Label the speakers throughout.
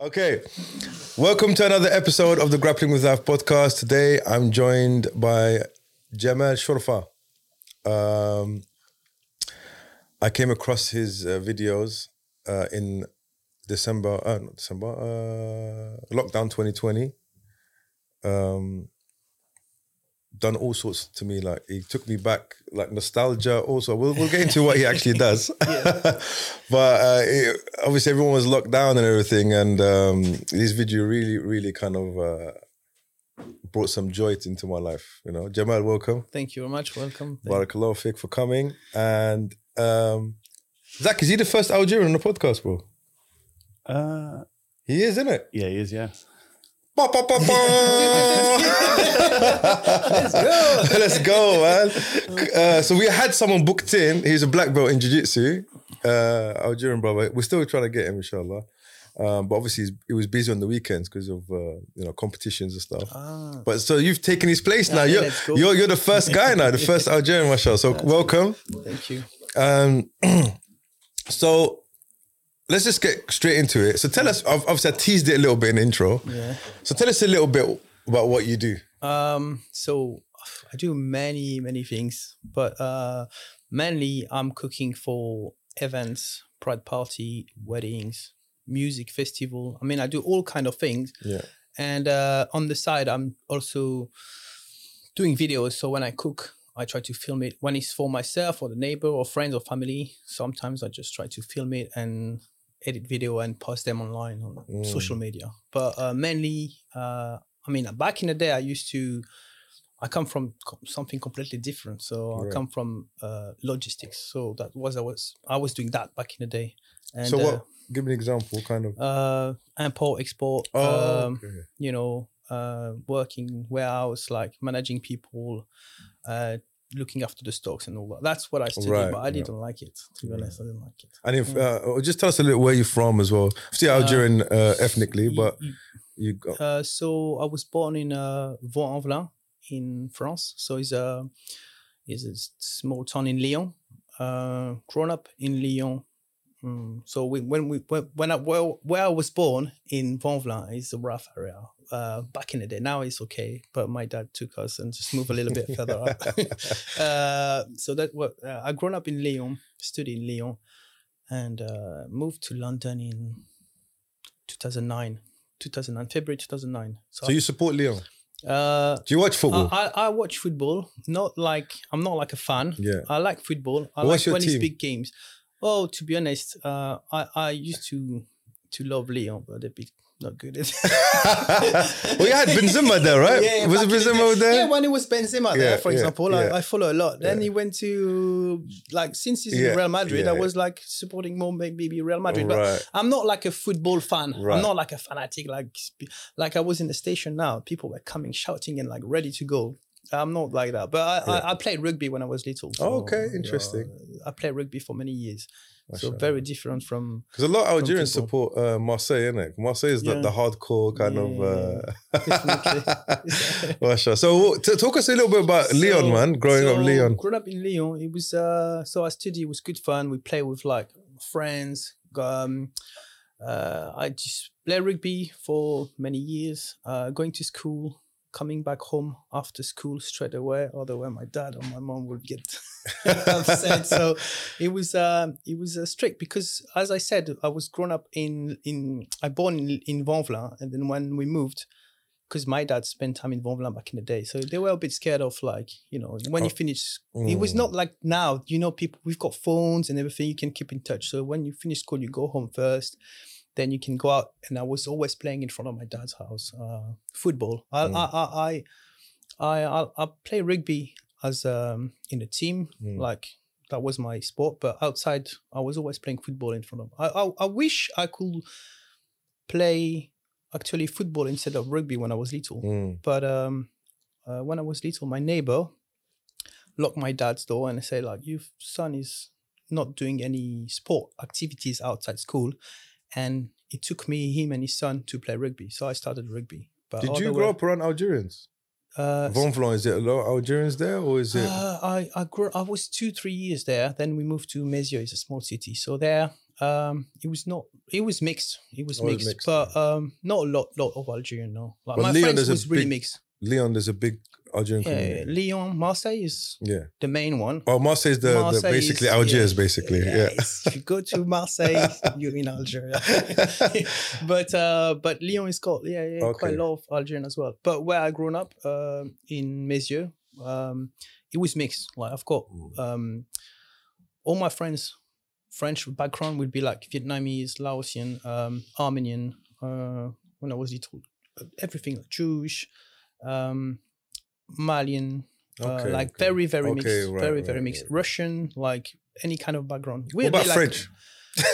Speaker 1: Okay, welcome to another episode of the Grappling with Life podcast. Today I'm joined by Jamal Shurfa. Um, I came across his uh, videos uh, in December, uh, not December, uh, lockdown 2020. Um, done all sorts to me. Like he took me back, like nostalgia. Also, we'll we'll get into what he actually does. but uh, it, obviously, everyone was locked down and everything, and um, this video really, really kind of uh, brought some joy into my life. You know, Jamal, welcome.
Speaker 2: Thank you very much. Welcome. Thank-
Speaker 1: Barakallahu Fik for coming. And um, Zach, is he the first Algerian on the podcast, bro?
Speaker 3: Uh,
Speaker 1: He is, isn't it?
Speaker 3: yeah, he is. Yeah,
Speaker 1: Ba, ba, ba, ba. Let's go, man. Uh, so we had someone booked in. He's a black belt in jiu-jitsu, uh, Algerian brother. We're still trying to get him, inshallah. Um, but obviously, he's- he was busy on the weekends because of uh, you know competitions and stuff.
Speaker 2: Ah,
Speaker 1: But so you've taken his place now.
Speaker 2: yeah,
Speaker 1: You're,
Speaker 2: let's go.
Speaker 1: you're you're the first guy now, the first Algerian, mashallah. So welcome.
Speaker 2: thank you.
Speaker 1: Um, so let's just get straight into it. So tell us. I've- Obviously, I teased it a little bit in the intro.
Speaker 2: Yeah.
Speaker 1: So tell us a little bit about what you do.
Speaker 2: Um, so I do many, many things, but uh, mainly I'm cooking for events, pride party, weddings, music festival. I mean, I do all kind of things.
Speaker 1: Yeah.
Speaker 2: And uh, on the side, I'm also doing videos. So when I cook, I try to film it when it's for myself or the neighbor or friends or family. Sometimes I just try to film it and edit video and post them online on
Speaker 1: Mm.
Speaker 2: social media. But uh, mainly, uh, I mean, back in the day, I used to. I come from co- something completely different. So I
Speaker 1: Right.
Speaker 2: come from uh, logistics. So that was I was I was doing that back in the day. And,
Speaker 1: so what? give me an example, kind of.
Speaker 2: Uh, uh, import, export.
Speaker 1: Oh,
Speaker 2: um,
Speaker 1: okay.
Speaker 2: you know, uh, working warehouse, like managing people, uh, looking after the stocks and all that. That's what I studied,
Speaker 1: Right,
Speaker 2: but I
Speaker 1: yeah.
Speaker 2: didn't like it. To be
Speaker 1: Yeah.
Speaker 2: honest, I didn't like it.
Speaker 1: and if uh, oh, just tell us a little where you're from as well. See Algerian uh, ethnically,
Speaker 2: You-
Speaker 1: but
Speaker 2: you-
Speaker 1: you got
Speaker 2: uh, so I was born in uh, Vaux-en-Velin in France. So it's a it's a s- small town in Lyon. Uh, grown up in Lyon. Mm, so we, when we when, when I where, where I was born in Vaux-en-Velin is a rough area. Uh, back in the day, now it's okay, but my dad took us and just moved a little bit further up. uh, so that what uh, I grown up in Lyon, studied in Lyon, and uh, moved to London in 2009. 2009, February 2009. So,
Speaker 1: so you support Leon.
Speaker 2: uh,
Speaker 1: Do you watch
Speaker 2: I,
Speaker 1: football?
Speaker 2: I, I watch football. Not like I'm not like a fan.
Speaker 1: yeah.
Speaker 2: I like football. I
Speaker 1: What's
Speaker 2: like
Speaker 1: your
Speaker 2: when
Speaker 1: team?
Speaker 2: it's big games. Well, to be honest, uh, I I used to to love Lyon, but they're bit not good. at
Speaker 1: well, you had Benzema there, right?
Speaker 2: uh, Yeah,
Speaker 1: was it
Speaker 2: back in the day.
Speaker 1: Benzema there?
Speaker 2: Yeah, when it was Benzema
Speaker 1: Yeah,
Speaker 2: there, for
Speaker 1: yeah,
Speaker 2: example,
Speaker 1: yeah.
Speaker 2: I, I follow a lot. Then
Speaker 1: Yeah.
Speaker 2: he went to like since he's
Speaker 1: Yeah,
Speaker 2: in Real Madrid,
Speaker 1: yeah,
Speaker 2: I
Speaker 1: yeah.
Speaker 2: was like supporting more may- maybe Real Madrid, but
Speaker 1: right.
Speaker 2: I'm not like a football fan.
Speaker 1: Right.
Speaker 2: I'm not like a fanatic. Like sp- like I was in the station now. People were coming, shouting, and like ready to go. I'm not like that. But I, I, I played rugby when I was little.
Speaker 1: Oh,
Speaker 2: so,
Speaker 1: okay,
Speaker 2: you know,
Speaker 1: interesting.
Speaker 2: I played rugby for many years, so
Speaker 1: Mashallah.
Speaker 2: very different from
Speaker 1: Because a lot of Algerians
Speaker 2: From
Speaker 1: support uh, Marseille, innit? Marseille is the,
Speaker 2: Yeah.
Speaker 1: the hardcore kind of. Uh...
Speaker 2: Definitely.
Speaker 1: Mashallah. So t- talk us a little bit about Leon,
Speaker 2: So-
Speaker 1: man. Growing up
Speaker 2: so
Speaker 1: Leon.
Speaker 2: Growing up in Lyon, it was uh so I studied, it was good fun. We play with like friends. Um uh I just play rugby for many years, uh going to school, coming back home after school straight away. Otherwise my dad or my mom would get upset. So it was um it was uh, strict because as I said, I was grown up in in I born in, in Vanvelin and then when we moved because my dad spent time in Vanvelin back in the day, so they were a bit scared of like you know when
Speaker 1: Oh.
Speaker 2: you finish. It was
Speaker 1: Mm.
Speaker 2: not like now, you know, people we've got phones and everything you can keep in touch. So when you finish school, you go home first, then you can go out. And I was always playing in front of my dad's house uh, football. I,
Speaker 1: Mm.
Speaker 2: I I I I I I play rugby as um in a team
Speaker 1: Mm.
Speaker 2: like that was my sport but outside i was always playing football in front of I, I i wish i could play actually football instead of rugby when i was little
Speaker 1: Mm.
Speaker 2: but um uh, when i was little my neighbor locked my dad's door and said like your son is not doing any sport activities outside school and it took me him and his son to play rugby so i started rugby but
Speaker 1: Did you
Speaker 2: otherwise-
Speaker 1: grow up around Algerians?
Speaker 2: uh,
Speaker 1: Vonflon, is it a lot of Algerians there or is it?
Speaker 2: Uh, I I grew. I was two three years there. Then we moved to Mezio. It's a small city. So there, Um, it was not. It was mixed. It was
Speaker 1: Oh, it was
Speaker 2: mixed,
Speaker 1: mixed.
Speaker 2: but um, not a lot, lot of Algerian. No, like
Speaker 1: But
Speaker 2: my
Speaker 1: Lyon
Speaker 2: friends
Speaker 1: is a
Speaker 2: was really
Speaker 1: big
Speaker 2: mixed.
Speaker 1: Leon, there's a big Algerian
Speaker 2: Yeah,
Speaker 1: community.
Speaker 2: Lyon, Marseille is
Speaker 1: Yeah.
Speaker 2: the main one.
Speaker 1: Oh, Marseille is the, the
Speaker 2: Marseille
Speaker 1: basically
Speaker 2: is-
Speaker 1: Algiers,
Speaker 2: yeah,
Speaker 1: basically.
Speaker 2: yeah,
Speaker 1: Yeah.
Speaker 2: it's- if you go to Marseille, you're in Algeria. but uh, but Lyon is called yeah, yeah
Speaker 1: Okay.
Speaker 2: quite a lot of Algerian as well. But where I grown up um in Mesieux, um, it was mixed. Like I've got
Speaker 1: Mm.
Speaker 2: um, all my friends, French background would be like Vietnamese, Laotian, um, Armenian. Uh, when I was little, everything like Jewish, um, Malian, uh, like very very mixed
Speaker 1: Okay, right,
Speaker 2: very
Speaker 1: right,
Speaker 2: very mixed
Speaker 1: right.
Speaker 2: russian like any kind of background
Speaker 1: What
Speaker 2: We're a
Speaker 1: about
Speaker 2: bit like-
Speaker 1: French?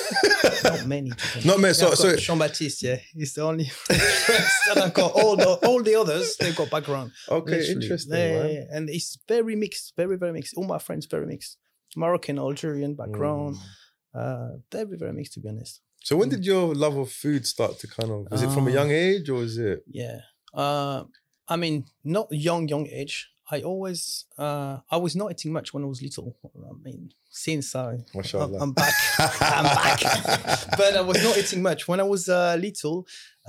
Speaker 2: not many to be
Speaker 1: Not many.
Speaker 2: honest. Yeah,
Speaker 1: So,
Speaker 2: I've
Speaker 1: so
Speaker 2: got jean-baptiste yeah he's the only French that i've got all the, all the others they've got background
Speaker 1: okay,
Speaker 2: literally.
Speaker 1: interesting.
Speaker 2: Yeah, yeah,
Speaker 1: man.
Speaker 2: yeah. and it's very mixed very very mixed all my friends very mixed moroccan algerian background
Speaker 1: Mm.
Speaker 2: uh very very mixed to be honest
Speaker 1: So, when
Speaker 2: Hmm.
Speaker 1: did your love of food start to kind of? Is it from a
Speaker 2: Ah.
Speaker 1: young age, or is it?
Speaker 2: yeah uh i mean not young young age i always uh i was not eating much when i was little i mean since i I'm,
Speaker 1: Mashallah.
Speaker 2: I'm back I'm back. but I was not eating much when I was uh, little.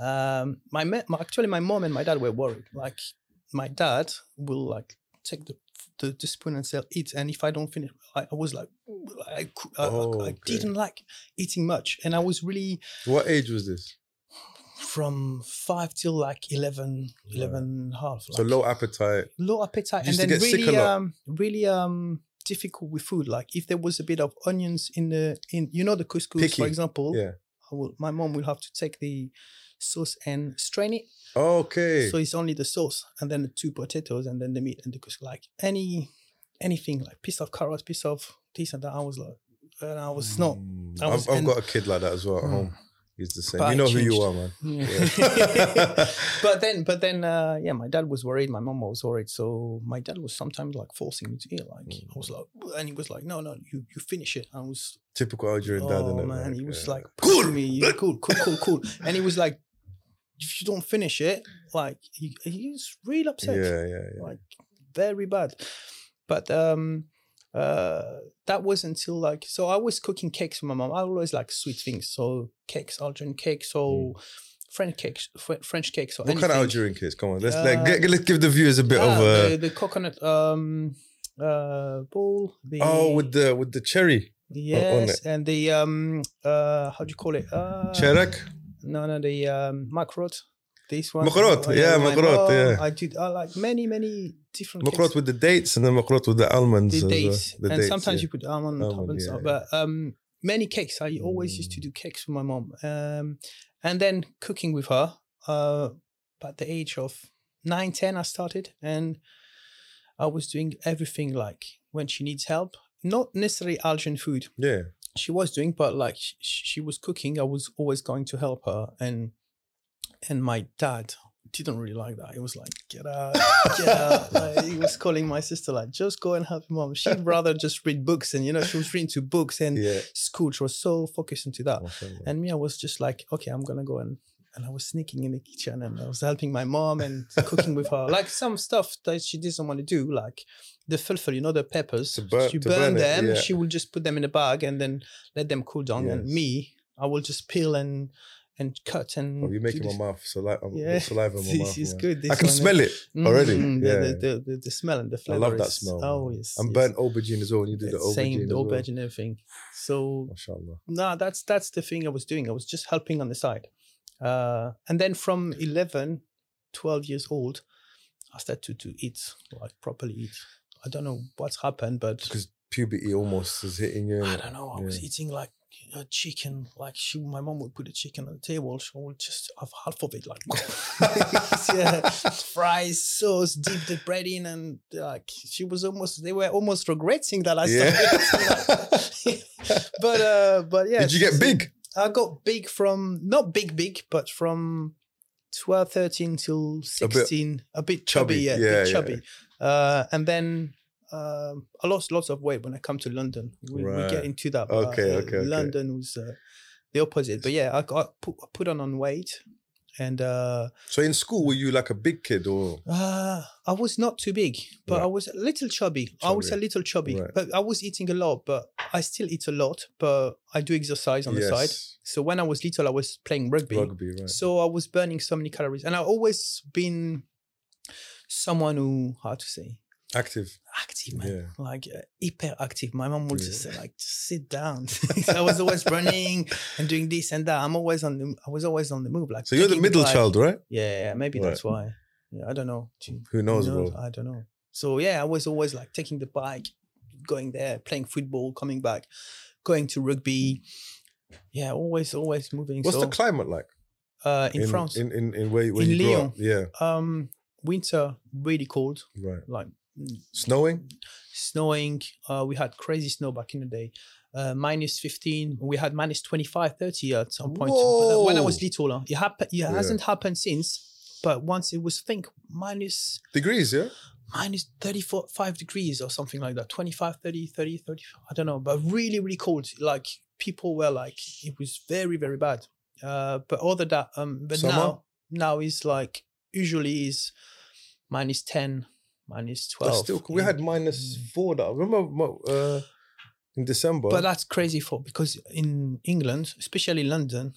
Speaker 2: Um, my, ma- my actually my mom and my dad were worried. Like my dad will like take the the, the spoon and say eat, and if I don't finish, I, I was like I, cou- I, I-
Speaker 1: Oh,
Speaker 2: I
Speaker 1: okay.
Speaker 2: didn't like eating much, and I was really
Speaker 1: what age was this?
Speaker 2: from five till like 11, 11 half.
Speaker 1: So
Speaker 2: like,
Speaker 1: low appetite.
Speaker 2: low appetite and
Speaker 1: Used to
Speaker 2: then
Speaker 1: get sick a
Speaker 2: really
Speaker 1: lot.
Speaker 2: um really um difficult with food like if there was a bit of onions in the in you know the couscous
Speaker 1: Picky,
Speaker 2: for example
Speaker 1: yeah.
Speaker 2: I will, my mom will have to take the sauce and strain it
Speaker 1: Okay.
Speaker 2: so it's only the sauce and then the two potatoes and then the meat and the couscous like any anything like piece of carrot piece of this and that I was like and I was not
Speaker 1: Mm.
Speaker 2: I was
Speaker 1: I've, I've
Speaker 2: in-
Speaker 1: got a kid like that as well at
Speaker 2: Mm.
Speaker 1: home. He's the same.
Speaker 2: But
Speaker 1: you
Speaker 2: I
Speaker 1: know who you
Speaker 2: changed.
Speaker 1: are, man.
Speaker 2: Mm. Yeah. but then but then uh yeah my dad was worried my mom was worried so my dad was sometimes like forcing me to eat like i
Speaker 1: Mm.
Speaker 2: was like and he was like no no you you finish it i was
Speaker 1: Typical Algerian dad.
Speaker 2: oh
Speaker 1: innit,
Speaker 2: man he was
Speaker 1: yeah.
Speaker 2: like cool me cool cool cool cool and he was like if you don't finish it like he, he was real upset
Speaker 1: yeah, yeah, yeah.
Speaker 2: like very bad but um uh that was until like so i was cooking cakes for my mom i always like sweet things so cakes algerian cakes or french cakes Fre- french cakes or
Speaker 1: Mm. What
Speaker 2: anything.
Speaker 1: kind of Algerian kids? Come on, let's like,
Speaker 2: Uh,
Speaker 1: get, let's give the viewers a bit
Speaker 2: Ah,
Speaker 1: of uh, a.
Speaker 2: the, the coconut um uh ball the
Speaker 1: oh, with the with the cherry
Speaker 2: yes and the um uh how do you call it uh
Speaker 1: cherak.
Speaker 2: no no the um makrot this one
Speaker 1: Makrot,
Speaker 2: Oh,
Speaker 1: yeah,
Speaker 2: like,
Speaker 1: makrot,
Speaker 2: oh,
Speaker 1: yeah.
Speaker 2: i did i like many many different cakes.
Speaker 1: Makrot with the dates and then makrot with the almonds.
Speaker 2: the
Speaker 1: as well.
Speaker 2: dates,
Speaker 1: The
Speaker 2: and
Speaker 1: dates,
Speaker 2: sometimes
Speaker 1: yeah. Oh,
Speaker 2: you put almond, on top
Speaker 1: Almond,
Speaker 2: and
Speaker 1: yeah,
Speaker 2: stuff.
Speaker 1: yeah.
Speaker 2: But um, many cakes. I always used to
Speaker 1: Mm.
Speaker 2: do cakes for my mom, um, and then cooking with her. Uh, at the age of nine, ten, I started, and I was doing everything like when she needs help. Not necessarily Algerian food.
Speaker 1: yeah.
Speaker 2: She was doing, but like she, she was cooking, I was always going to help her, and and my dad didn't really like that. He was like, "Get out, get out!" Like, he was calling my sister like, "Just go and help your mom." She'd rather just read books, and you know, she was reading to books and
Speaker 1: yeah. Oh,
Speaker 2: school. She was so focused into that.
Speaker 1: Mashallah.
Speaker 2: And me, I was just like, "Okay, I'm gonna go and." And I was sneaking in the kitchen, and I was helping my mom and cooking with her, like some stuff that she doesn't want to do, like the fulfill, you know, the peppers.
Speaker 1: To burn-
Speaker 2: she
Speaker 1: to burn
Speaker 2: burned
Speaker 1: it,
Speaker 2: them.
Speaker 1: yeah.
Speaker 2: She will just put them in a bag and then let them cool down. And
Speaker 1: Yes.
Speaker 2: me, I will just peel and and cut and.
Speaker 1: Oh, you're
Speaker 2: do
Speaker 1: making my
Speaker 2: this.
Speaker 1: mouth saliva. I'm
Speaker 2: Yeah.
Speaker 1: saliva in my mouth.
Speaker 2: This is
Speaker 1: man.
Speaker 2: good.
Speaker 1: I
Speaker 2: this
Speaker 1: can
Speaker 2: one.
Speaker 1: smell it already.
Speaker 2: Mm,
Speaker 1: yeah.
Speaker 2: The, the, the, the smell and the
Speaker 1: I
Speaker 2: flavor.
Speaker 1: love that
Speaker 2: is-
Speaker 1: smell.
Speaker 2: Oh,
Speaker 1: man.
Speaker 2: yes.
Speaker 1: And
Speaker 2: yes.
Speaker 1: burnt aubergine as well. When you do the
Speaker 2: It's
Speaker 1: aubergine.
Speaker 2: Same, the
Speaker 1: as well.
Speaker 2: aubergine and everything. So,
Speaker 1: Mashallah.
Speaker 2: nah, that's that's the thing I was doing. I was just helping on the side. Uh, and then from 11, 12 years old, I started to, to eat, like properly eat. I don't know what's happened, but
Speaker 1: Because puberty almost is hitting you.
Speaker 2: I
Speaker 1: innit?
Speaker 2: don't know. I was
Speaker 1: Yeah.
Speaker 2: eating like a chicken. Like she, my mom would put a chicken on the table. She would just have half of it, like yeah, fries, sauce, dip the bread in, and like she was almost. They were almost regretting that I started. eating that. but uh, but yeah.
Speaker 1: Did you get
Speaker 2: so-
Speaker 1: big?
Speaker 2: I got big from not big big, but from 12, 13 till sixteen, a bit,
Speaker 1: chubby,
Speaker 2: chubby, yeah, a
Speaker 1: yeah,
Speaker 2: bit
Speaker 1: yeah.
Speaker 2: chubby. Uh, and then um, I lost lots of weight when I come to London. We, we
Speaker 1: Right.
Speaker 2: get into that. but,
Speaker 1: Okay,
Speaker 2: uh,
Speaker 1: okay, okay.
Speaker 2: London was uh, the opposite, but yeah, I, got, I put I put on on weight, and uh,
Speaker 1: So in school, were you like a big kid or?
Speaker 2: uh, I was not too big, but
Speaker 1: Right.
Speaker 2: I was a little chubby. I was a
Speaker 1: Chubby.
Speaker 2: little chubby,
Speaker 1: Right.
Speaker 2: but I was eating a lot. But I still eat a lot, but I do exercise on the side.
Speaker 1: Yes.
Speaker 2: So when I was little, I was playing rugby.
Speaker 1: Rugby, right.
Speaker 2: So I was burning so many calories, and I've always been someone who, how to say,
Speaker 1: Active.
Speaker 2: active Oh, man,
Speaker 1: Yeah.
Speaker 2: like uh, hyperactive. My mom would
Speaker 1: Yeah.
Speaker 2: just say, like, just sit down. I was always running and doing this and that. I'm always on. The, I was always on the move. Like,
Speaker 1: So you're the
Speaker 2: taking
Speaker 1: middle
Speaker 2: drive.
Speaker 1: child, right?
Speaker 2: Yeah, yeah, maybe
Speaker 1: Right.
Speaker 2: that's why. Yeah, I don't know. Gee, who
Speaker 1: Who knows,
Speaker 2: knows?
Speaker 1: bro?
Speaker 2: I don't know. So yeah, I was always like taking the bike, going there, playing football, coming back, going to rugby. Yeah, always, always moving.
Speaker 1: What's
Speaker 2: so,
Speaker 1: the climate like
Speaker 2: uh, in, France,
Speaker 1: In in, in where, where
Speaker 2: In
Speaker 1: you grew
Speaker 2: Lyon.
Speaker 1: up? Yeah,
Speaker 2: um, winter really cold,
Speaker 1: right.
Speaker 2: like
Speaker 1: Snowing.
Speaker 2: snowing. Uh, we had crazy snow back in the day. Uh, minus 15 we had minus 25 30 at some point But when i was
Speaker 1: Whoa.
Speaker 2: little uh, it happened it
Speaker 1: Yeah.
Speaker 2: hasn't happened since but once it was think minus
Speaker 1: Degrees, yeah.
Speaker 2: minus 34 5 degrees or something like that 25 30 30 30 i don't know but really really cold like people were like it was very very bad uh but other that um but
Speaker 1: Summer?
Speaker 2: now now is like usually is minus 10 minus 12
Speaker 1: That's still cool. We
Speaker 2: in-
Speaker 1: had minus four. That remember mo- uh, in December.
Speaker 2: but that's crazy for because in england especially london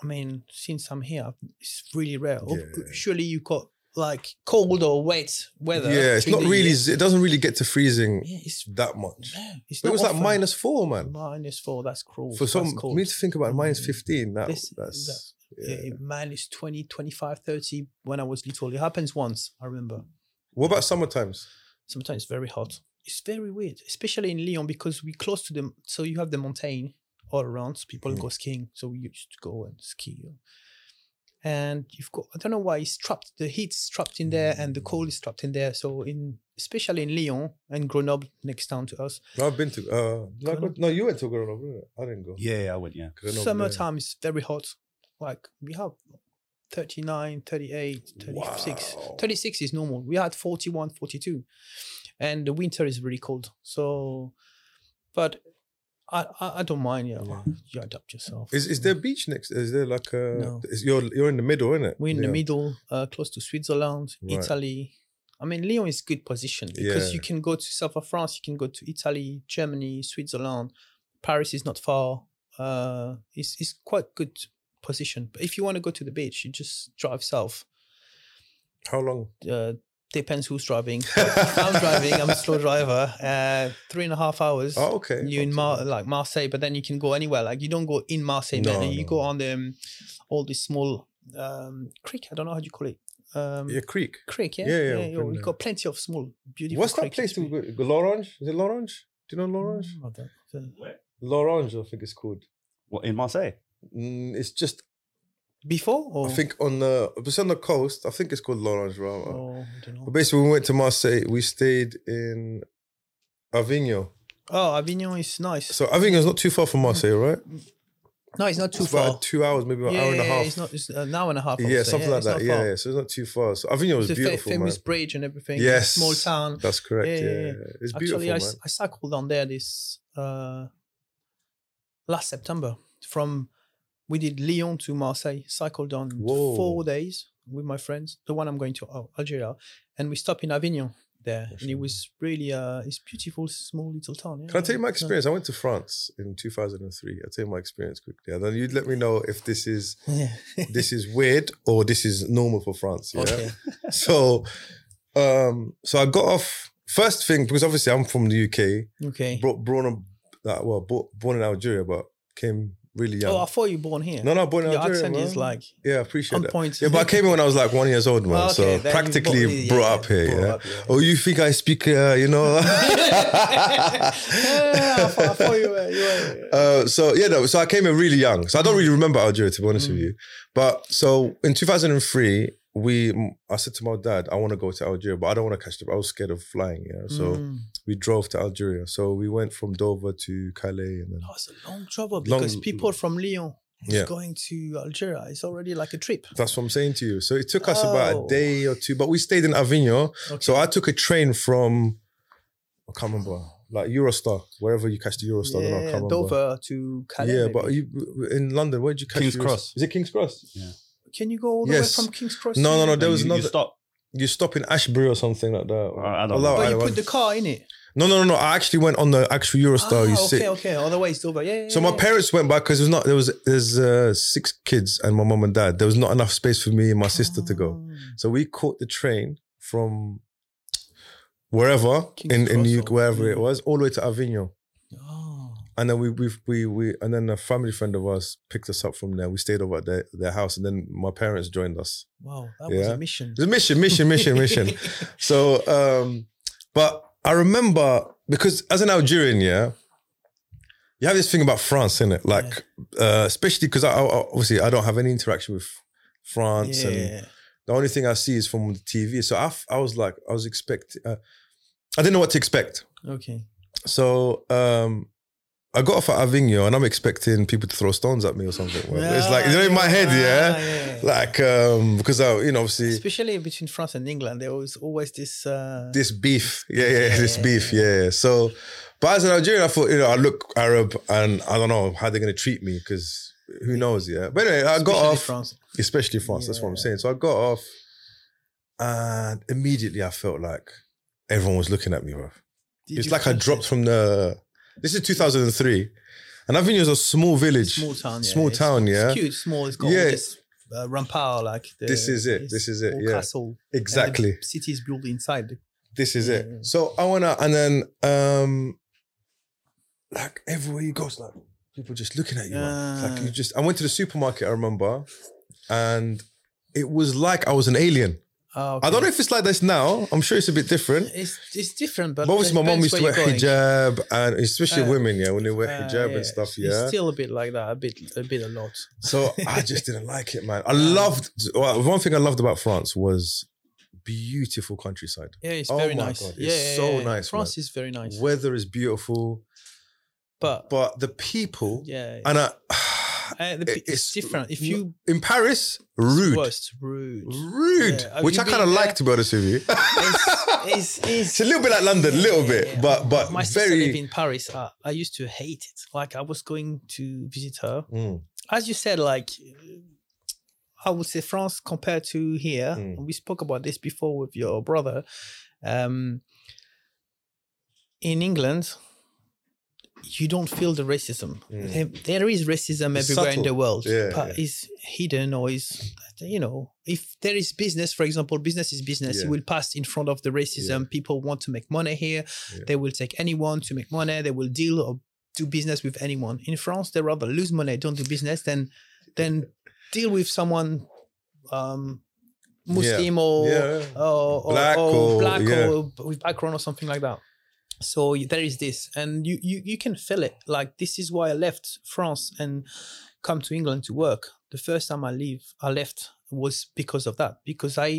Speaker 2: i mean since i'm here it's really rare Oh,
Speaker 1: Yeah.
Speaker 2: surely you got like cold or wet weather
Speaker 1: yeah, it's
Speaker 2: during
Speaker 1: not
Speaker 2: the
Speaker 1: really.
Speaker 2: year.
Speaker 1: It doesn't really get to freezing
Speaker 2: yeah it's
Speaker 1: that much.
Speaker 2: yeah, it's
Speaker 1: But
Speaker 2: not
Speaker 1: it was like
Speaker 2: often.
Speaker 1: minus four, man.
Speaker 2: Minus four, that's cruel.
Speaker 1: For some,
Speaker 2: that's cold.
Speaker 1: me to think about minus
Speaker 2: Mm.
Speaker 1: fifteen. That,
Speaker 2: This-
Speaker 1: that's
Speaker 2: Yeah,
Speaker 1: yeah.
Speaker 2: it- minus 20, 25, 30 when I was little. It happens once, I remember.
Speaker 1: What about summer times?
Speaker 2: Sometimes it's very hot. It's very weird, especially in Lyon because we're close to the So you have the mountain all around. so People
Speaker 1: Mm.
Speaker 2: go skiing. So we used to go and ski. And you've got, I don't know why it's trapped. The heat's trapped in there and the cold is trapped in there. So in, especially in Lyon and Grenoble, next town to us,
Speaker 1: No, I've been to. Uh, did I go- no, you went to Grenoble. didn't you? I didn't go.
Speaker 3: Yeah, yeah, I would. Yeah.
Speaker 1: Grenoble, yeah.
Speaker 2: summertime is very hot like we have 39 38 36
Speaker 1: Wow.
Speaker 2: 36 is normal we had 41 42 and the winter is really cold so but i i, I don't mind yeah,
Speaker 1: Yeah.
Speaker 2: you adapt yourself
Speaker 1: Is is there a beach next? Is there like a?
Speaker 2: No.
Speaker 1: Is, you're you're in the middle, isn't it?
Speaker 2: we're in the
Speaker 1: Yeah.
Speaker 2: middle uh, close to switzerland
Speaker 1: Right.
Speaker 2: italy i mean lyon is good position because
Speaker 1: Yeah.
Speaker 2: you can go to south of france you can go to italy germany switzerland paris is not far uh it's, it's quite good position but if you want to go to the beach you just drive south
Speaker 1: How long?
Speaker 2: uh, depends who's driving If i'm driving i'm a slow driver uh three and a half hours
Speaker 1: Oh, okay.
Speaker 2: you in Mar- like Marseille, but then you can go anywhere. Like you don't go in Marseille,
Speaker 1: No,
Speaker 2: no, you
Speaker 1: no.
Speaker 2: go on the um, all these small um, creek. I don't know how you call it. Um,
Speaker 1: Yeah, creek.
Speaker 2: Creek, yeah,
Speaker 1: Yeah, yeah,
Speaker 2: yeah,
Speaker 1: we've
Speaker 2: We've
Speaker 1: been
Speaker 2: got plenty of small, beautiful.
Speaker 1: What's that
Speaker 2: creeks
Speaker 1: place?
Speaker 2: to
Speaker 1: To go? L'Orange? Is it L'Orange? Do you know L'Orange?
Speaker 2: Mm, I don't- the-
Speaker 1: L'Orange, I think it's called.
Speaker 3: What in Marseille?
Speaker 1: Mm, it's just
Speaker 2: Before or
Speaker 1: I think on the it's on the coast. I think it's called L'Orange. Right?
Speaker 2: or, Oh, I don't
Speaker 1: But
Speaker 2: know.
Speaker 1: basically, when we went to Marseille. We stayed in Avignon.
Speaker 2: Oh, Avignon is nice.
Speaker 1: So Avignon's not too far from Marseille, right?
Speaker 2: no, it's not too
Speaker 1: it's
Speaker 2: far.
Speaker 1: about two hours, maybe an
Speaker 2: yeah,
Speaker 1: hour and a
Speaker 2: yeah,
Speaker 1: half.
Speaker 2: It's not. It's an hour and a half. I would
Speaker 1: yeah,
Speaker 2: say.
Speaker 1: something like
Speaker 2: it's
Speaker 1: that.
Speaker 2: not
Speaker 1: Yeah,
Speaker 2: far.
Speaker 1: yeah, so it's not too far. So Avignon was
Speaker 2: the fa-
Speaker 1: beautiful,
Speaker 2: famous
Speaker 1: man.
Speaker 2: bridge and everything.
Speaker 1: Yes,
Speaker 2: small town.
Speaker 1: That's correct.
Speaker 2: Yeah,
Speaker 1: Yeah,
Speaker 2: yeah, yeah.
Speaker 1: yeah. it's beautiful,
Speaker 2: Actually, I,
Speaker 1: man.
Speaker 2: s- I cycled down there this uh, last September. From we did Lyon to Marseille, cycled on
Speaker 1: Whoa.
Speaker 2: four days with my friends. The one I'm going to oh, Algeria, and we stopped in Avignon there, and it
Speaker 1: sure.
Speaker 2: was really uh, it's beautiful, small little town. Yeah,
Speaker 1: Can I tell you my
Speaker 2: it's, uh,
Speaker 1: experience? I went to France in 2003. I'll tell you my experience quickly. And then you'd let me know if this is
Speaker 2: Yeah.
Speaker 1: this is weird or this is normal for France. Yeah.
Speaker 2: okay.
Speaker 1: So um so I got off first thing because obviously I'm from the UK.
Speaker 2: Okay.
Speaker 1: Brought born and- uh, well bo- born in Algeria but came really young.
Speaker 2: Oh, I thought you were born here.
Speaker 1: no, no, born in
Speaker 2: Your
Speaker 1: Algeria.
Speaker 2: accent is
Speaker 1: man.
Speaker 2: like
Speaker 1: Yeah, I appreciate
Speaker 2: on
Speaker 1: that.
Speaker 2: point.
Speaker 1: Yeah, but I came here when I was like one years old, man.
Speaker 2: Well, Oh, okay,
Speaker 1: so
Speaker 2: then you
Speaker 1: practically
Speaker 2: bought- yeah,
Speaker 1: brought
Speaker 2: yeah,
Speaker 1: up here.
Speaker 2: brought
Speaker 1: yeah?
Speaker 2: up, yeah.
Speaker 1: Oh, you think I speak, uh, you know?
Speaker 2: Yeah, I thought- I thought you were- you were-
Speaker 1: Uh, so yeah, no, so I came in really young, so I don't really remember Algeria to be honest with
Speaker 2: Mm.
Speaker 1: you. But so in 2003, we m- I said to my dad, I want to go to Algeria, but I don't want to catch the. I was scared of flying, yeah. So
Speaker 2: Mm.
Speaker 1: we drove to Algeria. So we went from Dover to Calais, and then
Speaker 2: Oh, it's a long travel
Speaker 1: Long-
Speaker 2: because people from Lyon is
Speaker 1: Yeah.
Speaker 2: going to Algeria. It's already like a trip.
Speaker 1: that's what I'm saying to you. So it took us about a
Speaker 2: Oh.
Speaker 1: day or two, but we stayed in Avignon.
Speaker 2: Okay.
Speaker 1: So I took a train from I can't remember, like Eurostar, wherever you catch the Eurostar. I don't know, I
Speaker 2: yeah,
Speaker 1: can't remember.
Speaker 2: Dover to Calais.
Speaker 1: yeah,
Speaker 2: maybe.
Speaker 1: but you in London, where did you catch
Speaker 3: King's
Speaker 1: Eurostar?
Speaker 3: Cross.
Speaker 1: Is it King's Cross?
Speaker 2: can you go all the
Speaker 1: Yes.
Speaker 2: way from King's Cross?
Speaker 1: No,
Speaker 2: to-
Speaker 1: no, no. There
Speaker 3: You-
Speaker 1: was
Speaker 3: you
Speaker 1: another.
Speaker 3: stop.
Speaker 1: you stop in Ashbury or something like that.
Speaker 3: Uh, I don't
Speaker 1: Allah,
Speaker 3: know.
Speaker 2: But
Speaker 1: I
Speaker 2: you
Speaker 1: don't
Speaker 2: put the car in it.
Speaker 1: No, no, no, no. I actually went on the actual Eurostar.
Speaker 2: Ah,
Speaker 1: you
Speaker 2: okay,
Speaker 1: see.
Speaker 2: okay. Otherwise, it's over. Yeah, yeah.
Speaker 1: So my
Speaker 2: yeah.
Speaker 1: parents went back because it was not there was there's uh, six kids and my mom and dad. There was not enough space for me and my sister to go.
Speaker 2: Ah.
Speaker 1: So we caught the train from wherever
Speaker 2: King's
Speaker 1: in in
Speaker 2: Cross
Speaker 1: New,
Speaker 2: or-
Speaker 1: wherever it was all the way to Avignon.
Speaker 2: Oh.
Speaker 1: And then we we we we and then a family friend of ours picked us up from there. We stayed over at their, their house, and then my parents joined us.
Speaker 2: Wow, that was
Speaker 1: Yeah.
Speaker 2: a mission.
Speaker 1: It was a mission, mission, mission, mission. So, um, but I remember because as an Algerian, yeah, you have this thing about France, innit? Like, uh, especially because I, I obviously I don't have any interaction with France, and
Speaker 2: yeah.
Speaker 1: the only thing I see is from the TV. So I, f- I was like, I was expecting, uh, I didn't know what to expect.
Speaker 2: Okay.
Speaker 1: So um I got off at Avignon and I'm expecting people to throw stones at me or something. Well, it's like, you know, in my head,
Speaker 2: Ah,
Speaker 1: yeah.
Speaker 2: yeah.
Speaker 1: Like, um, because I, you know, obviously
Speaker 2: Especially between France and England, there was always this. Uh,
Speaker 1: this beef. Yeah, yeah,
Speaker 2: Yeah,
Speaker 1: this
Speaker 2: yeah,
Speaker 1: beef. Yeah, yeah. So, but as an Algerian, I thought, you know, I look Arab and I don't know how they're going to treat me because who knows, yeah. But anyway, I got
Speaker 2: especially
Speaker 1: off,
Speaker 2: France.
Speaker 1: especially France. That's what I'm saying. So I got off and immediately I felt like everyone was looking at me, bro.
Speaker 2: Did
Speaker 1: it's
Speaker 2: you
Speaker 1: like I
Speaker 2: sense
Speaker 1: dropped
Speaker 2: it?
Speaker 1: from the. This is 2003, and Avignon is a small village,
Speaker 2: small town. Yeah.
Speaker 1: small
Speaker 2: It's-
Speaker 1: town, yeah.
Speaker 2: It's cute, small. It's got
Speaker 1: Yeah.
Speaker 2: all this uh, rampart, like the,
Speaker 1: This is it, this is it,
Speaker 2: old
Speaker 1: yeah.
Speaker 2: Castle.
Speaker 1: Exactly,
Speaker 2: And the city is built inside. The,
Speaker 1: this is it.
Speaker 2: Yeah.
Speaker 1: So I wanna, and then um, like everywhere you go, it's like people just looking at you. man. It's like
Speaker 2: Ah.
Speaker 1: you just. I went to the supermarket. I remember, and it was like I was an alien.
Speaker 2: Ah,
Speaker 1: I don't know
Speaker 2: okay.
Speaker 1: if it's like this now. I'm sure it's a bit different.
Speaker 2: It's it's different, but
Speaker 1: But obviously, my mom
Speaker 2: depends
Speaker 1: used to
Speaker 2: where
Speaker 1: wear
Speaker 2: you're going.
Speaker 1: hijab, and especially
Speaker 2: Uh,
Speaker 1: women, yeah, when they wear
Speaker 2: Ah,
Speaker 1: hijab
Speaker 2: yeah.
Speaker 1: and stuff,
Speaker 2: It's
Speaker 1: yeah.
Speaker 2: still a bit like that, a bit, a bit, a lot.
Speaker 1: So I just didn't like it, man. I loved well, one thing I loved about France was beautiful countryside.
Speaker 2: Yeah, it's
Speaker 1: Oh
Speaker 2: very
Speaker 1: my
Speaker 2: nice.
Speaker 1: God, it's
Speaker 2: yeah, yeah,
Speaker 1: so
Speaker 2: yeah, yeah.
Speaker 1: nice,
Speaker 2: France is very nice,
Speaker 1: Weather is beautiful,
Speaker 2: but,
Speaker 1: but the people
Speaker 2: yeah,
Speaker 1: and I,
Speaker 2: uh, the,
Speaker 1: it-
Speaker 2: it's,
Speaker 1: it's-
Speaker 2: different. If you
Speaker 1: in Paris, rude,
Speaker 2: worst rude,
Speaker 1: rude,
Speaker 2: Yeah, have
Speaker 1: which
Speaker 2: you
Speaker 1: I kind of
Speaker 2: been
Speaker 1: like to
Speaker 2: there?
Speaker 1: be honest with you.
Speaker 2: it's, it's,
Speaker 1: it's a little bit like London, a little bit,
Speaker 2: Yeah.
Speaker 1: but but
Speaker 2: my sister live
Speaker 1: very.
Speaker 2: in Paris. I, I used to hate it. Like I was going to visit her,
Speaker 1: Mm,
Speaker 2: as you said. Like uh, I would say France compared to here.
Speaker 1: Mm.
Speaker 2: We spoke about this before with your brother. Um, in England, you don't feel the racism.
Speaker 1: Mm.
Speaker 2: There, there is racism
Speaker 1: It's
Speaker 2: everywhere
Speaker 1: subtle.
Speaker 2: in the world,
Speaker 1: Yeah,
Speaker 2: but
Speaker 1: yeah.
Speaker 2: it's hidden or is you know if there is business for example business is business
Speaker 1: Yeah.
Speaker 2: it will pass in front of the racism people want to make money here
Speaker 1: Yeah.
Speaker 2: they will take anyone to make money they will deal or do business with anyone in france they rather lose money don't do business than then deal with someone um muslim or uh,
Speaker 1: yeah,
Speaker 2: or, or
Speaker 1: Black
Speaker 2: black, or,
Speaker 1: or-
Speaker 2: oh, black
Speaker 1: yeah.
Speaker 2: or with background or something like that. So y- there is this, and you, you you can feel it. Like this is why I left France and come to England to work. The first time I leave, I left was because of that. Because I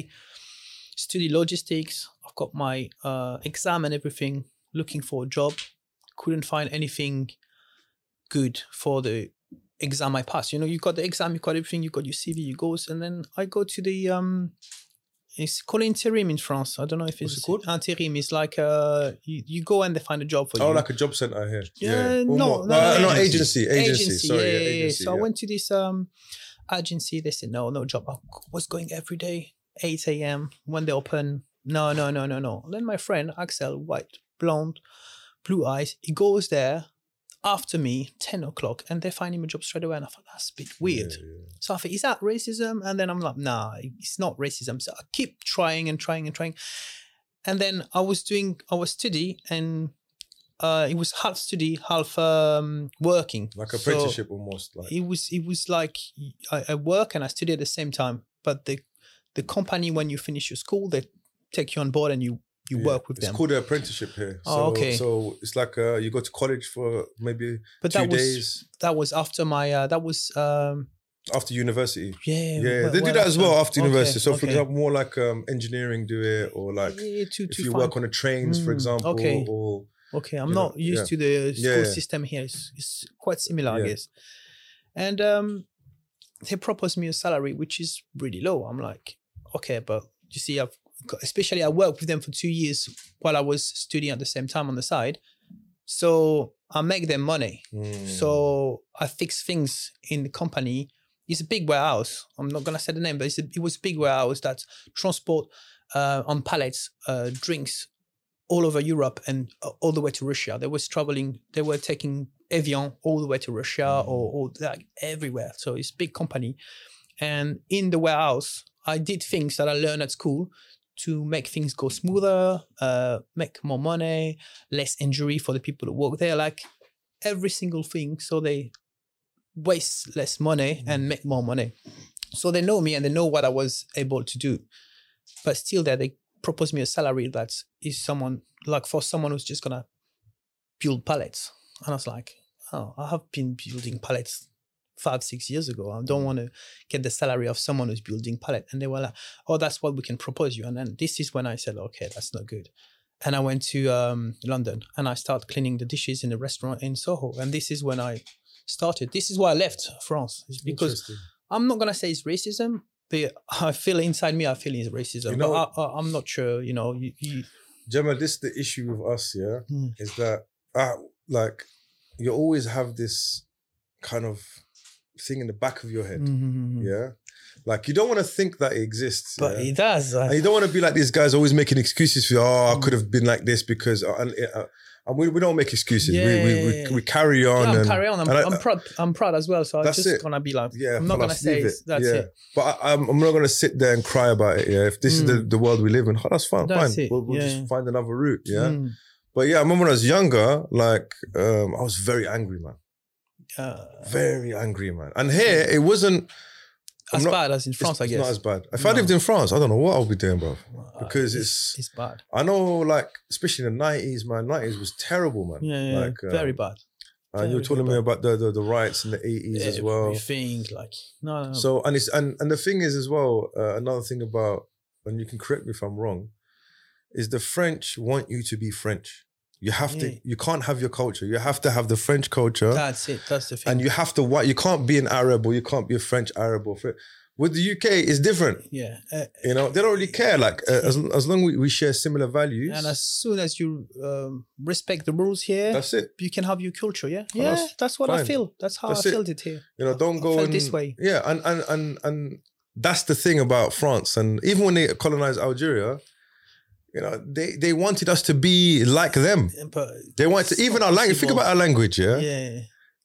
Speaker 2: studied logistics. I've got my uh, exam and everything. Looking for a job, couldn't find anything good for the exam I passed. You know, you got the exam, you got everything, you got your CV, you goes, and then I go to the um, it's called interim in France. I don't know if it's
Speaker 1: What's it called?
Speaker 2: Interim is like uh, you, you go and they find a job for
Speaker 1: oh,
Speaker 2: you.
Speaker 1: like a job center here.
Speaker 2: Yeah,
Speaker 1: Or
Speaker 2: no,
Speaker 1: more-
Speaker 2: no, no,
Speaker 1: no,
Speaker 2: agency.
Speaker 1: agency, agency. Sorry,
Speaker 2: yeah,
Speaker 1: yeah,
Speaker 2: yeah, yeah.
Speaker 1: agency,
Speaker 2: So I
Speaker 1: yeah.
Speaker 2: went to this um agency. They said no, no job. I was going every day, eight a.m. when they open. No, no, no, no, no. Then my friend Axel, white, blonde, blue eyes, he goes there after me, ten o'clock, and they find him a job straight away. And I thought that's a bit weird.
Speaker 1: Yeah, yeah.
Speaker 2: So I think, is that racism? And then I'm like, nah, it's not racism. So I keep trying and trying and trying. And then I was doing our study and uh, it was half study, half um, working.
Speaker 1: Like
Speaker 2: So
Speaker 1: apprenticeship almost. Like
Speaker 2: it was it was like I, I work and I study at the same time. But the the company when you finish your school, they take you on board and you you
Speaker 1: Yeah.
Speaker 2: work with
Speaker 1: it's
Speaker 2: them.
Speaker 1: called an apprenticeship here.
Speaker 2: Oh,
Speaker 1: so,
Speaker 2: okay.
Speaker 1: So it's like uh, you go to college for maybe
Speaker 2: but
Speaker 1: two
Speaker 2: that was
Speaker 1: days
Speaker 2: that was after my uh, that was um,
Speaker 1: after university.
Speaker 2: yeah
Speaker 1: Yeah,
Speaker 2: well-
Speaker 1: they do
Speaker 2: well
Speaker 1: that as well after
Speaker 2: Okay,
Speaker 1: university. so, for
Speaker 2: okay.
Speaker 1: example, more like um, engineering do it, or like
Speaker 2: yeah, to,
Speaker 1: if
Speaker 2: to
Speaker 1: you
Speaker 2: find-
Speaker 1: work on the trains, for
Speaker 2: Mm,
Speaker 1: example,
Speaker 2: okay.
Speaker 1: or
Speaker 2: Okay, I'm
Speaker 1: you know,
Speaker 2: not used
Speaker 1: yeah.
Speaker 2: to the
Speaker 1: Yeah,
Speaker 2: school
Speaker 1: yeah.
Speaker 2: system here. It's, it's quite similar,
Speaker 1: Yeah.
Speaker 2: I guess. And um, they proposed me a salary which is really low. I'm like, okay, but you see, I've got- especially I worked with them for two years while I was studying at the same time on the side, so I make them money.
Speaker 1: Mm.
Speaker 2: So I fix things in the company. It's a big warehouse. I'm not gonna say the name, but it's a, it was a big warehouse that transport uh, on pallets uh, drinks all over Europe and uh, all the way to Russia. They was traveling. They were taking Evian all the way to Russia or, or like everywhere. So it's big company, and in the warehouse, I did things that I learned at school to make things go smoother, uh, make more money, less injury for the people that work there. Like every single thing, so they waste less money and make more money. So they know me and they know what I was able to do. But still, there they propose me a salary that is someone like for someone who's just gonna build pallets. And I was like, oh, I have been building pallets five, six years ago. I don't want to get the salary of someone who's building pallet. And they were like, oh, that's what we can propose you. And then this is when I said, okay, that's not good. And I went to um, London and I started cleaning the dishes in a restaurant in Soho. And this is when I started. This is why I left France is because
Speaker 1: Interesting.
Speaker 2: I'm not gonna say it's racism, but I feel inside me, I feel it's racism.
Speaker 1: You know-
Speaker 2: but I, I, I'm not sure. You know, you, you,
Speaker 1: Gemma, this is the issue with us, yeah,
Speaker 2: Mm.
Speaker 1: is that uh, like you always have this kind of thing in the back of your head,
Speaker 2: Hmm. Mm-hmm,
Speaker 1: yeah. Like you don't want to think that it exists,
Speaker 2: but
Speaker 1: yeah?
Speaker 2: it does. uh,
Speaker 1: and you don't want to be like these guys always making excuses for oh I could have been like this because uh, and, uh, and we, we don't make excuses we, we, we,
Speaker 2: Yeah.
Speaker 1: we carry on
Speaker 2: yeah, I'm
Speaker 1: and
Speaker 2: carry on. I'm,
Speaker 1: and I- uh,
Speaker 2: I'm proud. I'm proud as well. So I'm
Speaker 1: That's
Speaker 2: just
Speaker 1: it.
Speaker 2: gonna be like,
Speaker 1: yeah
Speaker 2: I'm not
Speaker 1: Khalas,
Speaker 2: gonna say
Speaker 1: leave
Speaker 2: it's- that's
Speaker 1: yeah.
Speaker 2: it.
Speaker 1: but I, I'm, I'm not gonna sit there and cry about it yeah if this is the, the world we live in oh, that's fine
Speaker 2: Mm. That's
Speaker 1: fine
Speaker 2: it,
Speaker 1: we'll, we'll
Speaker 2: yeah.
Speaker 1: just find another route yeah
Speaker 2: mm,
Speaker 1: but yeah I remember when I was younger like um, I was very angry man
Speaker 2: uh,
Speaker 1: very angry man and here it wasn't I'm
Speaker 2: as
Speaker 1: not-
Speaker 2: bad as in Mm. France,
Speaker 1: it's,
Speaker 2: I
Speaker 1: it's
Speaker 2: guess.
Speaker 1: not as bad if I
Speaker 2: No.
Speaker 1: lived in France I don't know what I'll be doing bro
Speaker 2: Uh,
Speaker 1: because it's
Speaker 2: it's bad.
Speaker 1: I know, like, especially in the 90s, man, 90s was terrible, man.
Speaker 2: Yeah, yeah,
Speaker 1: like, uh,
Speaker 2: very bad.
Speaker 1: And you were
Speaker 2: very
Speaker 1: telling me
Speaker 2: bad.
Speaker 1: about the, the, the riots in the 80s as well.
Speaker 2: Everything like no, no, no.
Speaker 1: So, and it's, and, and the thing is, as well, uh, another thing about, and you can correct me if I'm wrong, is the French want you to be French. You have to,
Speaker 2: Yeah.
Speaker 1: you can't have your culture. You have to have the French culture.
Speaker 2: that's it. That's the thing.
Speaker 1: uh, and you have to, what? You can't be an Arab or you can't be a French Arab or French. With the UK, it's different.
Speaker 2: yeah, uh,
Speaker 1: You know, they don't really care. Like, uh, as, as long we, we share similar values,
Speaker 2: and as soon as you um, respect the rules here,
Speaker 1: that's it.
Speaker 2: you can have your culture. Yeah,
Speaker 1: Well,
Speaker 2: yeah.
Speaker 1: that's
Speaker 2: That's, what I
Speaker 1: fine.
Speaker 2: feel. That's how
Speaker 1: That's
Speaker 2: I
Speaker 1: it.
Speaker 2: felt it here.
Speaker 1: You know, don't
Speaker 2: I
Speaker 1: go
Speaker 2: felt
Speaker 1: and,
Speaker 2: this way.
Speaker 1: Yeah, and and and and that's the thing about France, and even when they colonized Algeria, you know, they they wanted us to be like them.
Speaker 2: But
Speaker 1: They wanted to,
Speaker 2: It's
Speaker 1: even
Speaker 2: not
Speaker 1: our language. Think
Speaker 2: possible.
Speaker 1: about our language, yeah?
Speaker 2: yeah, yeah,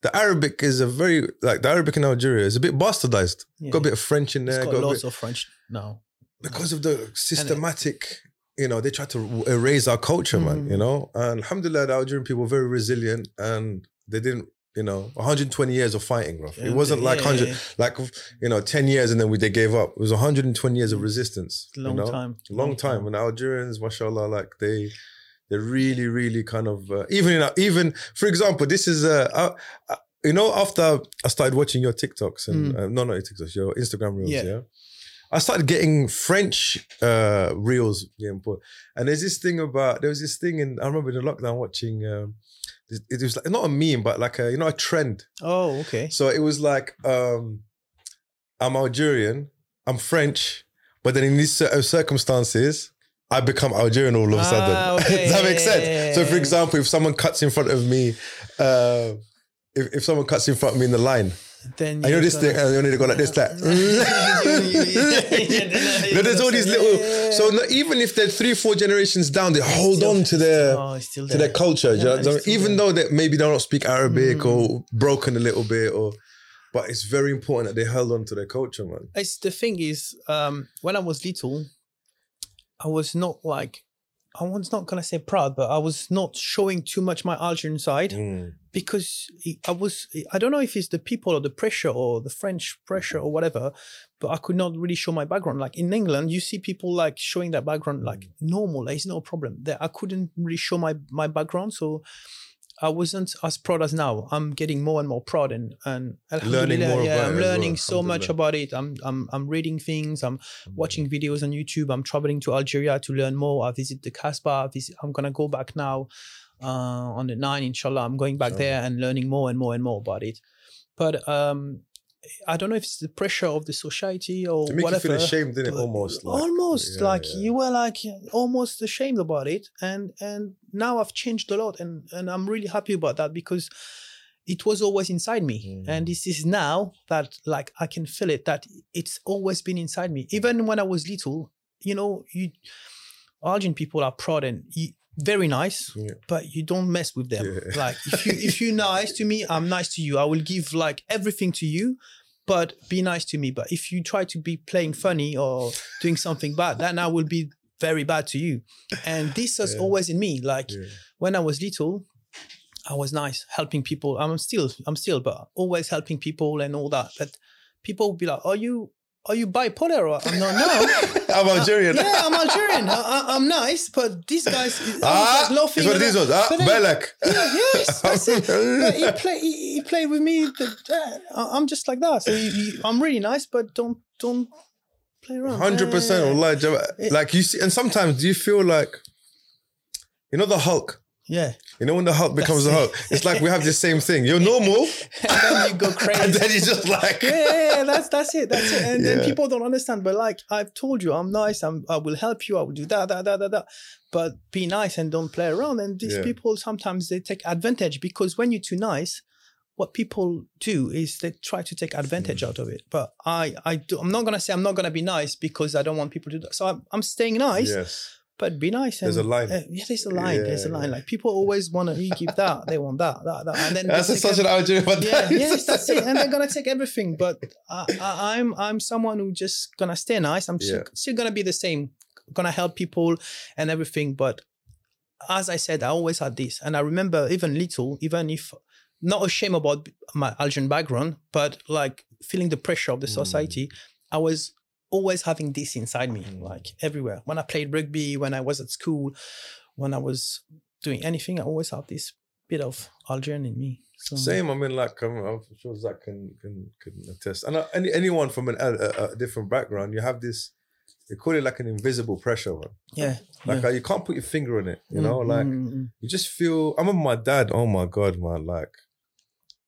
Speaker 1: The Arabic is a very like the Arabic in Algeria is a bit bastardized.
Speaker 2: yeah.
Speaker 1: Got a bit of French in
Speaker 2: It's
Speaker 1: there,
Speaker 2: got
Speaker 1: got a bit-
Speaker 2: lots of French now.
Speaker 1: because of the systematic. You know, they tried to erase our culture, man.
Speaker 2: Mhm.
Speaker 1: You know, and alhamdulillah, the Algerian people were very resilient, and they didn't. You know, 120 years of fighting, bro. It
Speaker 2: And,
Speaker 1: wasn't like
Speaker 2: yeah,
Speaker 1: 100
Speaker 2: yeah,
Speaker 1: like you know 10 years and then we, they gave up it was 120 years of resistance
Speaker 2: yeah. long
Speaker 1: you know?
Speaker 2: time,
Speaker 1: Mm. long time and algerians mashallah like they they really really kind of uh, even in, even for example this is uh, uh, uh, you know after i started watching your tiktoks and uh, no not your tiktoks your instagram reels yeah,
Speaker 2: Yeah.
Speaker 1: I started getting French uh, reels being put, and there's this thing about there was this thing in I remember in the lockdown watching um, it- it was like, not a meme but like a you know a trend
Speaker 2: Oh, okay.
Speaker 1: so it was like, um, I'm Algerian, I'm French, but then in these certain circumstances, I become Algerian all of a sudden.
Speaker 2: Ah, okay.
Speaker 1: Does that make sense? So, for example, if someone cuts in front of me, uh, if, if someone cuts in front of me in the line,
Speaker 2: Then
Speaker 1: I know
Speaker 2: you're
Speaker 1: this thing,
Speaker 2: gonna-
Speaker 1: and they go like this, like. No, there's all these little. So no, even if they're three, four generations down, they hold on to their
Speaker 2: Oh, it's still
Speaker 1: to their
Speaker 2: there.
Speaker 1: culture. do you know
Speaker 2: Yeah,
Speaker 1: what I'm saying?
Speaker 2: it's true, Mm.
Speaker 1: Even
Speaker 2: yeah.
Speaker 1: though that maybe they don't speak Arabic or broken a little bit, or but it's very important that they held on to their culture, man.
Speaker 2: it's the thing is um when i was little i was not like i was not gonna say proud but i was not showing too much my algerian side because it- i was i don't know if it's the people or the pressure or the french pressure or whatever but i could not really show my background like in england you see people like showing their background like normal like, it's no problem that i couldn't really show my my background so I wasn't as proud as now. I'm getting more and more proud and and
Speaker 1: Learning
Speaker 2: alhamdulillah,
Speaker 1: more
Speaker 2: yeah,
Speaker 1: about it
Speaker 2: I'm
Speaker 1: as well,
Speaker 2: learning so much
Speaker 1: alhamdulillah.
Speaker 2: about it. I'm I'm I'm reading things. I'm watching
Speaker 1: Mm-hmm.
Speaker 2: videos on YouTube. I'm traveling to Algeria to learn more. I visit the Casbah. I visit, I'm gonna go back now uh, on the nine, inshallah. I'm going back
Speaker 1: Inshallah.
Speaker 2: there and learning more and more and more about it. But um, I don't know if it's the pressure of the society or
Speaker 1: It Mm. make you
Speaker 2: whatever.
Speaker 1: feel ashamed, didn't it?
Speaker 2: but-
Speaker 1: Almost. Like,
Speaker 2: almost
Speaker 1: Yeah,
Speaker 2: like
Speaker 1: yeah.
Speaker 2: you were like almost ashamed about it, and and now I've changed a lot, and and I'm really happy about that because it was always inside me
Speaker 1: Mm.
Speaker 2: and this is now that like i can feel it that it's always been inside me even when i was little you know you algerian people are proud and you, very nice,
Speaker 1: Yeah.
Speaker 2: but you don't mess with them.
Speaker 1: Yeah.
Speaker 2: Like if you if you're nice to me, I'm nice to you. I will give like everything to you, but be nice to me. But if you try to be playing funny or doing something bad, then I will be very bad to you. And this was
Speaker 1: Yeah.
Speaker 2: always in me. Like
Speaker 1: Yeah.
Speaker 2: when I was little, I was nice, helping people. I'm still, I'm still, but always helping people and all that. But people would be like, "Are you, are you bipolar?" Or I'm not. No,
Speaker 1: I'm Algerian.
Speaker 2: yeah, I'm Algerian. I, I, I'm nice, but these guys, I was
Speaker 1: Ah,
Speaker 2: like laughing.
Speaker 1: it's what
Speaker 2: and
Speaker 1: this
Speaker 2: I-
Speaker 1: was. Ah,
Speaker 2: but then-
Speaker 1: Balak.
Speaker 2: yeah, yes, that's it. But he play, he, he played with me. The, uh, I'm just like that. So you, you, I'm really nice, but don't, don't play around.
Speaker 1: Hundred percent,
Speaker 2: Yeah.
Speaker 1: Allah, Jabba.
Speaker 2: It-
Speaker 1: Like you see, and sometimes do you feel like, you know, the Hulk.
Speaker 2: Yeah,
Speaker 1: You know when the Hulk becomes the
Speaker 2: That's
Speaker 1: Hulk, it's like we have the same thing. You're normal,
Speaker 2: and then you go crazy.
Speaker 1: and then you're just like,
Speaker 2: yeah, yeah, yeah, that's that's it, that's it. And
Speaker 1: Yeah.
Speaker 2: then people don't understand. But like I've told you, I'm nice. I'm, I will help you. I will do that, that, that, that, that. But be nice and don't play around. And these
Speaker 1: Yeah.
Speaker 2: people sometimes they take advantage because when you're too nice, what people do is they try to take advantage
Speaker 1: Mm.
Speaker 2: out of it. But I, I do. I'm not gonna say I'm not gonna be nice because I don't want people to. do that. So I'm, I'm staying nice,
Speaker 1: yes,
Speaker 2: but be nice. And,
Speaker 1: There's a line.
Speaker 2: uh, yeah, there's a line. there's a
Speaker 1: Yeah.
Speaker 2: line. Like people always want to give that. They want that, that, that. And then they
Speaker 1: that's
Speaker 2: take
Speaker 1: such an Algerian. But
Speaker 2: yeah, yes, that's it. And they're gonna take everything. But I, I, I'm I'm someone who just gonna stay nice. I'm still,
Speaker 1: Yeah.
Speaker 2: still gonna be the same. Gonna help people and everything. But as I said, I always had this, and I remember even little, even if not ashamed about my Algerian background, but like feeling the pressure of the
Speaker 1: Mm.
Speaker 2: society, I was always having this inside me,
Speaker 1: Mm.
Speaker 2: like everywhere. When I played rugby, when I was at school, when I was doing anything, I always had this bit of Algerian in me. So,
Speaker 1: Same. I mean, like I'm, I'm sure Zach can can can attest, and uh, any anyone from an, a, a- a different background, you have this. They call it like an invisible pressure. Man.
Speaker 2: Yeah.
Speaker 1: Like
Speaker 2: yeah.
Speaker 1: uh, you can't put your finger on it. You know,
Speaker 2: Mm,
Speaker 1: like
Speaker 2: mm, mm,
Speaker 1: you just feel. I remember my dad. Oh my god, man! Like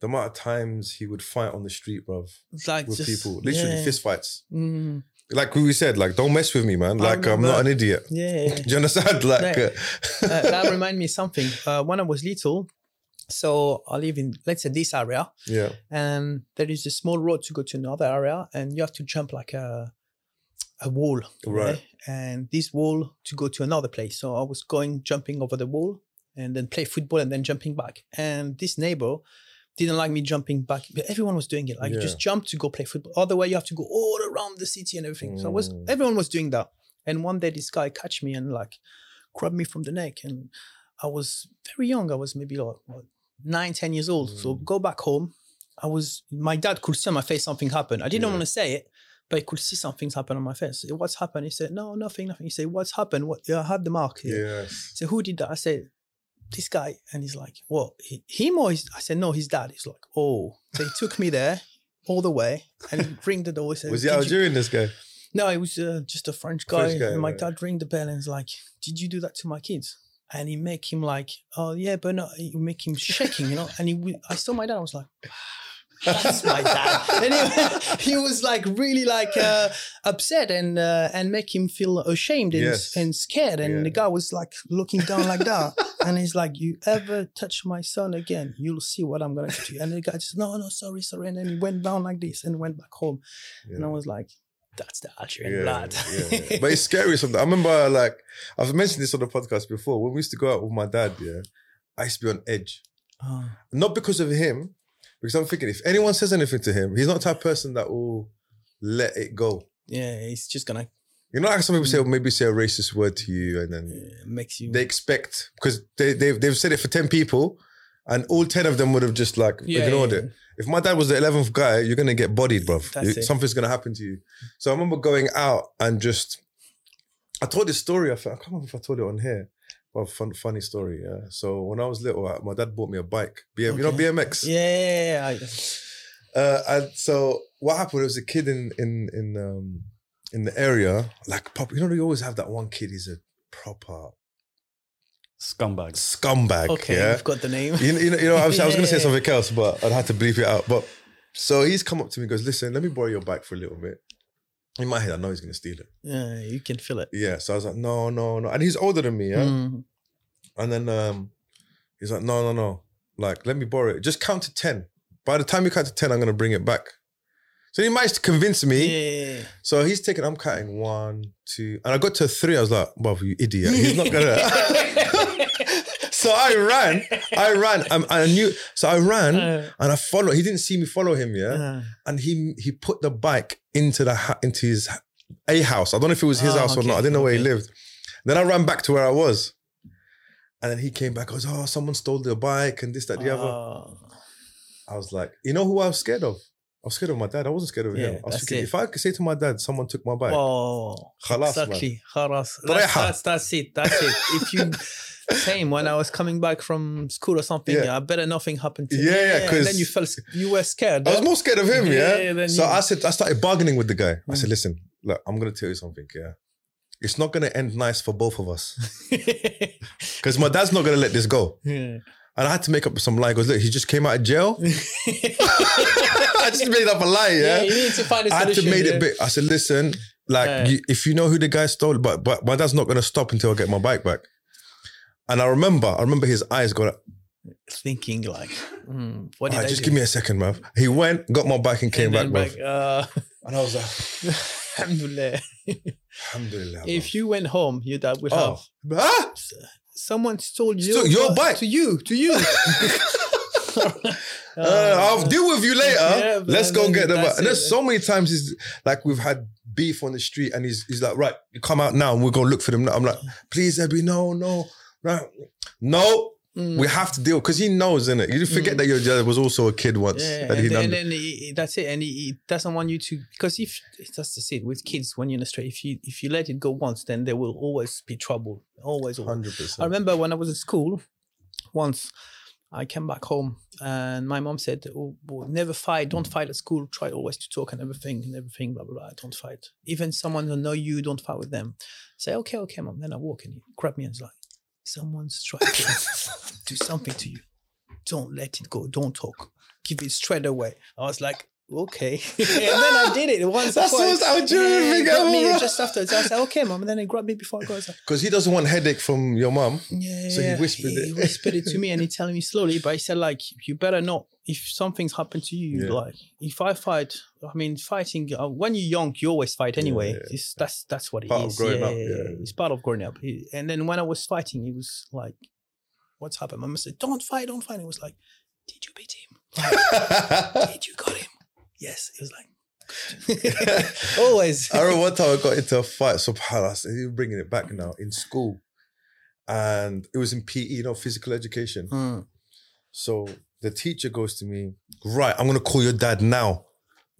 Speaker 1: the amount of times he would fight on the street, bruv,
Speaker 2: it's like
Speaker 1: with
Speaker 2: just-
Speaker 1: people, literally
Speaker 2: yeah.
Speaker 1: fist fights.
Speaker 2: Mm,
Speaker 1: Like we said, like don't mess with me, man.
Speaker 2: I
Speaker 1: Like I'm
Speaker 2: remember.
Speaker 1: not an idiot.
Speaker 2: yeah, yeah, yeah.
Speaker 1: Do you understand? Like,
Speaker 2: Yeah.
Speaker 1: uh,
Speaker 2: Uh, that remind me something. Uh, when I was little, so I live in let's say this area,
Speaker 1: yeah,
Speaker 2: and there is a small road to go to another area, and you have to jump like a a wall,
Speaker 1: Right.
Speaker 2: And this wall to go to another place. So I was going jumping over the wall, and then play football, and then jumping back. And this neighbor didn't like me jumping back. But everyone was doing it. Like you
Speaker 1: Yeah.
Speaker 2: just jump to go play football. Other way, you have to go all around the city and everything. So I was
Speaker 1: Mm.
Speaker 2: everyone was doing that. And one day this guy catch me and like grabbed me from the neck. And I was very young. I was maybe like what, nine, ten years old. So
Speaker 1: Mm.
Speaker 2: go back home. I was my dad could see on my face something happened. I didn't
Speaker 1: Yeah.
Speaker 2: want to say it, but he could see something's happened on my face. What's happened? He said, No, nothing, nothing. He said, What's happened? What I had the mark here.
Speaker 1: yes,
Speaker 2: So who did that? I said, this guy. And he's like, what, hi- him or his? I said, no, his dad. He's like, oh. So he took me there all the way and he ring the door. He said,
Speaker 1: was he
Speaker 2: "Did you-"
Speaker 1: Algerian? This guy?
Speaker 2: No, it was uh, just a French guy.
Speaker 1: French guy,
Speaker 2: and my
Speaker 1: right.
Speaker 2: dad ring the bell and he's like, did you do that to my kids? And he make him like, oh yeah, but no, he make him shaking, you know. And he, w- I saw my dad. I was like, that's my dad. And he, he was like really like uh, upset and uh, and make him feel ashamed and,
Speaker 1: Yes.
Speaker 2: and scared. And the
Speaker 1: Yeah.
Speaker 2: guy was like looking down like that. and he's like, "You ever touch my son again, you'll see what I'm gonna do." to you." And the guy just, "No, no, sorry, sorry." And then he went down like this and went back home. And I was like, "That's the Algerian blood."
Speaker 1: yeah, yeah. But it's scary sometimes. I remember, like, I've mentioned this on the podcast before. When we used to go out with my dad, yeah, I used to be on edge.
Speaker 2: Oh,
Speaker 1: Not because of him, because I'm thinking if anyone says anything to him, he's not the type of person that will let it go.
Speaker 2: yeah, it's just gonna
Speaker 1: You know, like some people say, "Oh, maybe say a racist word to you, and
Speaker 2: uh,
Speaker 1: then
Speaker 2: makes you.
Speaker 1: they expect because they, they've they've said it for ten people, and all ten of them would have just like
Speaker 2: Yeah,
Speaker 1: ignored
Speaker 2: yeah,
Speaker 1: it. If my dad was the eleventh guy, you're gonna get bodied, bruv.
Speaker 2: That's
Speaker 1: You-
Speaker 2: it.
Speaker 1: something's gonna happen to you. So I remember going out and just, I told this story. I, think- I can't remember if I told it on here. But fun, funny story. Yeah. So when I was little, I- my dad bought me a bike. BM, You know
Speaker 2: Okay.
Speaker 1: BMX.
Speaker 2: Yeah, yeah, yeah.
Speaker 1: Uh, and so what happened? There was a kid in in in um in the area, like pop. You know, you always have that one kid. He's a proper
Speaker 3: Scumbags.
Speaker 1: scumbag.
Speaker 2: I- okay,
Speaker 1: yeah?
Speaker 2: you've got the name.
Speaker 1: you, you know, you know I was, I was going to say
Speaker 2: Yeah.
Speaker 1: something else, but I'd have to bleep it out. But so he's come up to me, and goes, "Listen, let me borrow your bike for a little bit." In my head, I know he's going to steal it.
Speaker 2: Yeah, you can feel it.
Speaker 1: Yeah. So I was like, "No, no, no," and he's older than me. Yeah.
Speaker 2: Mm.
Speaker 1: And then um, he's like, "No, no, no. Like, let me borrow it. Just count to ten. By the time you count to ten, I'm going to bring it back." So he managed to convince me.
Speaker 2: Yeah.
Speaker 1: So he's taking, I'm counting one, two, and I got to three. I was like, "Bob, you idiot! He's not gonna." So I ran, I ran, um, and I knew. So I ran,
Speaker 2: Uh.
Speaker 1: and I followed. He didn't see me follow him, yeah.
Speaker 2: Uh,
Speaker 1: and he he put the bike into the ha- into his a house. I don't know if it was his
Speaker 2: Ah,
Speaker 1: house or
Speaker 2: okay,
Speaker 1: not. I didn't know where he
Speaker 2: okay.
Speaker 1: lived. Then I ran back to where I was, and then he came back. I was oh, someone stole the bike and this that the other.
Speaker 2: uh,
Speaker 1: I was like, you know who I was scared of? I was scared of my dad. I wasn't scared of him.
Speaker 2: Yeah,
Speaker 1: I was
Speaker 2: that's
Speaker 1: thinking,
Speaker 2: it.
Speaker 1: if I could say to my dad, someone took my bike,
Speaker 2: oh.
Speaker 1: خلاص, man.
Speaker 2: Exactly. خلاص. That's,
Speaker 1: طريحة.
Speaker 2: that's, that's it. That's it. If you same when I was coming back from school or something,
Speaker 1: Yeah.
Speaker 2: I better nothing happened to me.
Speaker 1: Yeah, yeah,
Speaker 2: and
Speaker 1: 'cause-
Speaker 2: then you felt s- you were scared.
Speaker 1: I was
Speaker 2: huh?
Speaker 1: more scared of him, yeah.
Speaker 2: Yeah, then
Speaker 1: so
Speaker 2: you-
Speaker 1: I said, I started bargaining with the guy. I
Speaker 2: Mm.
Speaker 1: said, listen, look, I'm gonna tell you something, yeah. It's not gonna end nice for both of us because my dad's not gonna let this go.
Speaker 2: yeah.
Speaker 1: And I had to make up some lie. He goes, look, he just came out of jail. I just made up a lie, yeah.
Speaker 2: yeah, you need to find a solution.
Speaker 1: I had to made
Speaker 2: yeah.
Speaker 1: it big. I said, listen, like
Speaker 2: Yeah.
Speaker 1: you, if you know who the guy stole, but but my dad's not gonna stop until I get my bike back. And I remember, I remember his eyes going,
Speaker 2: thinking like, hmm, what did
Speaker 1: "Alright,
Speaker 2: I
Speaker 1: just
Speaker 2: do?
Speaker 1: give me a second, man. He went, got my bike, and came
Speaker 2: And
Speaker 1: back,
Speaker 2: then
Speaker 1: man.
Speaker 2: uh,
Speaker 1: And I was like,
Speaker 2: Alhamdulillah.
Speaker 1: Alhamdulillah. bruv."
Speaker 2: If you went home, your dad would
Speaker 1: Oh.
Speaker 2: have.
Speaker 1: Ah!
Speaker 2: Someone stole your,
Speaker 1: Stole your
Speaker 2: bu-
Speaker 1: bike.
Speaker 2: to you, to you. Oh,
Speaker 1: Uh, I'll deal with you later.
Speaker 2: Um, yeah, but
Speaker 1: Let's go
Speaker 2: then
Speaker 1: and get them.
Speaker 2: that's
Speaker 1: out. And
Speaker 2: it.
Speaker 1: there's so many times he's like we've had beef on the street, and he's he's like, right, you come out now, and we're gonna look for them. now." I'm like, please, Abby, no, no, no, no.
Speaker 2: Mm.
Speaker 1: We have to deal because he knows, innit? You forget
Speaker 2: Mm.
Speaker 1: that your dad was also a kid once.
Speaker 2: Yeah,
Speaker 1: that he
Speaker 2: and, then-
Speaker 1: done.
Speaker 2: and then he, that's it, and he, he doesn't want you to because if that's the it with kids when you're in a street, if you if you let it go once, then there will always be trouble, always. always.
Speaker 1: Hundred
Speaker 2: I
Speaker 1: percent.
Speaker 2: remember when I was at school, once I came back home and my mom said, oh, well, "Never fight, don't fight at school. Try always to talk and everything and everything, blah blah blah. Don't fight. Even someone who know you, don't fight with them." say, "Okay, okay, mom." Then I walk and he grabbed me and was like, "Someone's trying to do something to you. Don't let it go. Don't talk. Give it straight away." I was like. Okay, and then I did it once. or
Speaker 1: That's the
Speaker 2: twice.
Speaker 1: most Algerian
Speaker 2: Yeah, he
Speaker 1: thing
Speaker 2: grabbed me
Speaker 1: ever.
Speaker 2: just after. So I said, "Okay, mom." And then he grabbed me before I go. I was like,
Speaker 1: Because he doesn't want headache from your mum.
Speaker 2: yeah,
Speaker 1: So he
Speaker 2: yeah.
Speaker 1: whispered
Speaker 2: he,
Speaker 1: it.
Speaker 2: he whispered it to me, and he telling me slowly. But he said like, you better not. If something's happened to you,
Speaker 1: Yeah.
Speaker 2: like if I fight, I mean, fighting uh, when you're young, you always fight anyway.
Speaker 1: yeah,
Speaker 2: It's, that's that's what
Speaker 1: Part
Speaker 2: it
Speaker 1: of
Speaker 2: is.
Speaker 1: growing
Speaker 2: yeah,
Speaker 1: up,
Speaker 2: yeah,
Speaker 1: yeah.
Speaker 2: yeah. it's part of growing up. He- And then when I was fighting, it was like, what's happened? My mom said, don't fight, don't fight. It was like, did you beat him? Did you got him? Yes. It was like, always.
Speaker 1: I remember one time I got into a fight, subhanAllah, I said, you're bringing it back now, in school. And it was in PE, you know, physical education.
Speaker 2: Mm.
Speaker 1: So the teacher goes to me, right, I'm going to call your dad now.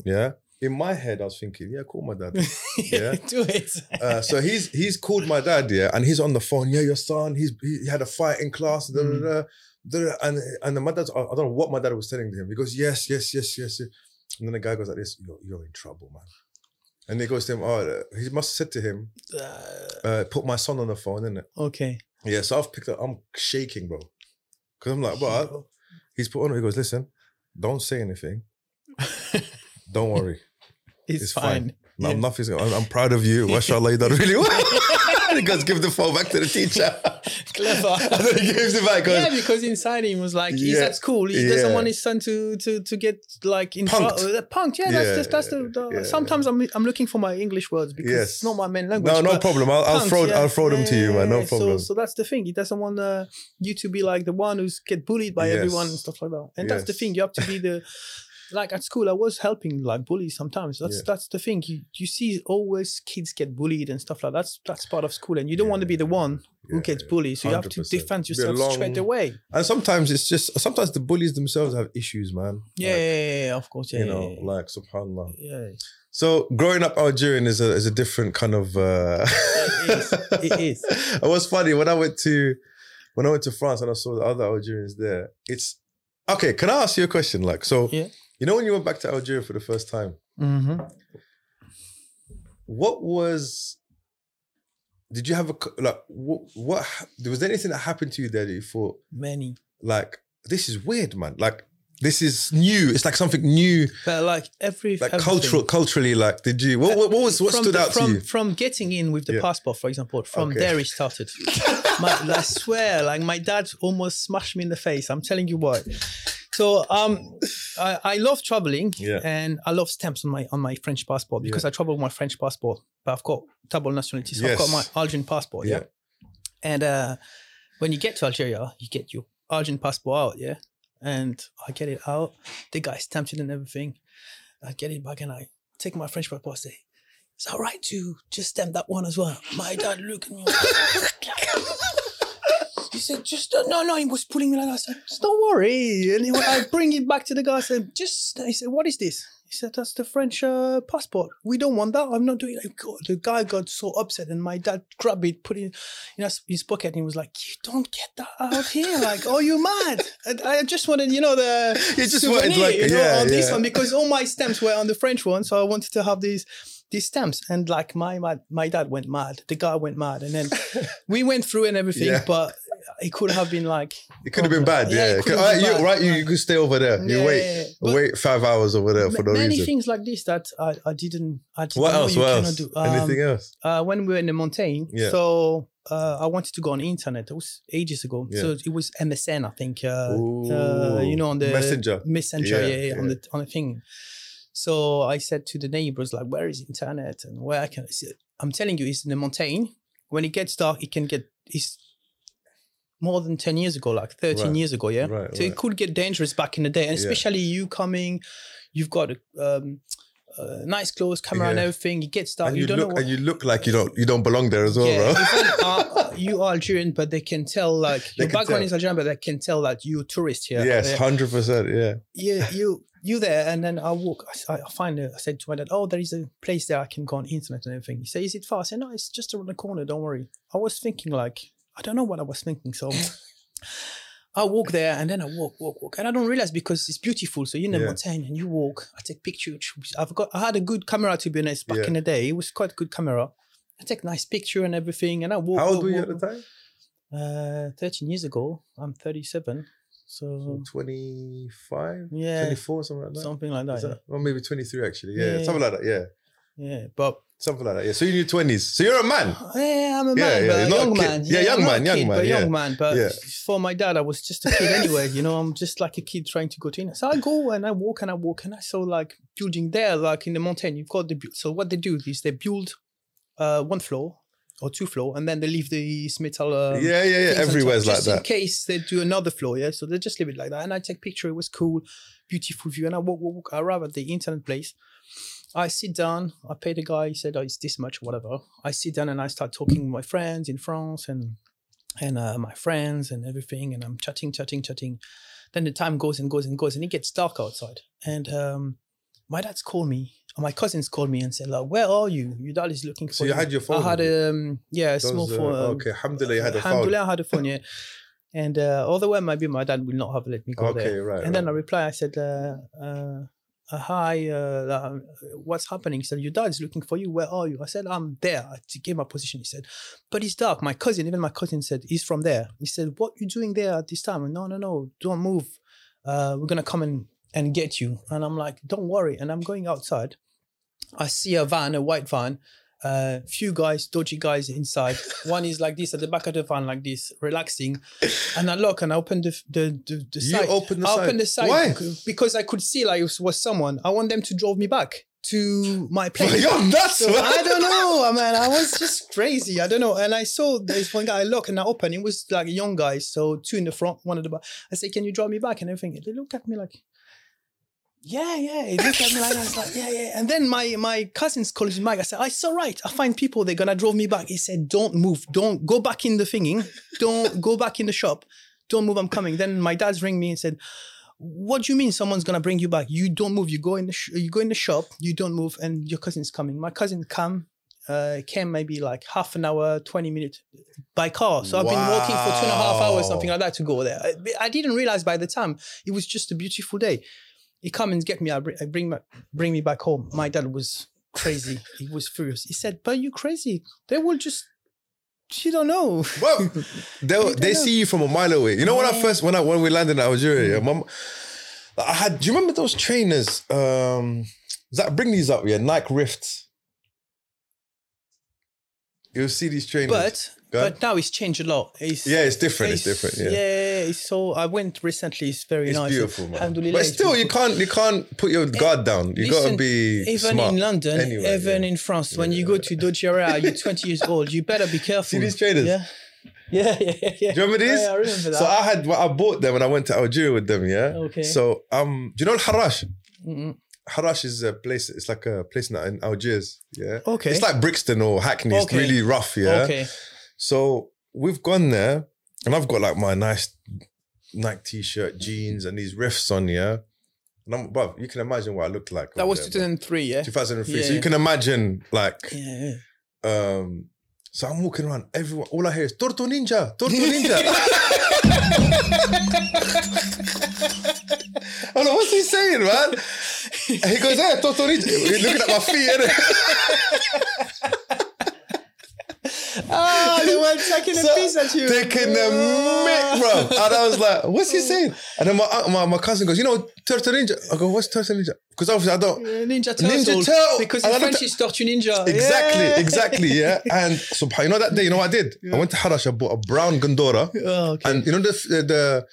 Speaker 1: Yeah. In my head, I was thinking, yeah, call my dad. Yeah.
Speaker 2: Do it.
Speaker 1: Uh, so he's he's called my dad, yeah, and he's on the phone. Yeah, your son, he's he had a fight in class, da, da,
Speaker 2: Mm.
Speaker 1: da, da, da." and and the my dad's I I don't know what my dad was telling him. He goes, yes, yes, yes, yes, yes. and then the guy goes like this, you're, you're in trouble, man. And he goes to him, oh, uh," he must have said to him,
Speaker 2: Uh,
Speaker 1: uh, put my son on the phone, innit?
Speaker 2: okay.
Speaker 1: Yeah, so I've picked up, I'm shaking, bro, because I'm like, what?
Speaker 2: Yo.
Speaker 1: He's put on. He goes, listen, don't say anything. don't worry.
Speaker 2: It's,
Speaker 1: It's fine.
Speaker 2: fine.
Speaker 1: No,
Speaker 2: Yeah.
Speaker 1: nothing's. I'm, I'm proud of you. Mashallah, you done really well. he goes, give the phone back to the teacher.
Speaker 2: Clever.
Speaker 1: and then he gives it back. Goes,
Speaker 2: yeah, because inside him was like, he's
Speaker 1: Yeah,
Speaker 2: at school. He doesn't
Speaker 1: yeah.
Speaker 2: want his son to to to get like in
Speaker 1: Punked.
Speaker 2: trouble. Uh, Punked. Yeah,
Speaker 1: Yeah,
Speaker 2: that's just that's the. the
Speaker 1: yeah,
Speaker 2: sometimes I'm I'm looking for my English words because
Speaker 1: Yes.
Speaker 2: it's not my main language.
Speaker 1: no, no
Speaker 2: but
Speaker 1: problem. I'll, I'll
Speaker 2: punked,
Speaker 1: throw,
Speaker 2: yeah.
Speaker 1: I'll throw them to you, man. No
Speaker 2: Yeah, so-
Speaker 1: problem.
Speaker 2: So, that's the thing. He doesn't want uh, you to be like the one who's get bullied by
Speaker 1: Yes.
Speaker 2: everyone and stuff like that. And that's the
Speaker 1: Yes.
Speaker 2: thing. You have to be the. Like at school, I was helping like bullies sometimes. That's
Speaker 1: Yeah.
Speaker 2: that's the thing. You you see always kids get bullied and stuff like that. That's that's part of school, and you don't want to be the one who
Speaker 1: Yeah,
Speaker 2: gets bullied. So you have to
Speaker 1: 100%.
Speaker 2: defend
Speaker 1: Be a
Speaker 2: yourself straight
Speaker 1: long-
Speaker 2: away.
Speaker 1: and sometimes it's just sometimes the bullies themselves have issues, man. Like,
Speaker 2: Yeah, yeah, yeah, yeah, of course. Yeah,
Speaker 1: you
Speaker 2: yeah,
Speaker 1: know,
Speaker 2: yeah.
Speaker 1: like subhanallah.
Speaker 2: yeah. it
Speaker 1: So growing up Algerian is a is a different kind of. Uh...
Speaker 2: is. It is.
Speaker 1: it was funny when I went to when I went to France and I saw the other Algerians there. It's okay. Can I ask you a question? Like, so
Speaker 2: Yeah.
Speaker 1: you know when you went back to Algeria for the first time,
Speaker 2: Mm-hmm.
Speaker 1: what was? Did you have a c- like? What, what hap- was there anything that happened to you there that you thought
Speaker 2: Many,
Speaker 1: like this is weird, man? Like this is new. It's like something new,
Speaker 2: but like every
Speaker 1: like
Speaker 2: everything.
Speaker 1: cultural, culturally. Like, did you? What, what, what was what
Speaker 2: from
Speaker 1: stood
Speaker 2: the-
Speaker 1: out
Speaker 2: from,
Speaker 1: to you?
Speaker 2: From getting in with the
Speaker 1: Yeah.
Speaker 2: passport, for example, from
Speaker 1: Okay.
Speaker 2: there it started. my, I swear, like my dad almost smashed me in the face. I'm telling you why. So um, I, I love traveling,
Speaker 1: Yeah.
Speaker 2: and I love stamps on my on my French passport because I travel with my French passport, but I've got double nationality, so I've got
Speaker 1: Yes.
Speaker 2: my Algerian passport.
Speaker 1: Yeah.
Speaker 2: yeah? and uh when you get to Algeria, you get your Algerian passport out, yeah. And I get it out. The guy stamps it and everything. I get it back and I take my French passport. Say, it's all right to just stamp that one as well. My dad looked at me. He said, just no, no. He was pulling me like that. I said, just don't worry. And he went, I bring it back to the guy. I said, just. He said, what is this? He said, that's the French uh, passport. We don't want that. I'm not doing it. God, the guy got so upset, and my dad grabbed it, put it in his- his pocket, and he was like, you don't get that out here. Like, oh, you mad? And I just wanted, you know, the
Speaker 1: You just
Speaker 2: souvenir,
Speaker 1: wanted, like,
Speaker 2: you know,
Speaker 1: yeah,
Speaker 2: on this
Speaker 1: yeah.
Speaker 2: one because all my stamps were on the French one, so I wanted to have these these stamps. And like my my, my dad went mad, the guy went mad, and then we went through and everything,
Speaker 1: Yeah.
Speaker 2: but it could have been like
Speaker 1: It could have been bad.
Speaker 2: Yeah, it
Speaker 1: Yeah,
Speaker 2: could have
Speaker 1: All right,
Speaker 2: been
Speaker 1: you,
Speaker 2: bad,
Speaker 1: right, you,
Speaker 2: yeah.
Speaker 1: you could stay over there. You
Speaker 2: Yeah,
Speaker 1: wait,
Speaker 2: yeah, yeah. But-
Speaker 1: wait five hours over there for
Speaker 2: ma-
Speaker 1: no
Speaker 2: many
Speaker 1: reason.
Speaker 2: things like this that I, I didn't. I didn't
Speaker 1: What
Speaker 2: know
Speaker 1: else?
Speaker 2: You
Speaker 1: What
Speaker 2: cannot
Speaker 1: else?
Speaker 2: do. Um,
Speaker 1: Anything else?
Speaker 2: uh, when we were in the mountain.
Speaker 1: Yeah.
Speaker 2: So uh, I wanted to go on internet. It was ages ago.
Speaker 1: Yeah.
Speaker 2: So it was MSN, I think. Uh, uh, you know, on the
Speaker 1: messenger.
Speaker 2: messenger,
Speaker 1: Yeah,
Speaker 2: yeah, yeah, on
Speaker 1: yeah.
Speaker 2: the on the thing. So I said to the neighbors, like, where is internet and where I can? I said, I'm telling you, it's in the mountain. When it gets dark, it can get. It's more than ten years ago, like thirteen
Speaker 1: Right.
Speaker 2: years ago, yeah.
Speaker 1: Right,
Speaker 2: so
Speaker 1: right.
Speaker 2: it could get dangerous back in the day, and
Speaker 1: Yeah.
Speaker 2: especially you coming, you've got a um, uh, nice clothes, camera, and
Speaker 1: Yeah.
Speaker 2: everything. It gets dark.
Speaker 1: And
Speaker 2: you,
Speaker 1: you,
Speaker 2: don't
Speaker 1: look
Speaker 2: know. What,
Speaker 1: and you look like you don't you don't belong there as well,
Speaker 2: yeah,
Speaker 1: bro.
Speaker 2: even, uh, you are Algerian, but they can tell like
Speaker 1: They
Speaker 2: your
Speaker 1: can
Speaker 2: background
Speaker 1: tell.
Speaker 2: is Algerian, but they can tell that you're a tourist here.
Speaker 1: yes,
Speaker 2: Yeah
Speaker 1: hundred percent. Yeah.
Speaker 2: yeah, you you there, and then I walk. I, I find it. I said to my dad, "Oh, there is a place there I can go on internet and everything." He said, "Is it far?" I said, "No, it's just around the corner. Don't worry." I was thinking like I don't know what I was thinking, so I walk there, and then I walk, walk, walk, and I don't realize because it's beautiful. So you know,
Speaker 1: Yeah.
Speaker 2: mountain, and you walk. I take pictures. I've got. I had a good camera to be honest back
Speaker 1: Yeah.
Speaker 2: in the day. It was quite a good camera. I take nice picture and everything, and I walk.
Speaker 1: How old
Speaker 2: walk,
Speaker 1: were you
Speaker 2: walk,
Speaker 1: at the time?
Speaker 2: Uh, thirteen years ago. I'm thirty-seven. So
Speaker 1: 25,
Speaker 2: yeah,
Speaker 1: 24, something like that.
Speaker 2: something like
Speaker 1: Is
Speaker 2: that. yeah.
Speaker 1: that- Or maybe 23 actually. Yeah,
Speaker 2: Yeah,
Speaker 1: something like that. Yeah,
Speaker 2: Yeah, but
Speaker 1: something like that. Yeah. So you're in your 20s. So you're a man.
Speaker 2: Oh, yeah, I'm
Speaker 1: Yeah,
Speaker 2: a man,
Speaker 1: yeah,
Speaker 2: but
Speaker 1: you're
Speaker 2: a
Speaker 1: not a
Speaker 2: young
Speaker 1: kid.
Speaker 2: man.
Speaker 1: Yeah, young
Speaker 2: I'm not
Speaker 1: man,
Speaker 2: a
Speaker 1: young
Speaker 2: kid,
Speaker 1: man,
Speaker 2: But
Speaker 1: yeah.
Speaker 2: young man, but
Speaker 1: Yeah.
Speaker 2: for my dad, I was just a kid anyway. You know, I'm just like a kid trying to go to India. So I go and I walk and I walk and I saw like building there, like in the mountain. You've got the bu- so what they do is they build uh, one floor or two floor, and then they leave this metal. Um,
Speaker 1: yeah, yeah, yeah.
Speaker 2: things on
Speaker 1: Everywhere's
Speaker 2: top,
Speaker 1: like
Speaker 2: just In
Speaker 1: that.
Speaker 2: case they do another floor, yeah. So they just leave it like that. And I take picture. It was cool, beautiful view. And I walk, walk, walk. I arrive at the internet place. I sit down. I pay the guy. He said, "Oh, it's this much, whatever." I sit down and I start talking with my friends in France and and uh, my friends and everything. And I'm chatting, chatting, chatting. Then the time goes and goes and goes, and it gets dark outside. And um, my dad's called me. or My cousins called me and said, "Like, where are you? Your dad is looking for
Speaker 1: So you had your phone.
Speaker 2: I had
Speaker 1: with you?
Speaker 2: um, yeah, a
Speaker 1: Those,
Speaker 2: small
Speaker 1: uh,
Speaker 2: phone. um,
Speaker 1: okay, alhamdulillah, you had a phone.
Speaker 2: Alhamdulillah, I had a phone, yeah. And uh, otherwise, maybe my dad will not have let me go
Speaker 1: Okay,
Speaker 2: there.
Speaker 1: right.
Speaker 2: And then I
Speaker 1: right.
Speaker 2: reply, I said, uh, uh, uh, "Hi, uh, uh, what's happening?" He said, "Your dad is looking for you. Where are you?" I said, "I'm there." I t- gave my position. He said, "But it's dark." My cousin, even my cousin, said, "He's from there." He said, "What you doing there at this time?" And, no, no, no, don't move. Uh, we're gonna come and and get you. And I'm like, "Don't worry." And I'm going outside. I see a van, a white van. Uh, few guys, dodgy guys inside. One is like this at the back of the van, like this, relaxing. And I look and I open the f- the the, the
Speaker 1: you
Speaker 2: side.
Speaker 1: opened the
Speaker 2: I
Speaker 1: side.
Speaker 2: opened the side
Speaker 1: Why?
Speaker 2: c- because I could see like it was someone. I want them to drive me back to my
Speaker 1: Bro,
Speaker 2: place.
Speaker 1: you're nuts,
Speaker 2: So
Speaker 1: man.
Speaker 2: I don't know, man. I was just crazy. I don't know. And I saw this one guy. I look and I open. It was like a young guy, so two in the front, one at the back. I say, "Can you drive me back?" And everything. They look at me like, "Yeah, yeah." They look at me like that. I was like, "Yeah, yeah." And then my my cousins called me back. I said, "I saw right. I find people. They're gonna drive me back." He said, "Don't move. Don't go back in the thinging. Don't go back in the shop. Don't move. I'm coming." Then my dad's ring me and said what do you mean someone's gonna bring you back you don't move you go in the sh- you go in the shop you don't move and your cousin's coming my cousin come uh came maybe like half an hour 20 minutes by car so i've been walking for two and a half hours
Speaker 1: Wow.
Speaker 2: something like that to go there I, I didn't realize by the time it was just a beautiful day he come and get me i, br- I bring my, bring me back home my dad was crazy he was furious he said but you crazy they will just you don't know
Speaker 1: Well, they
Speaker 2: don't
Speaker 1: they
Speaker 2: know.
Speaker 1: see you from a mile away. You know when I
Speaker 2: Yeah.
Speaker 1: first when I when we landed in Algeria, mum, I had. Do you remember those trainers? Um, that bring these up, yeah, Nike Rift. You'll see these trainers,
Speaker 2: but
Speaker 1: Go on.
Speaker 2: but now it's changed a lot It's-
Speaker 1: yeah, it's different. It's, different. Yeah,
Speaker 2: yeah, it's so I went recently. It's very
Speaker 1: it's
Speaker 2: nice.
Speaker 1: beautiful, man.
Speaker 2: Alhamdulillah,
Speaker 1: But
Speaker 2: it's
Speaker 1: still, you
Speaker 2: beautiful. Eh,
Speaker 1: can't you can't put your guard down. You gotta
Speaker 2: listen,
Speaker 1: be
Speaker 2: Even
Speaker 1: smart.
Speaker 2: in London,
Speaker 1: anywhere,
Speaker 2: even
Speaker 1: yeah.
Speaker 2: in France, when you go to Dodgera, you're 20 years old. You better be careful.
Speaker 1: See these traders?
Speaker 2: Yeah, Yeah, yeah, yeah. yeah.
Speaker 1: Do you remember these?
Speaker 2: Yeah, I remember that.
Speaker 1: So I had I bought them and I went to Algeria with them. Yeah.
Speaker 2: Okay.
Speaker 1: So um, do you know Harash?
Speaker 2: Mm-mm.
Speaker 1: Harash is a place. It's like a place in- in Algiers. Yeah.
Speaker 2: Okay.
Speaker 1: It's like Brixton or Hackney. It's
Speaker 2: Okay.
Speaker 1: really rough. Yeah.
Speaker 2: Okay.
Speaker 1: So we've gone there, and I've got like my nice Nike t-shirt, jeans, and these riffs on. Yeah. And I'm, bro, you can imagine what I looked like.
Speaker 2: That
Speaker 1: over
Speaker 2: was
Speaker 1: there, bro.
Speaker 2: 2003, yeah?
Speaker 1: 2003. So
Speaker 2: Yeah.
Speaker 1: you can imagine, like,
Speaker 2: Yeah. yeah.
Speaker 1: um, so I'm walking around. Everyone, all I hear is Torto Ninja, Torto Ninja. I'm like, what's he saying, man? And he goes, "Hey, Torto Ninja." He's looking at my feet. innit?
Speaker 2: Ah, they were taking
Speaker 1: So,
Speaker 2: a piece at you.
Speaker 1: Taking the mic, bro. And I was like, "What's he saying?" And then my aunt- my, my cousin goes, "You know, Torto Ninja." I go, "What's Torto Ninja?" Because obviously I don't.
Speaker 2: Ninja Turtle.
Speaker 1: Ninja Turtle.
Speaker 2: Because
Speaker 1: And
Speaker 2: in
Speaker 1: I
Speaker 2: French
Speaker 1: looked
Speaker 2: it's Tortue Ninja.
Speaker 1: Exactly,
Speaker 2: Yeah.
Speaker 1: exactly, yeah. And subhanallah, you know that day, you know what I did? I went to Harash, I bought a brown Gondora.
Speaker 2: Oh, okay.
Speaker 1: And you know the the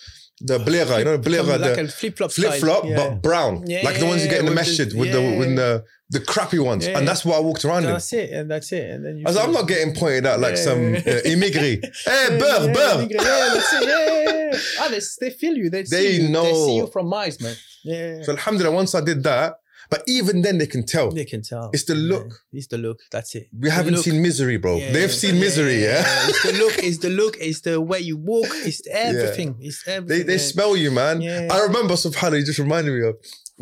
Speaker 1: the blera, you know the
Speaker 2: From
Speaker 1: blera,
Speaker 2: like
Speaker 1: the
Speaker 2: a flip flop.
Speaker 1: flip flop, but brown,
Speaker 2: Yeah,
Speaker 1: like the ones you get in the
Speaker 2: with the-
Speaker 1: masjid with the
Speaker 2: yeah.
Speaker 1: with the the crappy ones,
Speaker 2: Yeah,
Speaker 1: and
Speaker 2: yeah.
Speaker 1: that's what I walked around in.
Speaker 2: That's it, and that's it. And then you
Speaker 1: I was like, I'm not getting pointed out like
Speaker 2: Yeah,
Speaker 1: some
Speaker 2: yeah,
Speaker 1: uh, immigré. hey, birth,
Speaker 2: yeah,
Speaker 1: birth.
Speaker 2: Yeah, that's it. Yeah, yeah, yeah. Ah, they, they feel you. They,
Speaker 1: They
Speaker 2: see you. They
Speaker 1: know.
Speaker 2: see you from miles, man. Yeah. yeah.
Speaker 1: So alhamdulillah, once I did that, but even then they can tell
Speaker 2: they can tell.
Speaker 1: it's the look.
Speaker 2: Yeah, It's the look. That's it.
Speaker 1: We haven't
Speaker 2: look.
Speaker 1: seen misery, bro.
Speaker 2: Yeah,
Speaker 1: They've
Speaker 2: yeah,
Speaker 1: seen misery, yeah.
Speaker 2: It's the look. It's the look. It's the way you walk. It's everything. It's
Speaker 1: They
Speaker 2: everything.
Speaker 1: they
Speaker 2: yeah.
Speaker 1: smell you, man.
Speaker 2: Yeah.
Speaker 1: I remember subhanallah, you just reminded me of.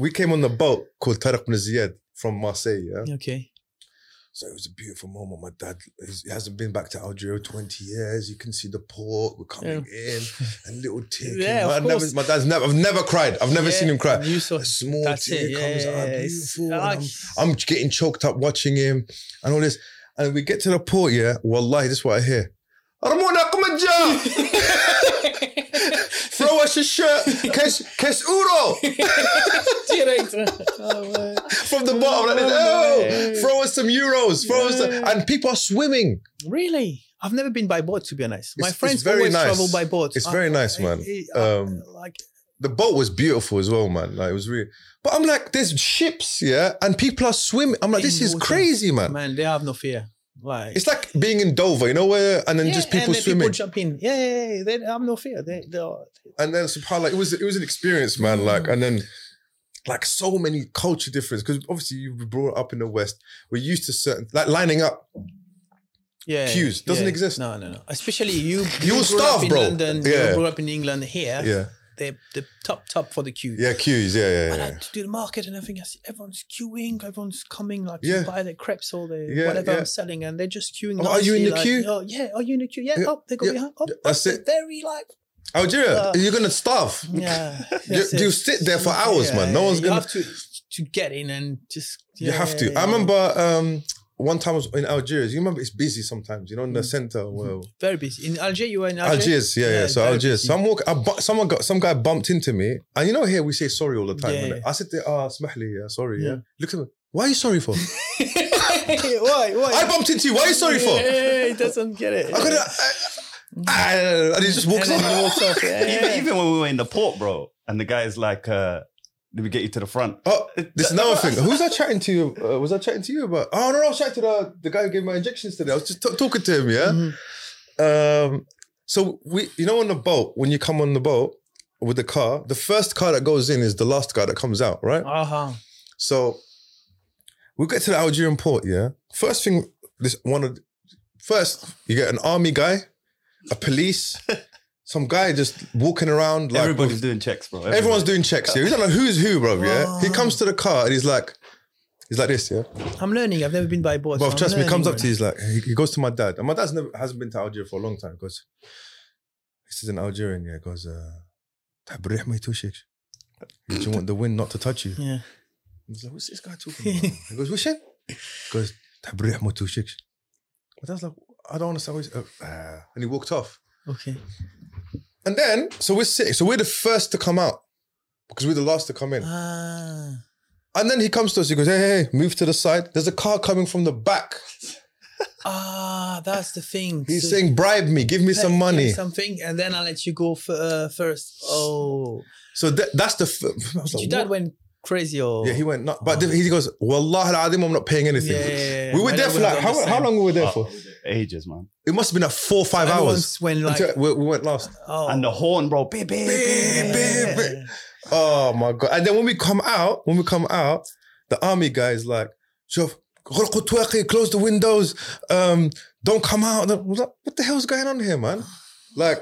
Speaker 1: We came on the boat called Tariq bin Ziyad from Marseille, yeah.
Speaker 2: Okay.
Speaker 1: So it was a beautiful moment. My dad he's- he hasn't been back to Algeria 20 years. You can see the port. We're coming in and little tear. came
Speaker 2: Yeah, of
Speaker 1: out. I never-
Speaker 2: course.
Speaker 1: my dad's never. I've never cried. I've never
Speaker 2: Yeah,
Speaker 1: seen him cry.
Speaker 2: You saw.
Speaker 1: A small
Speaker 2: That's
Speaker 1: tear
Speaker 2: it. Yeah.
Speaker 1: comes out.
Speaker 2: it's-
Speaker 1: Beautiful. and
Speaker 2: ah,
Speaker 1: I'm, I'm getting choked up watching him and all this. And we get to the port. Yeah, wallahi, this is what I hear. Armuna kumaja, throw us a shirt, kes kes uro
Speaker 2: Direct. Oh, man.
Speaker 1: from the bottom. Like, this. oh, throw us some euros, throw us, some, and people are swimming.
Speaker 2: Really? I've never been by boat, to be honest. My
Speaker 1: It's- it's
Speaker 2: friends
Speaker 1: very
Speaker 2: always
Speaker 1: nice.
Speaker 2: travel by boat.
Speaker 1: It's
Speaker 2: I-
Speaker 1: very nice,
Speaker 2: I-
Speaker 1: man.
Speaker 2: I-
Speaker 1: Um,
Speaker 2: like,
Speaker 1: the boat was beautiful as well, man. Like it was really. But I'm like, there's ships, yeah, and people are swimming. I'm like,
Speaker 2: In
Speaker 1: this is
Speaker 2: water.
Speaker 1: crazy, man.
Speaker 2: man, they have no fear. Like,
Speaker 1: It's like being in Dover, you know, where and then
Speaker 2: Yeah,
Speaker 1: just people
Speaker 2: and then
Speaker 1: swimming,
Speaker 2: People jump in. Yeah, yeah, yeah. They have no fear. They, they are,
Speaker 1: and then subhanallah, it was it was an experience, man. Like
Speaker 2: Mm.
Speaker 1: and then. Like so many culture difference because obviously you were brought up in the West. We're used to certain like lining up.
Speaker 2: yeah.
Speaker 1: Queues. Doesn't
Speaker 2: yeah.
Speaker 1: exist.
Speaker 2: No, no, no. Especially you.
Speaker 1: You will
Speaker 2: grew up
Speaker 1: starve,
Speaker 2: in
Speaker 1: bro.
Speaker 2: London,
Speaker 1: Yeah.
Speaker 2: You grew up in England. Here,
Speaker 1: Yeah,
Speaker 2: they're the top, top for the queue.
Speaker 1: yeah, queues. Yeah, yeah,
Speaker 2: And I
Speaker 1: yeah.
Speaker 2: had to do the market and everything. I see everyone's queuing, everyone's coming like
Speaker 1: Yeah.
Speaker 2: to buy their crepes or their
Speaker 1: Yeah,
Speaker 2: whatever
Speaker 1: yeah.
Speaker 2: I'm selling, and they're just queuing.
Speaker 1: Oh, are you in
Speaker 2: nicely,
Speaker 1: the
Speaker 2: like,
Speaker 1: queue?
Speaker 2: Oh, yeah. Are you in the queue? Yeah.
Speaker 1: Yeah,
Speaker 2: Oh, they go
Speaker 1: yeah,
Speaker 2: behind. Oh,
Speaker 1: that's
Speaker 2: they're
Speaker 1: it.
Speaker 2: Very like
Speaker 1: Algeria,
Speaker 2: Uh,
Speaker 1: you're gonna starve.
Speaker 2: yeah.
Speaker 1: You,
Speaker 2: that's it.
Speaker 1: you sit there for hours,
Speaker 2: Yeah,
Speaker 1: man. No
Speaker 2: yeah,
Speaker 1: one's
Speaker 2: you
Speaker 1: gonna.
Speaker 2: have to to get in and just.
Speaker 1: You have to.
Speaker 2: yeah,
Speaker 1: I
Speaker 2: yeah.
Speaker 1: remember um, one time I was in Algeria. You remember it's busy sometimes, you know, in
Speaker 2: Mm.
Speaker 1: the center. Well,
Speaker 2: very busy in Algiers. You were in Algiers.
Speaker 1: Algiers, yeah, yeah.
Speaker 2: Yeah,
Speaker 1: So
Speaker 2: very
Speaker 1: Algiers.
Speaker 2: busy.
Speaker 1: So I'm walking. I bu- someone got some guy bumped into me, and you know here we say sorry all the time.
Speaker 2: Yeah.
Speaker 1: innit? I said, there, "Ah, smahli, yeah, sorry." Yeah.
Speaker 2: Yeah.
Speaker 1: Look at me. Why are you sorry for?
Speaker 2: why? Why?
Speaker 1: I bumped into you. Why are you sorry for?
Speaker 2: Yeah, yeah, yeah, he doesn't get it.
Speaker 1: I could. I, I, and he just walks
Speaker 2: And then he
Speaker 1: off.
Speaker 2: walks off. Yeah, yeah,
Speaker 3: Even,
Speaker 2: yeah.
Speaker 3: even when we were in the port, bro, and the guy's like, uh, "Let me get you to the front."
Speaker 1: Oh, this is another thing. Who's I chatting to? Uh, was I chatting to you about? Oh no, no, I was chatting to the, the guy who gave my injections today. I was just t- talking to him. Yeah.
Speaker 2: Mhm. Mm-hmm.
Speaker 1: Um, so we, you know, on the boat, when you come on the boat with the car, the first car that goes in is the last car that comes out, right?
Speaker 2: Uh-huh.
Speaker 1: So we get to the Algerian port. Yeah. First thing, this one of first you get an army guy, a police, some guy just walking around like
Speaker 3: Everybody's doing checks, bro. Everybody.
Speaker 1: Everyone's doing checks here. We don't know who's who, bro. Yeah. He comes to the car and he's like, he's like this, yeah.
Speaker 2: I'm learning. I've never been by boat.
Speaker 1: Bro,
Speaker 2: so I'm
Speaker 1: trust me, he comes up
Speaker 2: learning,
Speaker 1: to you, he's like, he, he goes to my dad. And my dad's never hasn't been to Algeria for a long time. He goes, this is an Algerian, yeah. He goes, uh, "تحب الريح ما يتوشكش." Do you want the wind not to touch you?
Speaker 2: man. Yeah.
Speaker 1: He's like, what's this guy talking about? he goes, what's it? He goes, "تحب الريح ما يتوشكش." My dad's like, I don't understand what he's, uh, uh," and he walked off.
Speaker 2: Okay.
Speaker 1: And then, so we're sitting, so we're the first to come out because we're the last to come in.
Speaker 2: Ah.
Speaker 1: And then he comes to us. He goes, "Hey, hey, hey, move to the side. There's a car coming from the back.
Speaker 2: Ah, that's the thing.
Speaker 1: He's
Speaker 2: So
Speaker 1: saying, bribe me, give me
Speaker 2: pay-
Speaker 1: some
Speaker 2: give
Speaker 1: money."
Speaker 2: Something, and then I'll let you go f- uh, first. Oh,
Speaker 1: So that, that's the. F- I was
Speaker 2: did
Speaker 1: like,
Speaker 2: your dad
Speaker 1: what?
Speaker 2: went crazy or
Speaker 1: Yeah, he went nut. But then he goes, Wallah al I'm not paying anything.
Speaker 2: Yeah, yeah, yeah, yeah.
Speaker 1: We were
Speaker 2: When
Speaker 1: there
Speaker 2: I
Speaker 1: for
Speaker 2: was
Speaker 1: like,
Speaker 2: on
Speaker 1: how,
Speaker 2: the
Speaker 1: how
Speaker 2: same-
Speaker 1: long were we there
Speaker 3: Oh,
Speaker 1: for?
Speaker 2: Uh,
Speaker 3: ages, man.
Speaker 1: It must have been like four or five
Speaker 2: I
Speaker 1: hours.
Speaker 2: once when like
Speaker 1: Until we, we went last.
Speaker 2: oh
Speaker 3: And the horn, bro. Beep, beep, beep,
Speaker 1: beep,
Speaker 3: beep.
Speaker 1: beep. Oh my god! And then when we come out, when we come out, the army guy is like, "شوف، غلقوا التواقي, close the windows, um, don't come out." And I was like, what the hell's going on here, man? Like,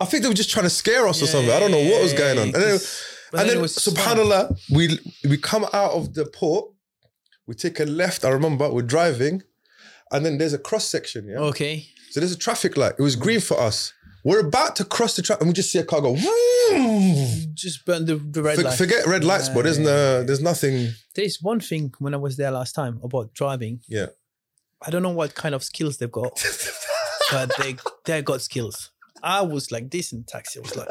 Speaker 1: I think they were just trying to scare us or
Speaker 2: Yeah,
Speaker 1: something. I don't know what was
Speaker 2: yeah,
Speaker 1: going on.
Speaker 2: yeah,
Speaker 1: And then,
Speaker 2: 'cause- but
Speaker 1: and then,
Speaker 2: it was fun.
Speaker 1: subhanallah, we we come out of the port, we take a left. I remember we're driving, and then there's a cross section. Yeah,
Speaker 2: Okay.
Speaker 1: so there's a traffic light. It was green for us. We're about to cross the track, and we just see a car go. "Vroom."
Speaker 2: Just burn the, the red
Speaker 1: For-
Speaker 2: light.
Speaker 1: Forget red lights,
Speaker 2: Yeah,
Speaker 1: bro. There's
Speaker 2: yeah,
Speaker 1: no, there's nothing.
Speaker 2: There's one thing when I was there last time about driving.
Speaker 1: Yeah.
Speaker 2: I don't know what kind of skills they've got, but they they got skills. I was like this in taxi. I was like,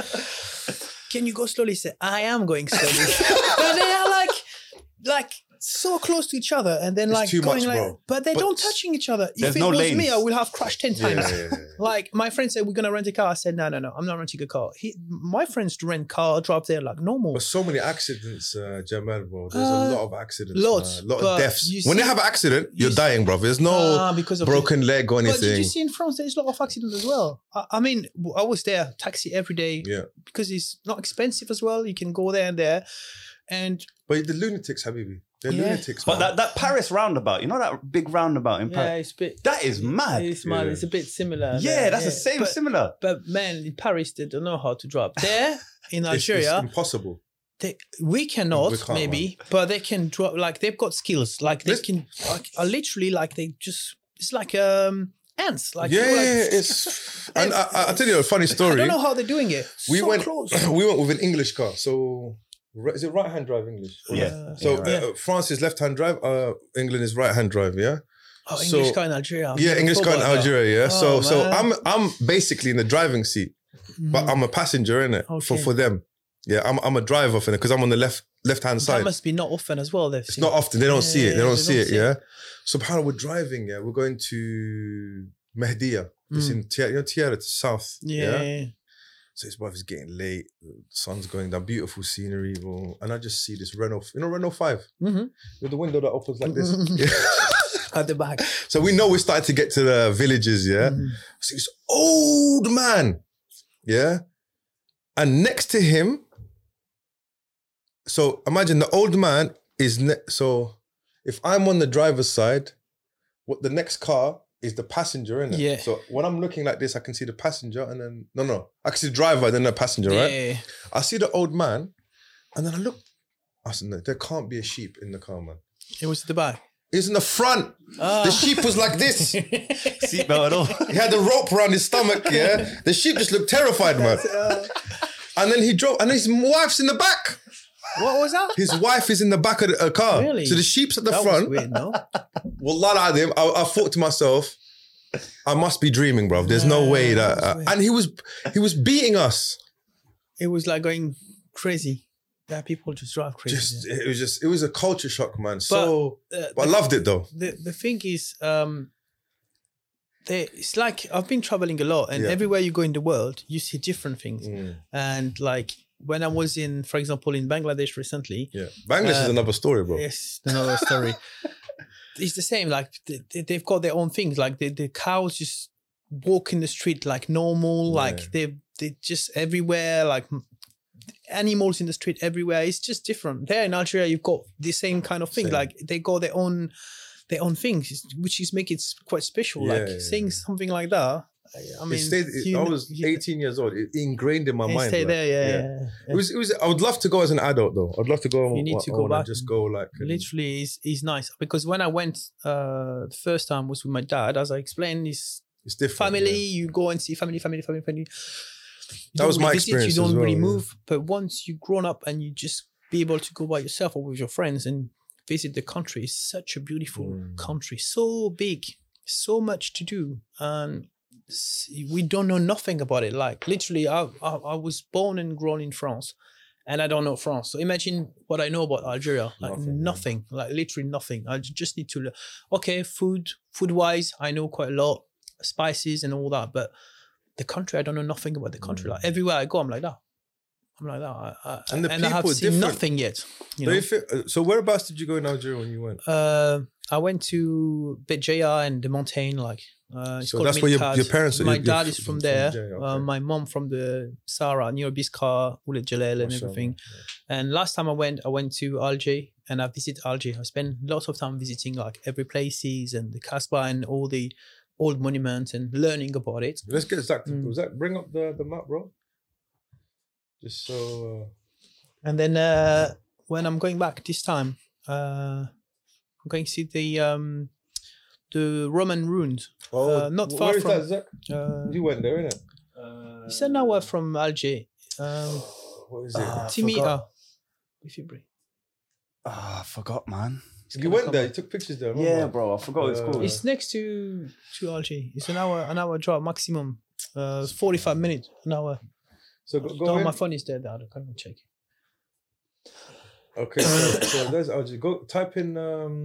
Speaker 2: "Can you go slowly?" Say, "I am going slowly." but they are like, like so close to each other, and then
Speaker 1: It's
Speaker 2: like
Speaker 1: too
Speaker 2: going
Speaker 1: much,
Speaker 2: like,
Speaker 1: bro.
Speaker 2: but they
Speaker 1: But
Speaker 2: don't touching each other.
Speaker 3: there's
Speaker 2: If it
Speaker 3: no
Speaker 2: was me,
Speaker 3: lanes.
Speaker 2: I would have crashed ten
Speaker 1: Yeah,
Speaker 2: times.
Speaker 1: yeah, yeah.
Speaker 2: Like my friend said, we're gonna rent a car. I said, no, no, no, I'm not renting a car. He, my friends rent car, drive there like normal.
Speaker 1: But so many accidents, uh, Jamal, bro. There's a
Speaker 2: Uh,
Speaker 1: lot of accidents.
Speaker 2: lots,
Speaker 1: man. A lot
Speaker 2: but
Speaker 1: of deaths.
Speaker 2: you
Speaker 1: when they
Speaker 2: see-
Speaker 1: have an accident, you're
Speaker 2: you see-
Speaker 1: dying, bro. There's no
Speaker 2: Ah, because of the-
Speaker 1: broken leg or
Speaker 2: But did
Speaker 1: anything.
Speaker 2: you see in France there's a lot of accidents as well? I, I mean, w- I was there taxi every day
Speaker 1: Yeah.
Speaker 2: because it's not expensive as well. You can go there and there, and
Speaker 1: But the lunatics, Habibi. They're
Speaker 2: Yeah.
Speaker 1: lunatics, man.
Speaker 3: But that, that Paris roundabout, you know that big roundabout in Paris?
Speaker 2: it's a bit
Speaker 3: That is mad.
Speaker 2: It's mad.
Speaker 1: Yeah.
Speaker 2: It's a bit similar.
Speaker 3: yeah,
Speaker 2: there,
Speaker 3: that's the same,
Speaker 2: But,
Speaker 3: similar.
Speaker 2: but man, in Paris they don't know how to drive. There in
Speaker 1: It's- it's,
Speaker 2: Algeria,
Speaker 1: impossible.
Speaker 2: they, we cannot
Speaker 1: We can't,
Speaker 2: maybe, but they can draw like they've got skills. Like they
Speaker 1: Let's-
Speaker 2: can like, are literally like they just it's like um ants. Like
Speaker 1: yeah,
Speaker 2: you know, like,
Speaker 1: it's. And I, I, I'll tell you a funny
Speaker 2: I
Speaker 1: story.
Speaker 2: don't know how they're doing it.
Speaker 1: we
Speaker 2: so
Speaker 1: went.
Speaker 2: close.
Speaker 1: we went with an English car. So ri- is it right hand drive English?
Speaker 3: Yeah.
Speaker 2: Uh,
Speaker 1: So
Speaker 3: Yeah,
Speaker 2: right.
Speaker 1: uh, France is left hand drive. Uh, England is right hand drive. Yeah.
Speaker 2: Oh,
Speaker 1: So-
Speaker 2: English car in Algeria. I've
Speaker 1: yeah,
Speaker 2: never
Speaker 1: English
Speaker 2: thought
Speaker 1: car in
Speaker 2: about that.
Speaker 1: Algeria. Yeah, so
Speaker 2: Oh,
Speaker 1: so
Speaker 2: man.
Speaker 1: I'm I'm basically in the driving seat,
Speaker 2: Mm.
Speaker 1: but I'm a passenger in it for
Speaker 2: Okay.
Speaker 1: for them. Yeah, I'm I'm a driver for them because I'm on the left left hand
Speaker 2: That
Speaker 1: side.
Speaker 2: must be not often as well. They've
Speaker 1: It's
Speaker 2: seen.
Speaker 1: not often they don't
Speaker 2: Yeah,
Speaker 1: see it. They
Speaker 2: yeah,
Speaker 1: don't
Speaker 2: they
Speaker 1: see
Speaker 2: don't
Speaker 1: it.
Speaker 2: see
Speaker 1: yeah. Subhanallah, we're driving. Yeah, we're going to Mehdiya. It's
Speaker 2: Mm.
Speaker 1: in Tiara, you know, Tiara, it's south.
Speaker 2: Yeah, yeah.
Speaker 1: So his wife is getting late. The sun's going down. Beautiful scenery, bro. And I just see this Renault. You know Renault Five
Speaker 2: Mhm.
Speaker 1: with the window that opens like this. Yeah.
Speaker 2: At the back.
Speaker 1: so we know we started to get to the villages. Yeah.
Speaker 2: Mhm.
Speaker 1: So this old man, yeah. And next to him, so imagine the old man is ne- so. If I'm on the driver's side, what the next car is the passenger in it.
Speaker 2: Yeah.
Speaker 1: So when I'm looking like this, I can see the passenger, and then no, no, I can see the driver, then the passenger,
Speaker 2: Yeah,
Speaker 1: right?
Speaker 2: yeah, yeah.
Speaker 1: I see the old man, and then I look. I said, no, there can't be a sheep in the car, man.
Speaker 2: It was at the back.
Speaker 1: It's in the front. The
Speaker 2: Ah.
Speaker 1: sheep was like this.
Speaker 3: Seatbelt at all.
Speaker 1: He had a rope around his stomach, yeah. The sheep just looked terrified, man. And then he drove, and his wife's in the back.
Speaker 2: what was that?
Speaker 1: His wife is in the back of the a car.
Speaker 2: Really?
Speaker 1: So the sheep's at the
Speaker 2: that was
Speaker 1: front.
Speaker 2: weird, no?
Speaker 1: Wallah adim, I, I thought to myself, I must be dreaming, bro. There's no
Speaker 2: Yeah,
Speaker 1: way that. uh,
Speaker 2: that's weird.
Speaker 1: and he was, he was beating us.
Speaker 2: It was like going crazy. Yeah, people just drive crazy.
Speaker 1: Just,
Speaker 2: yeah.
Speaker 1: it was just, it was a culture shock, man. So,
Speaker 2: Uh,
Speaker 1: but I loved it though.
Speaker 2: the the thing is, um, they, it's like I've been traveling a lot, and
Speaker 1: Yeah.
Speaker 2: everywhere you go in the world, you see different things.
Speaker 1: Mm.
Speaker 2: And like when I was in, for example, in Bangladesh recently,
Speaker 1: Yeah, Bangladesh is
Speaker 2: Uh,
Speaker 1: another story, bro.
Speaker 2: it's another story. It's the same. Like they- they, they've got their own things. Like the, the cows just walk in the street like normal.
Speaker 1: Yeah.
Speaker 2: Like they they just everywhere. Like m- animals in the street everywhere. It's just different. There in Algeria, you've got the same kind of thing.
Speaker 1: Same.
Speaker 2: Like they got their own their own things, it's- which is make it s- quite special.
Speaker 1: Yeah,
Speaker 2: like
Speaker 1: yeah,
Speaker 2: seeing
Speaker 1: yeah.
Speaker 2: something like that. I- I mean,
Speaker 1: it stayed, it-
Speaker 2: you
Speaker 1: I
Speaker 2: kn-
Speaker 1: was
Speaker 2: you-
Speaker 1: 18 years old. It ingrained in my
Speaker 2: it
Speaker 1: mind.
Speaker 2: stay
Speaker 1: like,
Speaker 2: there, yeah, yeah. yeah.
Speaker 1: It was. It was. I would love to go as an adult, though. I'd love to go. on
Speaker 2: You need
Speaker 1: my
Speaker 2: to go
Speaker 1: own
Speaker 2: back
Speaker 1: And just go like. and-
Speaker 2: literally is is nice because when I went uh the first time was with my dad, as I explained, is
Speaker 1: it's different.
Speaker 2: family,
Speaker 1: yeah.
Speaker 2: you go and see family, family, family, family. You
Speaker 1: That
Speaker 2: don't
Speaker 1: was my
Speaker 2: really visit,
Speaker 1: experience
Speaker 2: You
Speaker 1: as
Speaker 2: don't really
Speaker 1: well, yeah.
Speaker 2: move, but once you've grown up and you just be able to go by yourself or with your friends and visit the country, it's such a beautiful
Speaker 1: Mm.
Speaker 2: country, so big, so much to do, and s- we don't know nothing about it. Like literally, I I, I was born and grown in France. And I don't know France, so imagine what I know about Algeria. Like
Speaker 1: Nothing, yeah.
Speaker 2: nothing, like literally nothing. I j- just need to learn. Okay, food, food wise, I know quite a lot spices and all that. But the country, I don't know nothing about the country. Like everywhere I go, I'm like, ah, I'm like that. I, I,
Speaker 1: Mm. And
Speaker 2: and
Speaker 1: the
Speaker 2: I have
Speaker 1: people are
Speaker 2: seen
Speaker 1: different.
Speaker 2: nothing yet. You
Speaker 1: But
Speaker 2: know?
Speaker 1: if it- uh, so whereabouts did you go in Algeria when you went?
Speaker 2: uh, I went to Bejaia and the mountain, like uh, it's
Speaker 1: So
Speaker 2: called
Speaker 1: that's where your-
Speaker 2: Midgard.
Speaker 1: your parents are-
Speaker 2: My
Speaker 1: your- your
Speaker 2: dad
Speaker 1: f-
Speaker 2: is from
Speaker 1: from
Speaker 2: there.
Speaker 1: Bejaia,
Speaker 2: uh,
Speaker 1: okay.
Speaker 2: my mom from the Sahara near Biskra, Ouled Jalel, and everything. And last time I went, I went to Alger and I visited Alger. I spent lots of time visiting like every places and the Casbah and all the old monuments and learning about it.
Speaker 1: Let's get Zach. To,
Speaker 2: Mm.
Speaker 1: Was that bring up the, the map, bro? Just so. Uh,
Speaker 2: And then uh, when I'm going back this time, uh, I'm going to see the um, the Roman ruins.
Speaker 1: oh,
Speaker 2: Uh, not
Speaker 1: wh-
Speaker 2: far
Speaker 1: where is
Speaker 2: from-
Speaker 1: that, Zach?
Speaker 2: Uh,
Speaker 1: You went there, innit?
Speaker 2: it's an hour from Alger. Um,
Speaker 1: What is it?
Speaker 3: Ah, I
Speaker 2: Timia.
Speaker 3: forgot.
Speaker 2: If you bring.
Speaker 3: Ah, I forgot, man.
Speaker 1: you went there. You took pictures there.
Speaker 3: Yeah,
Speaker 1: remember?
Speaker 3: bro, I forgot what it's
Speaker 1: Uh,
Speaker 3: called.
Speaker 2: It's next to to Alger. It's an hour an hour drive maximum. Uh, 45 minutes, an hour.
Speaker 1: So go, go
Speaker 2: no,
Speaker 1: in.
Speaker 2: my phone is dead. I can't check.
Speaker 1: Okay, so, so there's Alger. Go type in um,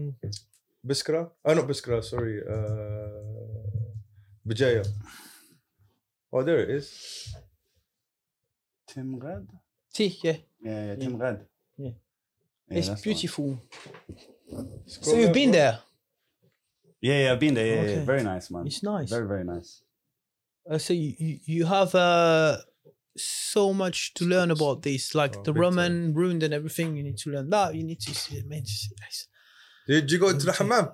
Speaker 1: Biskra. Oh, not Biskra. Sorry, uh, Bijaya. Oh, there it is.
Speaker 3: Timgrad?
Speaker 2: See, yeah,
Speaker 3: Yeah, yeah,
Speaker 2: Yeah.
Speaker 3: Timgrad.
Speaker 2: Yeah.
Speaker 3: Yeah,
Speaker 2: it's
Speaker 3: that's the one.
Speaker 2: beautiful.
Speaker 1: Scroll
Speaker 2: So you've
Speaker 1: down,
Speaker 2: been
Speaker 1: bro.
Speaker 2: there.
Speaker 3: Yeah, yeah, I've been there. Yeah, yeah,
Speaker 2: Okay.
Speaker 3: very nice, man.
Speaker 2: It's nice.
Speaker 3: Very, very nice.
Speaker 2: Uh, so you, you you have uh, so much to learn about this, like
Speaker 1: Oh,
Speaker 2: the
Speaker 1: big time.
Speaker 2: Roman ruined and everything. You need to learn that. You need to see. Man, it's- it's-
Speaker 1: Did you go to the
Speaker 2: Okay.
Speaker 1: hammam?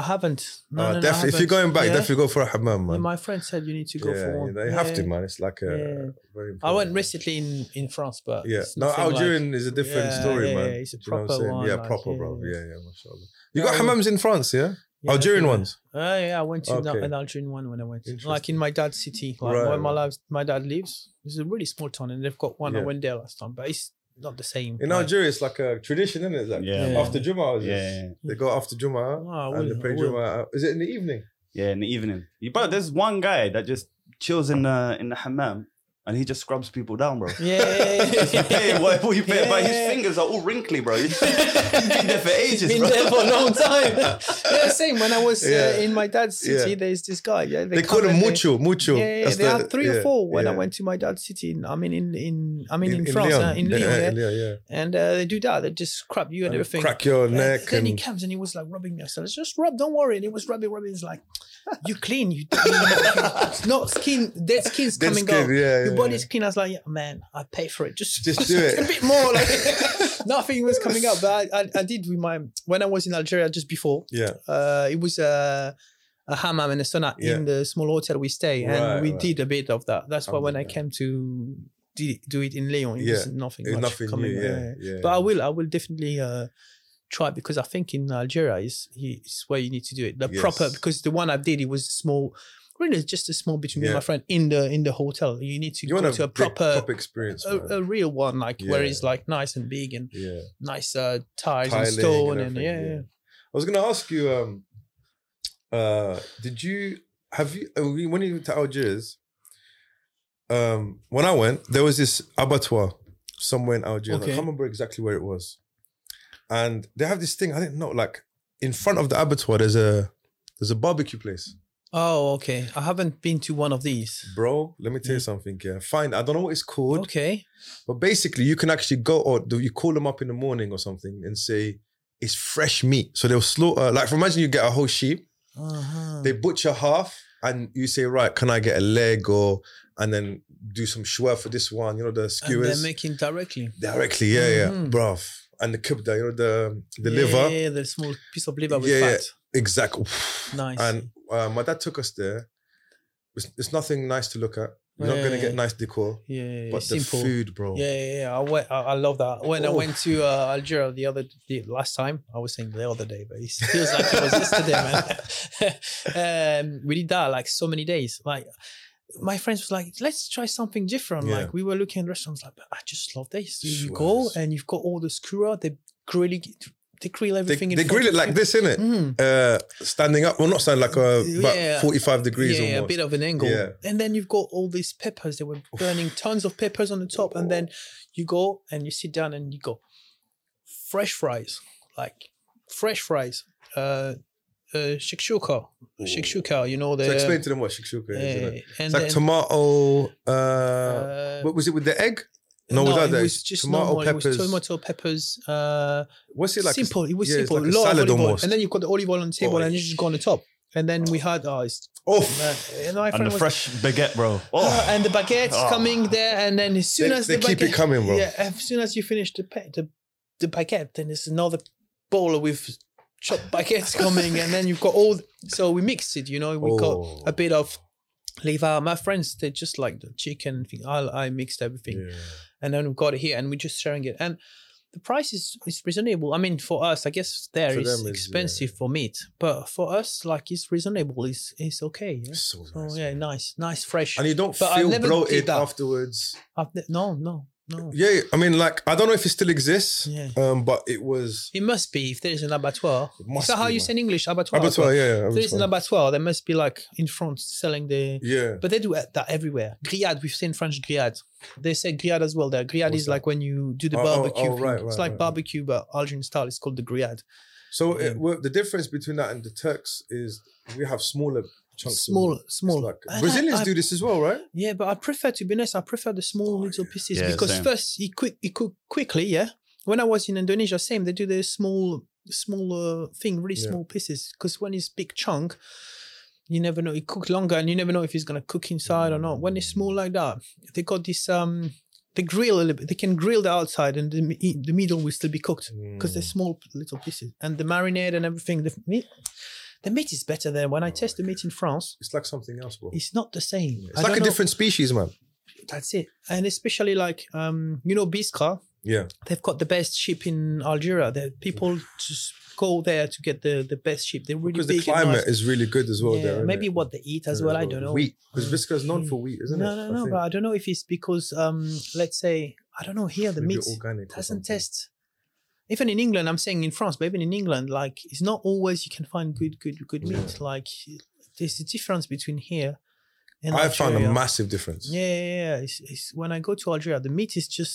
Speaker 2: I haven't. No,
Speaker 1: Ah,
Speaker 2: no, no, I
Speaker 1: def- if you're
Speaker 2: haven't.
Speaker 1: going back,
Speaker 2: Yeah.
Speaker 1: definitely go for a hammam, man.
Speaker 2: Yeah, my friend said you need to go
Speaker 1: yeah,
Speaker 2: for one.
Speaker 1: you know, you have to,
Speaker 2: Yeah.
Speaker 1: man. It's like a
Speaker 2: Yeah.
Speaker 1: very.
Speaker 2: I went
Speaker 1: important-
Speaker 2: recently in in France, but
Speaker 1: Yeah,
Speaker 2: it's
Speaker 1: no,
Speaker 2: nothing like-
Speaker 1: Algerian is a different
Speaker 2: Yeah,
Speaker 1: story,
Speaker 2: yeah,
Speaker 1: man.
Speaker 2: yeah, it's a
Speaker 1: Do you know what I'm
Speaker 2: proper
Speaker 1: saying?
Speaker 2: one,
Speaker 1: Yeah,
Speaker 2: like,
Speaker 1: proper,
Speaker 2: yeah,
Speaker 1: bro. Yeah,
Speaker 2: yeah.
Speaker 1: yeah, mashallah. You
Speaker 2: Yeah,
Speaker 1: got
Speaker 2: I
Speaker 1: hammams in France, yeah?
Speaker 2: Yeah,
Speaker 1: Algerian
Speaker 2: everywhere.
Speaker 1: ones.
Speaker 2: Uh, yeah, I went to an-
Speaker 1: Okay.
Speaker 2: an Algerian one when I went, like
Speaker 1: Interesting.
Speaker 2: in my dad's city, like
Speaker 1: Right,
Speaker 2: where my
Speaker 1: right.
Speaker 2: lives, my dad lives. It's a really small town, and they've got one. I
Speaker 1: Yeah.
Speaker 2: went there last time, but it's not the same.
Speaker 1: In
Speaker 2: like-
Speaker 1: Algeria, it's like a tradition, isn't it? Like
Speaker 3: Yeah. Oh,
Speaker 2: Yeah.
Speaker 1: after Juma,
Speaker 3: Yeah, yeah, yeah.
Speaker 1: they go after Juma
Speaker 2: Ah, I
Speaker 1: and they
Speaker 2: will,
Speaker 1: pray
Speaker 2: I will.
Speaker 1: Juma. Uh, Is it in the evening?
Speaker 3: Yeah, in the evening. You- Bro, there's one guy that just chills in the in the hammam and he just scrubs people down, bro.
Speaker 2: Yeah.
Speaker 3: Hey, what what you pay? But his
Speaker 2: Yeah.
Speaker 3: fingers are all wrinkly, bro. He's been there for ages,
Speaker 2: been
Speaker 3: bro.
Speaker 2: there for a long time. yeah, same. When I was
Speaker 1: Yeah.
Speaker 2: uh, in my dad's city,
Speaker 1: Yeah.
Speaker 2: there's this guy. Yeah,
Speaker 1: They, call
Speaker 2: come
Speaker 1: them
Speaker 2: and they-
Speaker 1: mucho, mucho.
Speaker 2: Yeah, yeah
Speaker 1: That's
Speaker 2: there
Speaker 1: the-
Speaker 2: are three
Speaker 1: yeah,
Speaker 2: or four when I
Speaker 1: yeah.
Speaker 2: went to my dad's city. In, I mean, in in I mean in, France,
Speaker 1: Lyon.
Speaker 2: uh, in Lyon,
Speaker 1: Yeah,
Speaker 2: yeah,
Speaker 1: in Lyon, yeah.
Speaker 2: and uh, they do that. They just scrap you and,
Speaker 1: And
Speaker 2: everything.
Speaker 1: Crack your
Speaker 2: And
Speaker 1: neck
Speaker 2: then he
Speaker 1: and
Speaker 2: comes and he was like rubbing me. I said, "It's just rub, don't worry." And he was rubbing, rubbing. He's like, "You clean, you, it's not skin, dead skin's
Speaker 1: Dead
Speaker 2: coming
Speaker 1: skin,
Speaker 2: off.
Speaker 1: yeah, yeah,
Speaker 2: Your body's
Speaker 1: yeah.
Speaker 2: clean." I was like, yeah, "Man, I pay for it. Just,
Speaker 1: Just do it."
Speaker 2: a bit more." Like nothing was coming up, but I, I, I did with my when I was in Algeria just before.
Speaker 1: yeah,
Speaker 2: Uh, it was a a hammam and a sauna
Speaker 1: Yeah.
Speaker 2: in the small hotel we stay,
Speaker 1: Right,
Speaker 2: and we
Speaker 1: right.
Speaker 2: did a bit of that. That's why when I
Speaker 1: Alhamdulillah.
Speaker 2: came to do do it in Lyon, it
Speaker 1: Yeah.
Speaker 2: was nothing,
Speaker 1: it's
Speaker 2: much
Speaker 1: nothing
Speaker 2: coming.
Speaker 1: new.
Speaker 2: yeah,
Speaker 1: Yeah, yeah.
Speaker 2: but I will, I will definitely uh, try it because I think in Algeria is is where you need to do it the
Speaker 1: Yes.
Speaker 2: proper because the one I did it was small, really it's just a small between me and
Speaker 1: Yeah.
Speaker 2: my friend in the in the hotel. You need to
Speaker 1: you want
Speaker 2: go
Speaker 1: a
Speaker 2: to a
Speaker 1: big, proper,
Speaker 2: proper.
Speaker 1: experience,
Speaker 2: A,
Speaker 1: man.
Speaker 2: a real one, like where it's
Speaker 1: Yeah.
Speaker 2: like nice and big and
Speaker 1: yeah.
Speaker 2: nice uh, tires
Speaker 1: Tiling
Speaker 2: and
Speaker 1: and
Speaker 2: stone and,
Speaker 1: everything,
Speaker 2: yeah,
Speaker 1: yeah.
Speaker 2: yeah.
Speaker 1: I was gonna ask you, um, uh, did you have you uh, we- when you went to Algiers? Um, when I went, there was this abattoir somewhere in Algiers. I
Speaker 2: Okay.
Speaker 1: can't remember exactly where it was, and they have this thing. I didn't know. Like in front of the abattoir, there's a there's a barbecue place,
Speaker 2: Oh, okay. I haven't been to one of these.
Speaker 1: bro. Let me tell you something. Yeah, fine. I don't know what it's called,
Speaker 2: Hmm. Okay.
Speaker 1: but basically, you can actually go or do you call them up in the morning or something and say it's fresh meat. So they'll slaughter. Like, imagine you get a whole sheep.
Speaker 2: Uh-huh.
Speaker 1: they butcher half and you say right can i get a leg or and then do some schwer for this one you know the
Speaker 2: and they're
Speaker 1: skewers
Speaker 2: making directly
Speaker 1: directly yeah yeah
Speaker 2: Mhm.
Speaker 1: bruv and the kibda you know the the
Speaker 2: Yeah,
Speaker 1: liver
Speaker 2: Yeah, the small piece of liver with
Speaker 1: Yeah, yeah.
Speaker 2: fat.
Speaker 1: exactly
Speaker 2: Nice.
Speaker 1: and uh, my dad took us there it's, it's nothing nice to look at you're not gonna get
Speaker 2: Yeah.
Speaker 1: nice decor
Speaker 2: yeah, yeah, yeah,
Speaker 1: but the
Speaker 2: simple.
Speaker 1: food bro
Speaker 2: Yeah, yeah, yeah. I went. I, I love that. When I
Speaker 1: Oh.
Speaker 2: went to uh, Algeria the other the last time, I was saying the other day, but it feels like it was yesterday, man. um, we did that like so many days. Like my friends was like, let's try something different.
Speaker 1: Yeah.
Speaker 2: Like we were looking at restaurants, like but I just love this. You
Speaker 1: Sure
Speaker 2: go
Speaker 1: is.
Speaker 2: and you've got all the skura. They grill it. They grill
Speaker 1: they,
Speaker 2: everything. in
Speaker 1: they
Speaker 2: front
Speaker 1: grill it
Speaker 2: of
Speaker 1: like
Speaker 2: you.
Speaker 1: this in it
Speaker 2: Mm.
Speaker 1: uh standing up well not standing like uh about
Speaker 2: Yeah.
Speaker 1: 45 degrees
Speaker 2: yeah,
Speaker 1: almost
Speaker 2: a bit of an angle.
Speaker 1: Yeah.
Speaker 2: And then you've got all these peppers. They were burning tons of peppers on the top. And then you go and you sit down and you go, fresh fries, like fresh fries, uh, uh, shakshuka, shakshuka. You know the.
Speaker 1: so explain to them what shakshuka is
Speaker 2: uh,
Speaker 1: isn't it?
Speaker 2: and
Speaker 1: it's like
Speaker 2: then,
Speaker 1: tomato uh,
Speaker 2: uh,
Speaker 1: what was it with the egg No, without
Speaker 2: it
Speaker 1: that,
Speaker 2: was
Speaker 1: it's
Speaker 2: just
Speaker 1: tomato
Speaker 2: normal.
Speaker 1: peppers.
Speaker 2: It was tomato peppers. Uh,
Speaker 1: What's it like?
Speaker 2: simple. It was
Speaker 1: yeah, it's
Speaker 2: simple.
Speaker 1: like a
Speaker 2: lot of
Speaker 1: salad
Speaker 2: olive oil.
Speaker 1: almost.
Speaker 2: And then you got the olive oil on the table,
Speaker 1: Oh,
Speaker 2: and you just go on the top. And then we had oh, it's,
Speaker 1: Oh,
Speaker 2: man. and my
Speaker 3: And
Speaker 2: friend
Speaker 3: the
Speaker 2: was,
Speaker 3: fresh baguette, bro.
Speaker 2: "Oh,"
Speaker 3: Oh,
Speaker 2: and the baguettes
Speaker 3: Oh.
Speaker 2: coming there, and then as soon
Speaker 1: They-
Speaker 2: as
Speaker 1: they
Speaker 2: the
Speaker 1: keep
Speaker 2: baguette,
Speaker 1: it coming, bro.
Speaker 2: Yeah, as soon as you finish the pa- the the baguette, then there's another bowl with chopped baguettes coming, and then you've got all. so we mixed it, you know. We
Speaker 1: Oh.
Speaker 2: got a bit of leave out. My friends, they just like the chicken thing. I I mixed everything
Speaker 1: yeah.
Speaker 2: and then we've got it here and we're just sharing it and the price is is reasonable i mean for us i guess there
Speaker 1: For
Speaker 2: it's
Speaker 1: them is, yeah.
Speaker 2: expensive for meat but for us like it's reasonable it's it's okay yeah?
Speaker 1: It's so
Speaker 2: oh
Speaker 1: nice.
Speaker 2: yeah nice nice fresh
Speaker 1: And you don't
Speaker 2: But I
Speaker 1: feel
Speaker 2: never did
Speaker 1: bloated
Speaker 2: that.
Speaker 1: afterwards.
Speaker 2: I've ne- no no no
Speaker 1: Yeah, I mean, like I don't know if it still exists,
Speaker 2: Yeah.
Speaker 1: um, but it was
Speaker 2: it must be if there's an abattoir
Speaker 1: It
Speaker 2: is
Speaker 1: must
Speaker 2: that how
Speaker 1: be,
Speaker 2: you
Speaker 1: man.
Speaker 2: say in english abattoir
Speaker 1: abattoir.
Speaker 2: But
Speaker 1: Yeah, yeah,
Speaker 2: if there's an
Speaker 1: abattoir.
Speaker 2: abattoir there must be like in front selling the
Speaker 1: yeah.
Speaker 2: but they do that everywhere grillade we've seen french grillade they say grillade as well there grillade
Speaker 1: What's
Speaker 2: is
Speaker 1: that?
Speaker 2: like when you do the
Speaker 1: Oh, oh, oh,
Speaker 2: barbecue thing.
Speaker 1: right,
Speaker 2: it's
Speaker 1: right,
Speaker 2: like
Speaker 1: right, right.
Speaker 2: barbecue but algerian style it's called the grillade
Speaker 1: So
Speaker 2: Yeah.
Speaker 1: it, well, the difference between that and the Turks is we have smaller chunks.
Speaker 2: small,
Speaker 1: Of meat. It's
Speaker 2: small.
Speaker 1: like-
Speaker 2: And I-
Speaker 1: Brazilians
Speaker 2: I-
Speaker 1: do this as well, right?
Speaker 2: Yeah, but I prefer to be honest. I prefer the
Speaker 1: Oh,
Speaker 2: small little pieces
Speaker 3: Yeah,
Speaker 2: because
Speaker 3: same.
Speaker 2: first you quick you cook quickly. Yeah, when I was in Indonesia, same. They do the small, small uh, thing, really
Speaker 1: Yeah.
Speaker 2: small pieces. Because when it's big chunk, you never know. It cooked longer, and you never know if it's gonna cook inside or not. When it's small like that, they got this um. They grill a little bit. They can grill the outside, and the, mi- e, the middle will still be cooked because
Speaker 1: Mm.
Speaker 2: they're small little pieces. And the marinade and everything, the meat, the meat is better there. When I taste the meat in France,
Speaker 1: It's like something else, bro. It's
Speaker 2: it's not the same. I
Speaker 1: like
Speaker 2: don't
Speaker 1: a
Speaker 2: know.
Speaker 1: different species, man.
Speaker 2: That's it. And especially like um, you know, Biskra,
Speaker 1: Yeah.
Speaker 2: they've got the best sheep in Algeria. The people just go there to get the, the best sheep. They're really
Speaker 1: Because
Speaker 2: big
Speaker 1: the
Speaker 2: and
Speaker 1: climate
Speaker 2: nice.
Speaker 1: is really good as well
Speaker 2: Yeah,
Speaker 1: there. innit?
Speaker 2: maybe what they eat as
Speaker 1: Yeah,
Speaker 2: well. I don't know.
Speaker 1: Wheat. Because Visca is known
Speaker 2: Mm.
Speaker 1: for wheat, isn't
Speaker 2: no,
Speaker 1: it?
Speaker 2: no,
Speaker 1: I
Speaker 2: no.
Speaker 1: think.
Speaker 2: But I don't know if it's because um, let's say I don't know here the
Speaker 1: Maybe
Speaker 2: meat
Speaker 1: organic or
Speaker 2: doesn't
Speaker 1: something.
Speaker 2: taste. Even in England, I'm saying in France, but even in England, like it's not always you can find good, good, good meat. Like there's a difference between here and
Speaker 1: I found a
Speaker 2: Algeria.
Speaker 1: massive difference.
Speaker 2: Yeah, yeah, yeah. It's, it's when I go to Algeria, the meat is just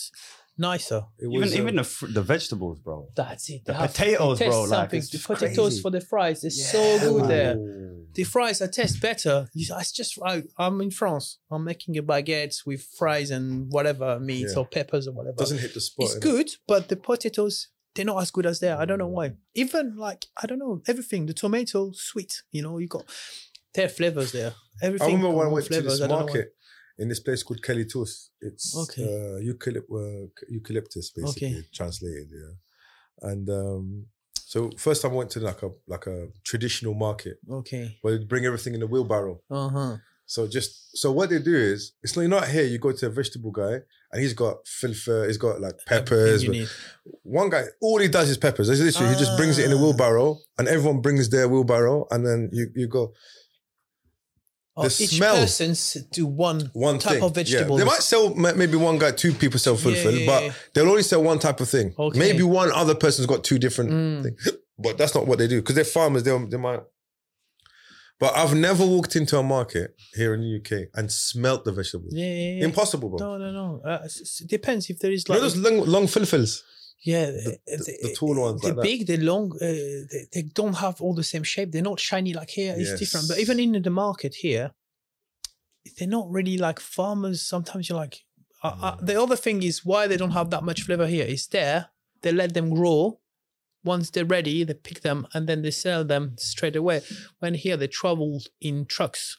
Speaker 2: nicer.
Speaker 1: It
Speaker 3: even
Speaker 1: was, uh,
Speaker 3: even the fr- the vegetables, bro.
Speaker 2: That's it.
Speaker 3: The
Speaker 2: They have-
Speaker 3: potatoes,
Speaker 2: they taste
Speaker 3: bro, like,
Speaker 2: something.
Speaker 3: it's
Speaker 2: the
Speaker 3: just
Speaker 2: potatoes
Speaker 3: crazy.
Speaker 2: for the fries, they're
Speaker 3: Yeah.
Speaker 2: so good there.
Speaker 1: Ooh.
Speaker 2: The fries are taste better. You- It's just I, I'm in France. I'm making a baguette with fries and whatever meat
Speaker 1: Yeah.
Speaker 2: or peppers or whatever.
Speaker 1: Doesn't hit the spot.
Speaker 2: it's
Speaker 1: innit?
Speaker 2: good, but the potatoes they're not as good as there. I don't know
Speaker 1: Mm.
Speaker 2: why. Even like I don't know everything. The tomato sweet. You know you got their flavors there.
Speaker 1: I
Speaker 2: Everything.
Speaker 1: remember when I
Speaker 2: got
Speaker 1: went to
Speaker 2: flavours.
Speaker 1: this
Speaker 2: I don't know why.
Speaker 1: market in this place called Kelly Tooth. It's
Speaker 2: Okay.
Speaker 1: uh, eucalypt, uh, eucalyptus, basically
Speaker 2: Okay.
Speaker 1: translated. Yeah, and um, so first time I went to like a like a traditional market
Speaker 2: Okay.
Speaker 1: where they bring everything in a wheelbarrow.
Speaker 2: Uh huh.
Speaker 1: So just so what they do is it's like not here. You go to a vegetable guy and he's got filfer, he's got
Speaker 2: Uh,
Speaker 1: like peppers.
Speaker 2: You
Speaker 1: but
Speaker 2: need.
Speaker 1: One guy, all he does is peppers. That's literally he just brings it in a
Speaker 2: Ah.
Speaker 1: wheelbarrow, and everyone brings their wheelbarrow, and then you you go
Speaker 2: Or
Speaker 1: the
Speaker 2: each
Speaker 1: smell.
Speaker 2: person's do one
Speaker 1: one
Speaker 2: type
Speaker 1: thing.
Speaker 2: of vegetables.
Speaker 1: Yeah. They might sell ma- maybe one guy, two people sell
Speaker 2: Yeah,
Speaker 1: fulfil,
Speaker 2: yeah,
Speaker 1: but
Speaker 2: yeah.
Speaker 1: they'll only sell one type of thing.
Speaker 2: Okay.
Speaker 1: Maybe one other person's got two different
Speaker 2: Mm.
Speaker 1: things, but that's not what they do because they're farmers. They they might. But I've never walked into a market here in the UK and smelt the vegetables.
Speaker 2: Yeah, yeah, yeah.
Speaker 1: Impossible, bro.
Speaker 2: No, no, no. Uh, it's- it's- it depends if there is
Speaker 1: You know
Speaker 2: like
Speaker 1: those long, long fulfils?
Speaker 2: yeah,
Speaker 1: the- the tall ones
Speaker 2: They're
Speaker 1: like that?
Speaker 2: big, they're long. Uh, they, they don't have all the same shape. They're not shiny like here. It's
Speaker 1: Yes.
Speaker 2: different. But even in the market here, they're not really like farmers. Sometimes you're like, uh, uh,
Speaker 1: Mm.
Speaker 2: the other thing is why they don't have that much flavor here. It's there. They let them grow. Once they're ready, they pick them and then they sell them straight away. When here they travel in trucks,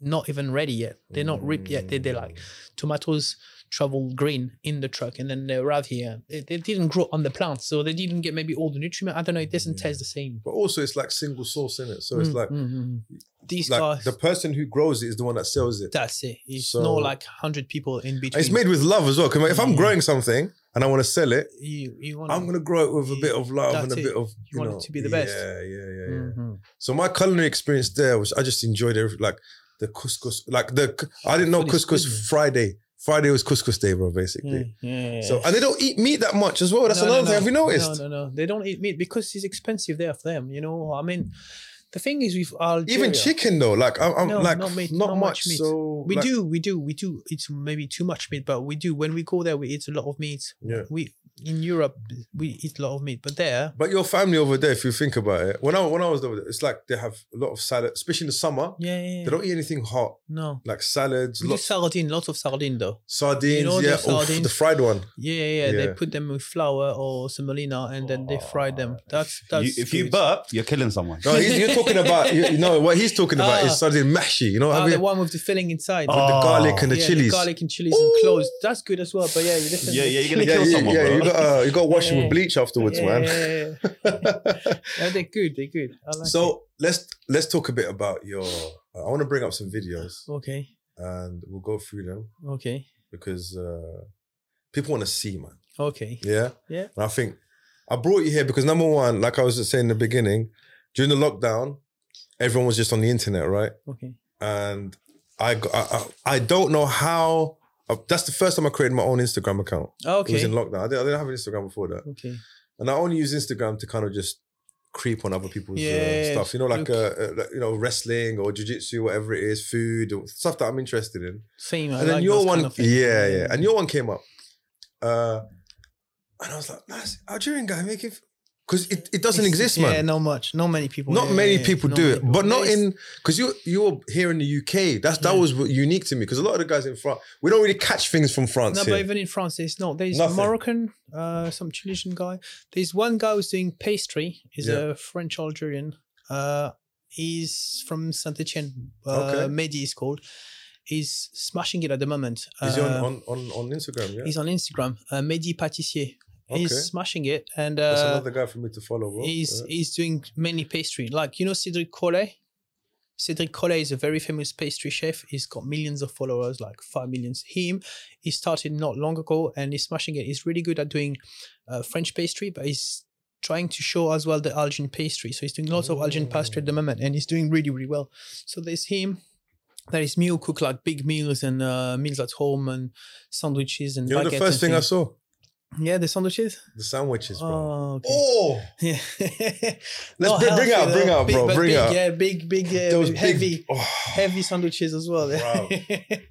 Speaker 2: not even ready yet. They're not ripped yet. They, they're like tomatoes travel green in the truck and then they arrive here. They, they didn't grow on the plant, so they didn't get maybe all the nutriment. I don't know. It doesn't taste the same.
Speaker 1: But also, it's like single source in it. Mm. So it's
Speaker 2: Mm,
Speaker 1: like,
Speaker 2: mm, mm. these
Speaker 1: like
Speaker 2: guys.
Speaker 1: the person who grows it is the one that sells it.
Speaker 2: that's it. It's
Speaker 1: So-
Speaker 2: not like hundred people in between.
Speaker 1: it's made with love as well. 'cause if I'm
Speaker 2: Yeah.
Speaker 1: growing something and I want to sell it,
Speaker 2: You, you want.
Speaker 1: I'm gonna grow it with a bit of love
Speaker 2: That's
Speaker 1: and a
Speaker 2: it.
Speaker 1: bit of you,
Speaker 2: You want it
Speaker 1: know,
Speaker 2: to be the best.
Speaker 1: Yeah, yeah, yeah, yeah. So my culinary experience there was I just enjoyed every like the couscous, like the I didn't know
Speaker 2: Food is
Speaker 1: couscous
Speaker 2: good, man.
Speaker 1: Friday. Friday was couscous day, bro.
Speaker 2: Yeah,
Speaker 1: Basically.
Speaker 2: yeah, yeah.
Speaker 1: So and they don't eat meat that much as well. That's
Speaker 2: No, no,
Speaker 1: another
Speaker 2: no.
Speaker 1: thing. Have you noticed?
Speaker 2: No, no, no. They don't eat meat because it's expensive there for them. You know, I mean, the thing is with Algeria.
Speaker 1: Even chicken though, like I'm, I'm
Speaker 2: No,
Speaker 1: like
Speaker 2: not
Speaker 1: not,
Speaker 2: meat, not much
Speaker 1: much.
Speaker 2: meat.
Speaker 1: So
Speaker 2: We
Speaker 1: like,
Speaker 2: do, we do, we do. It's maybe too much meat, but we do. When we go there, we eat a lot of meat.
Speaker 1: Yeah.
Speaker 2: We in Europe we eat a lot of meat, but there
Speaker 1: But your family over there, if you think about it, when I when I was over there, it's like they have a lot of salad, especially in the summer.
Speaker 2: yeah, yeah,
Speaker 1: They
Speaker 2: yeah.
Speaker 1: don't eat anything hot,
Speaker 2: no.
Speaker 1: like salads,
Speaker 2: We do
Speaker 1: lot,
Speaker 2: sardine, lots of sardine though.
Speaker 1: sardines.
Speaker 2: You know the
Speaker 1: yeah, oof,
Speaker 2: sardines?
Speaker 1: the fried one.
Speaker 2: Yeah, yeah, yeah. They
Speaker 1: Yeah.
Speaker 2: put them with flour or semolina and then they fry
Speaker 1: Ah,
Speaker 2: them. That's
Speaker 3: You,
Speaker 2: that's
Speaker 3: if you
Speaker 2: good.
Speaker 3: burp, you're killing someone.
Speaker 1: No, he's, you're talking about you, you know what he's talking about
Speaker 2: Ah.
Speaker 1: is sardine mahshi. You know what
Speaker 2: Ah,
Speaker 1: I
Speaker 2: the
Speaker 1: mean?
Speaker 2: one with the filling inside.
Speaker 3: Oh,
Speaker 1: the garlic and the
Speaker 2: yeah,
Speaker 1: chilies.
Speaker 2: garlic and chilies and cloves. That's good as well. But yeah, you definitely
Speaker 3: Yeah, yeah, you're gonna
Speaker 1: yeah,
Speaker 3: kill
Speaker 1: you,
Speaker 3: someone,
Speaker 1: yeah,
Speaker 3: bro.
Speaker 1: you got uh, you got to wash it with
Speaker 2: Yeah.
Speaker 1: bleach afterwards,
Speaker 2: yeah,
Speaker 1: man.
Speaker 2: Yeah, yeah, yeah. No, they're good. They're good. I like it.
Speaker 1: So let's let's talk a bit about your. I want to bring up some videos
Speaker 2: okay,
Speaker 1: and we'll go through them
Speaker 2: okay,
Speaker 1: because uh, people want to see, man.
Speaker 2: okay.
Speaker 1: Yeah.
Speaker 2: Yeah.
Speaker 1: And I think I brought you here because number one, like I was just saying in the beginning, during the lockdown, everyone was just on the internet, right?
Speaker 2: Okay.
Speaker 1: And I got, I, I, I don't know how. uh, that's the first time I created my own Instagram account. It was
Speaker 2: Okay.
Speaker 1: in lockdown. I didn't, I didn't have an Instagram before that,
Speaker 2: okay.
Speaker 1: and I only use Instagram to kind of just creep on other people's uh,
Speaker 2: Yeah,
Speaker 1: stuff. You know, like, uh,
Speaker 2: look.
Speaker 1: uh, like, you know wrestling or jujitsu, whatever it is, food or stuff that I'm interested in
Speaker 2: Same. I
Speaker 1: and then
Speaker 2: like
Speaker 1: your
Speaker 2: those
Speaker 1: one,
Speaker 2: kind of things.
Speaker 1: yeah, yeah, and your one came up, uh, and I was like, "Nice Algerian guy making," because it, it doesn't
Speaker 2: It's-
Speaker 1: exist,
Speaker 2: Yeah,
Speaker 1: man.
Speaker 2: not much. Not many people.
Speaker 1: not
Speaker 2: yeah,
Speaker 1: many
Speaker 2: yeah, yeah,
Speaker 1: people do
Speaker 2: many
Speaker 1: it,
Speaker 2: people.
Speaker 1: but not
Speaker 2: Yeah, it's-
Speaker 1: in because you you were here in the UK. That's that
Speaker 2: Yeah.
Speaker 1: was what unique to me because a lot of the guys in France we don't really catch things from France
Speaker 2: No,
Speaker 1: here.
Speaker 2: but even in France, there's not. There's
Speaker 1: Nothing.
Speaker 2: Moroccan, uh, some Tunisian guy. There's one guy who's doing pastry. He's
Speaker 1: Yeah.
Speaker 2: a French Algerian. Uh, he's from Saint Etienne. Uh,
Speaker 1: Okay.
Speaker 2: Mehdi is called. He's smashing it at the moment.
Speaker 1: Is he on,
Speaker 2: Uh,
Speaker 1: on, on, on Instagram? Yeah,
Speaker 2: He's on Instagram. Uh, Mehdi Patissier.
Speaker 1: Okay.
Speaker 2: He's smashing it, and
Speaker 1: that's
Speaker 2: uh,
Speaker 1: another guy for me to follow. Bro.
Speaker 2: he's
Speaker 1: Yeah.
Speaker 2: he's doing mainly pastry. Like you know Cédric Collet. Cédric Collet is a very famous pastry chef. He's got millions of followers, like five millions. Him, he started not long ago, and he's smashing it. He's really good at doing uh, French pastry, but he's trying to show as well the Algerian pastry. So he's doing lots of Algerian pastry at the moment, and he's doing really really well. So there's him. There is meal cook like big meals and uh, meals at home and sandwiches and
Speaker 1: you know the
Speaker 2: baguettes
Speaker 1: first
Speaker 2: and
Speaker 1: thing I
Speaker 2: things.
Speaker 1: saw
Speaker 2: yeah the sandwiches
Speaker 1: the sandwiches, bro.
Speaker 2: oh okay.
Speaker 1: Oh,
Speaker 2: Yeah.
Speaker 1: Let's
Speaker 2: Not
Speaker 1: br- bring
Speaker 2: healthy,
Speaker 1: out, bring
Speaker 2: though.
Speaker 1: out,
Speaker 2: Big-
Speaker 1: bro,
Speaker 2: but
Speaker 1: bring
Speaker 2: big,
Speaker 1: out.
Speaker 2: Yeah, big, big, yeah,
Speaker 1: those
Speaker 2: big-
Speaker 1: big-
Speaker 2: heavy,
Speaker 1: oh,
Speaker 2: heavy sandwiches as well.
Speaker 1: Wow.
Speaker 2: Yeah.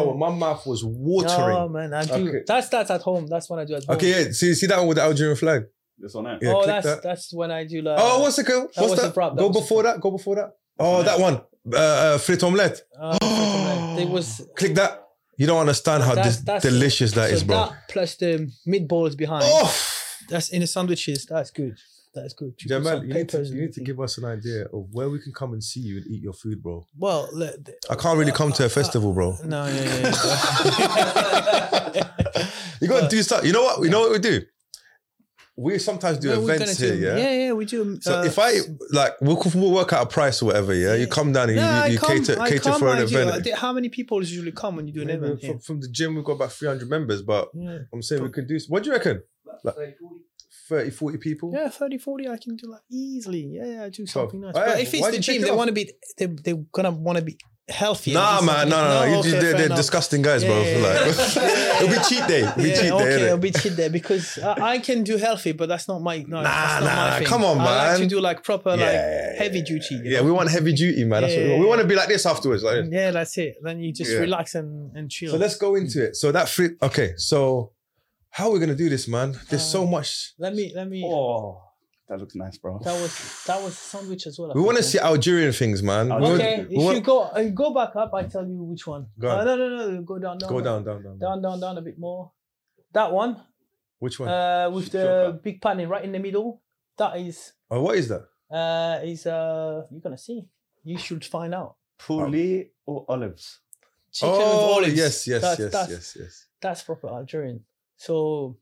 Speaker 1: oh, my mouth was watering.
Speaker 2: Oh man, I do.
Speaker 1: Okay.
Speaker 2: That's that's at home. That's when I do at home.
Speaker 1: okay, yeah, see see that one with the Algerian flag.
Speaker 3: It's on there.
Speaker 1: Yeah,
Speaker 2: oh,
Speaker 1: click
Speaker 2: that's
Speaker 1: that.
Speaker 2: that's when I do like.
Speaker 1: Oh, what's the co-
Speaker 2: Uh, that
Speaker 1: what's
Speaker 2: was
Speaker 1: that?
Speaker 2: the prop, that
Speaker 1: Go
Speaker 2: was the
Speaker 1: before that. Go before that. Oh, that one. Uh, uh, frit omelette.
Speaker 2: uh, recommend. It was
Speaker 1: Click that. You don't understand how
Speaker 2: That's-
Speaker 1: dis-
Speaker 2: that's-
Speaker 1: delicious that
Speaker 2: so
Speaker 1: is, bro.
Speaker 2: that plus the meatballs behind.
Speaker 1: oh,
Speaker 2: That's in the sandwiches. That's good. That's good. You put
Speaker 1: Jamal,
Speaker 2: some
Speaker 1: you need, to,
Speaker 2: peppers
Speaker 1: you
Speaker 2: and
Speaker 1: need to
Speaker 2: everything.
Speaker 1: give us an idea of where we can come and see you and eat your food, bro.
Speaker 2: Well, look, th-
Speaker 1: I can't
Speaker 2: Uh,
Speaker 1: really come to a festival, bro.
Speaker 2: no, yeah, yeah, yeah.
Speaker 1: You
Speaker 2: uh,
Speaker 1: gotta do stuff. You know what? You know what we do? We sometimes do
Speaker 2: No, we're
Speaker 1: events
Speaker 2: gonna
Speaker 1: here,
Speaker 2: do-
Speaker 1: yeah.
Speaker 2: yeah, yeah, we do.
Speaker 1: So
Speaker 2: uh,
Speaker 1: if I like, we'll, we'll work out a price or whatever. Yeah, you come down and you,
Speaker 2: No,
Speaker 1: you,
Speaker 2: I
Speaker 1: you
Speaker 2: come-
Speaker 1: cater
Speaker 2: I
Speaker 1: cater
Speaker 2: come,
Speaker 1: for an
Speaker 2: I do.
Speaker 1: event.
Speaker 2: I- How many people usually come when you do an
Speaker 1: Maybe
Speaker 2: event?
Speaker 1: from,
Speaker 2: here?
Speaker 1: from the gym, we've got about 300 members, but
Speaker 2: Yeah.
Speaker 1: I'm saying we could do. What do you reckon? Like 30, 40 people?
Speaker 2: yeah, 30, 40, I can do like easily. Yeah, yeah, I do
Speaker 1: So,
Speaker 2: something nice.
Speaker 1: all
Speaker 2: But
Speaker 1: right,
Speaker 2: if
Speaker 1: why
Speaker 2: it's the
Speaker 1: did you
Speaker 2: gym,
Speaker 1: take it
Speaker 2: they
Speaker 1: off?
Speaker 2: want to be, they, they're going to want to be healthier.
Speaker 1: Nah,
Speaker 2: Do
Speaker 1: man,
Speaker 2: something-
Speaker 1: no, no, no. You just,
Speaker 2: okay,
Speaker 1: they're,
Speaker 2: fair
Speaker 1: they're
Speaker 2: enough.
Speaker 1: disgusting guys, bro.
Speaker 2: Yeah, yeah,
Speaker 1: Like,
Speaker 2: yeah.
Speaker 1: it'll be cheat day. It'll be
Speaker 2: Yeah,
Speaker 1: cheat day.
Speaker 2: okay,
Speaker 1: innit?
Speaker 2: it'll be cheat day because I, I can do healthy, but that's not my no,
Speaker 1: Nah,
Speaker 2: that's not
Speaker 1: nah,
Speaker 2: my thing.
Speaker 1: come on,
Speaker 2: I like to
Speaker 1: man.
Speaker 2: do like proper,
Speaker 1: Yeah,
Speaker 2: like
Speaker 1: yeah, yeah,
Speaker 2: heavy duty. you
Speaker 1: yeah, we want heavy duty, man. That's what we, want. we
Speaker 2: Yeah.
Speaker 1: want to be like this afterwards. Like
Speaker 2: know?
Speaker 1: this.
Speaker 2: yeah, that's it. Then you just
Speaker 1: Oh, Yeah.
Speaker 2: relax and and chill.
Speaker 1: So let's go into it. So that free. Okay, so how are we gonna do this, man? There's so
Speaker 2: Um,
Speaker 1: much.
Speaker 2: let me let me.
Speaker 3: Oh, that looks nice, bro.
Speaker 2: That was that was sandwich as well. I
Speaker 1: We
Speaker 2: think,
Speaker 1: want to
Speaker 2: yeah.
Speaker 1: see Algerian things, man. We want-
Speaker 2: Okay,
Speaker 1: we
Speaker 2: if
Speaker 1: want-
Speaker 2: you go uh, go back up, I tell you which one.
Speaker 1: Go on.
Speaker 2: Uh, no, no, no, go down, down,
Speaker 1: go down, down, down, down.
Speaker 2: down, down, down a bit more. That one,
Speaker 1: Which one?
Speaker 2: uh, with
Speaker 3: Sure.
Speaker 2: the big panel right in the middle. That is,
Speaker 1: oh, what is that?
Speaker 2: uh, is uh, you're gonna see. You should find out.
Speaker 3: Poulet or olives?
Speaker 2: Chicken
Speaker 1: oh,
Speaker 2: with olives.
Speaker 1: yes, yes,
Speaker 2: That's-
Speaker 1: yes,
Speaker 2: that's-
Speaker 1: yes, yes.
Speaker 2: That's proper Algerian. So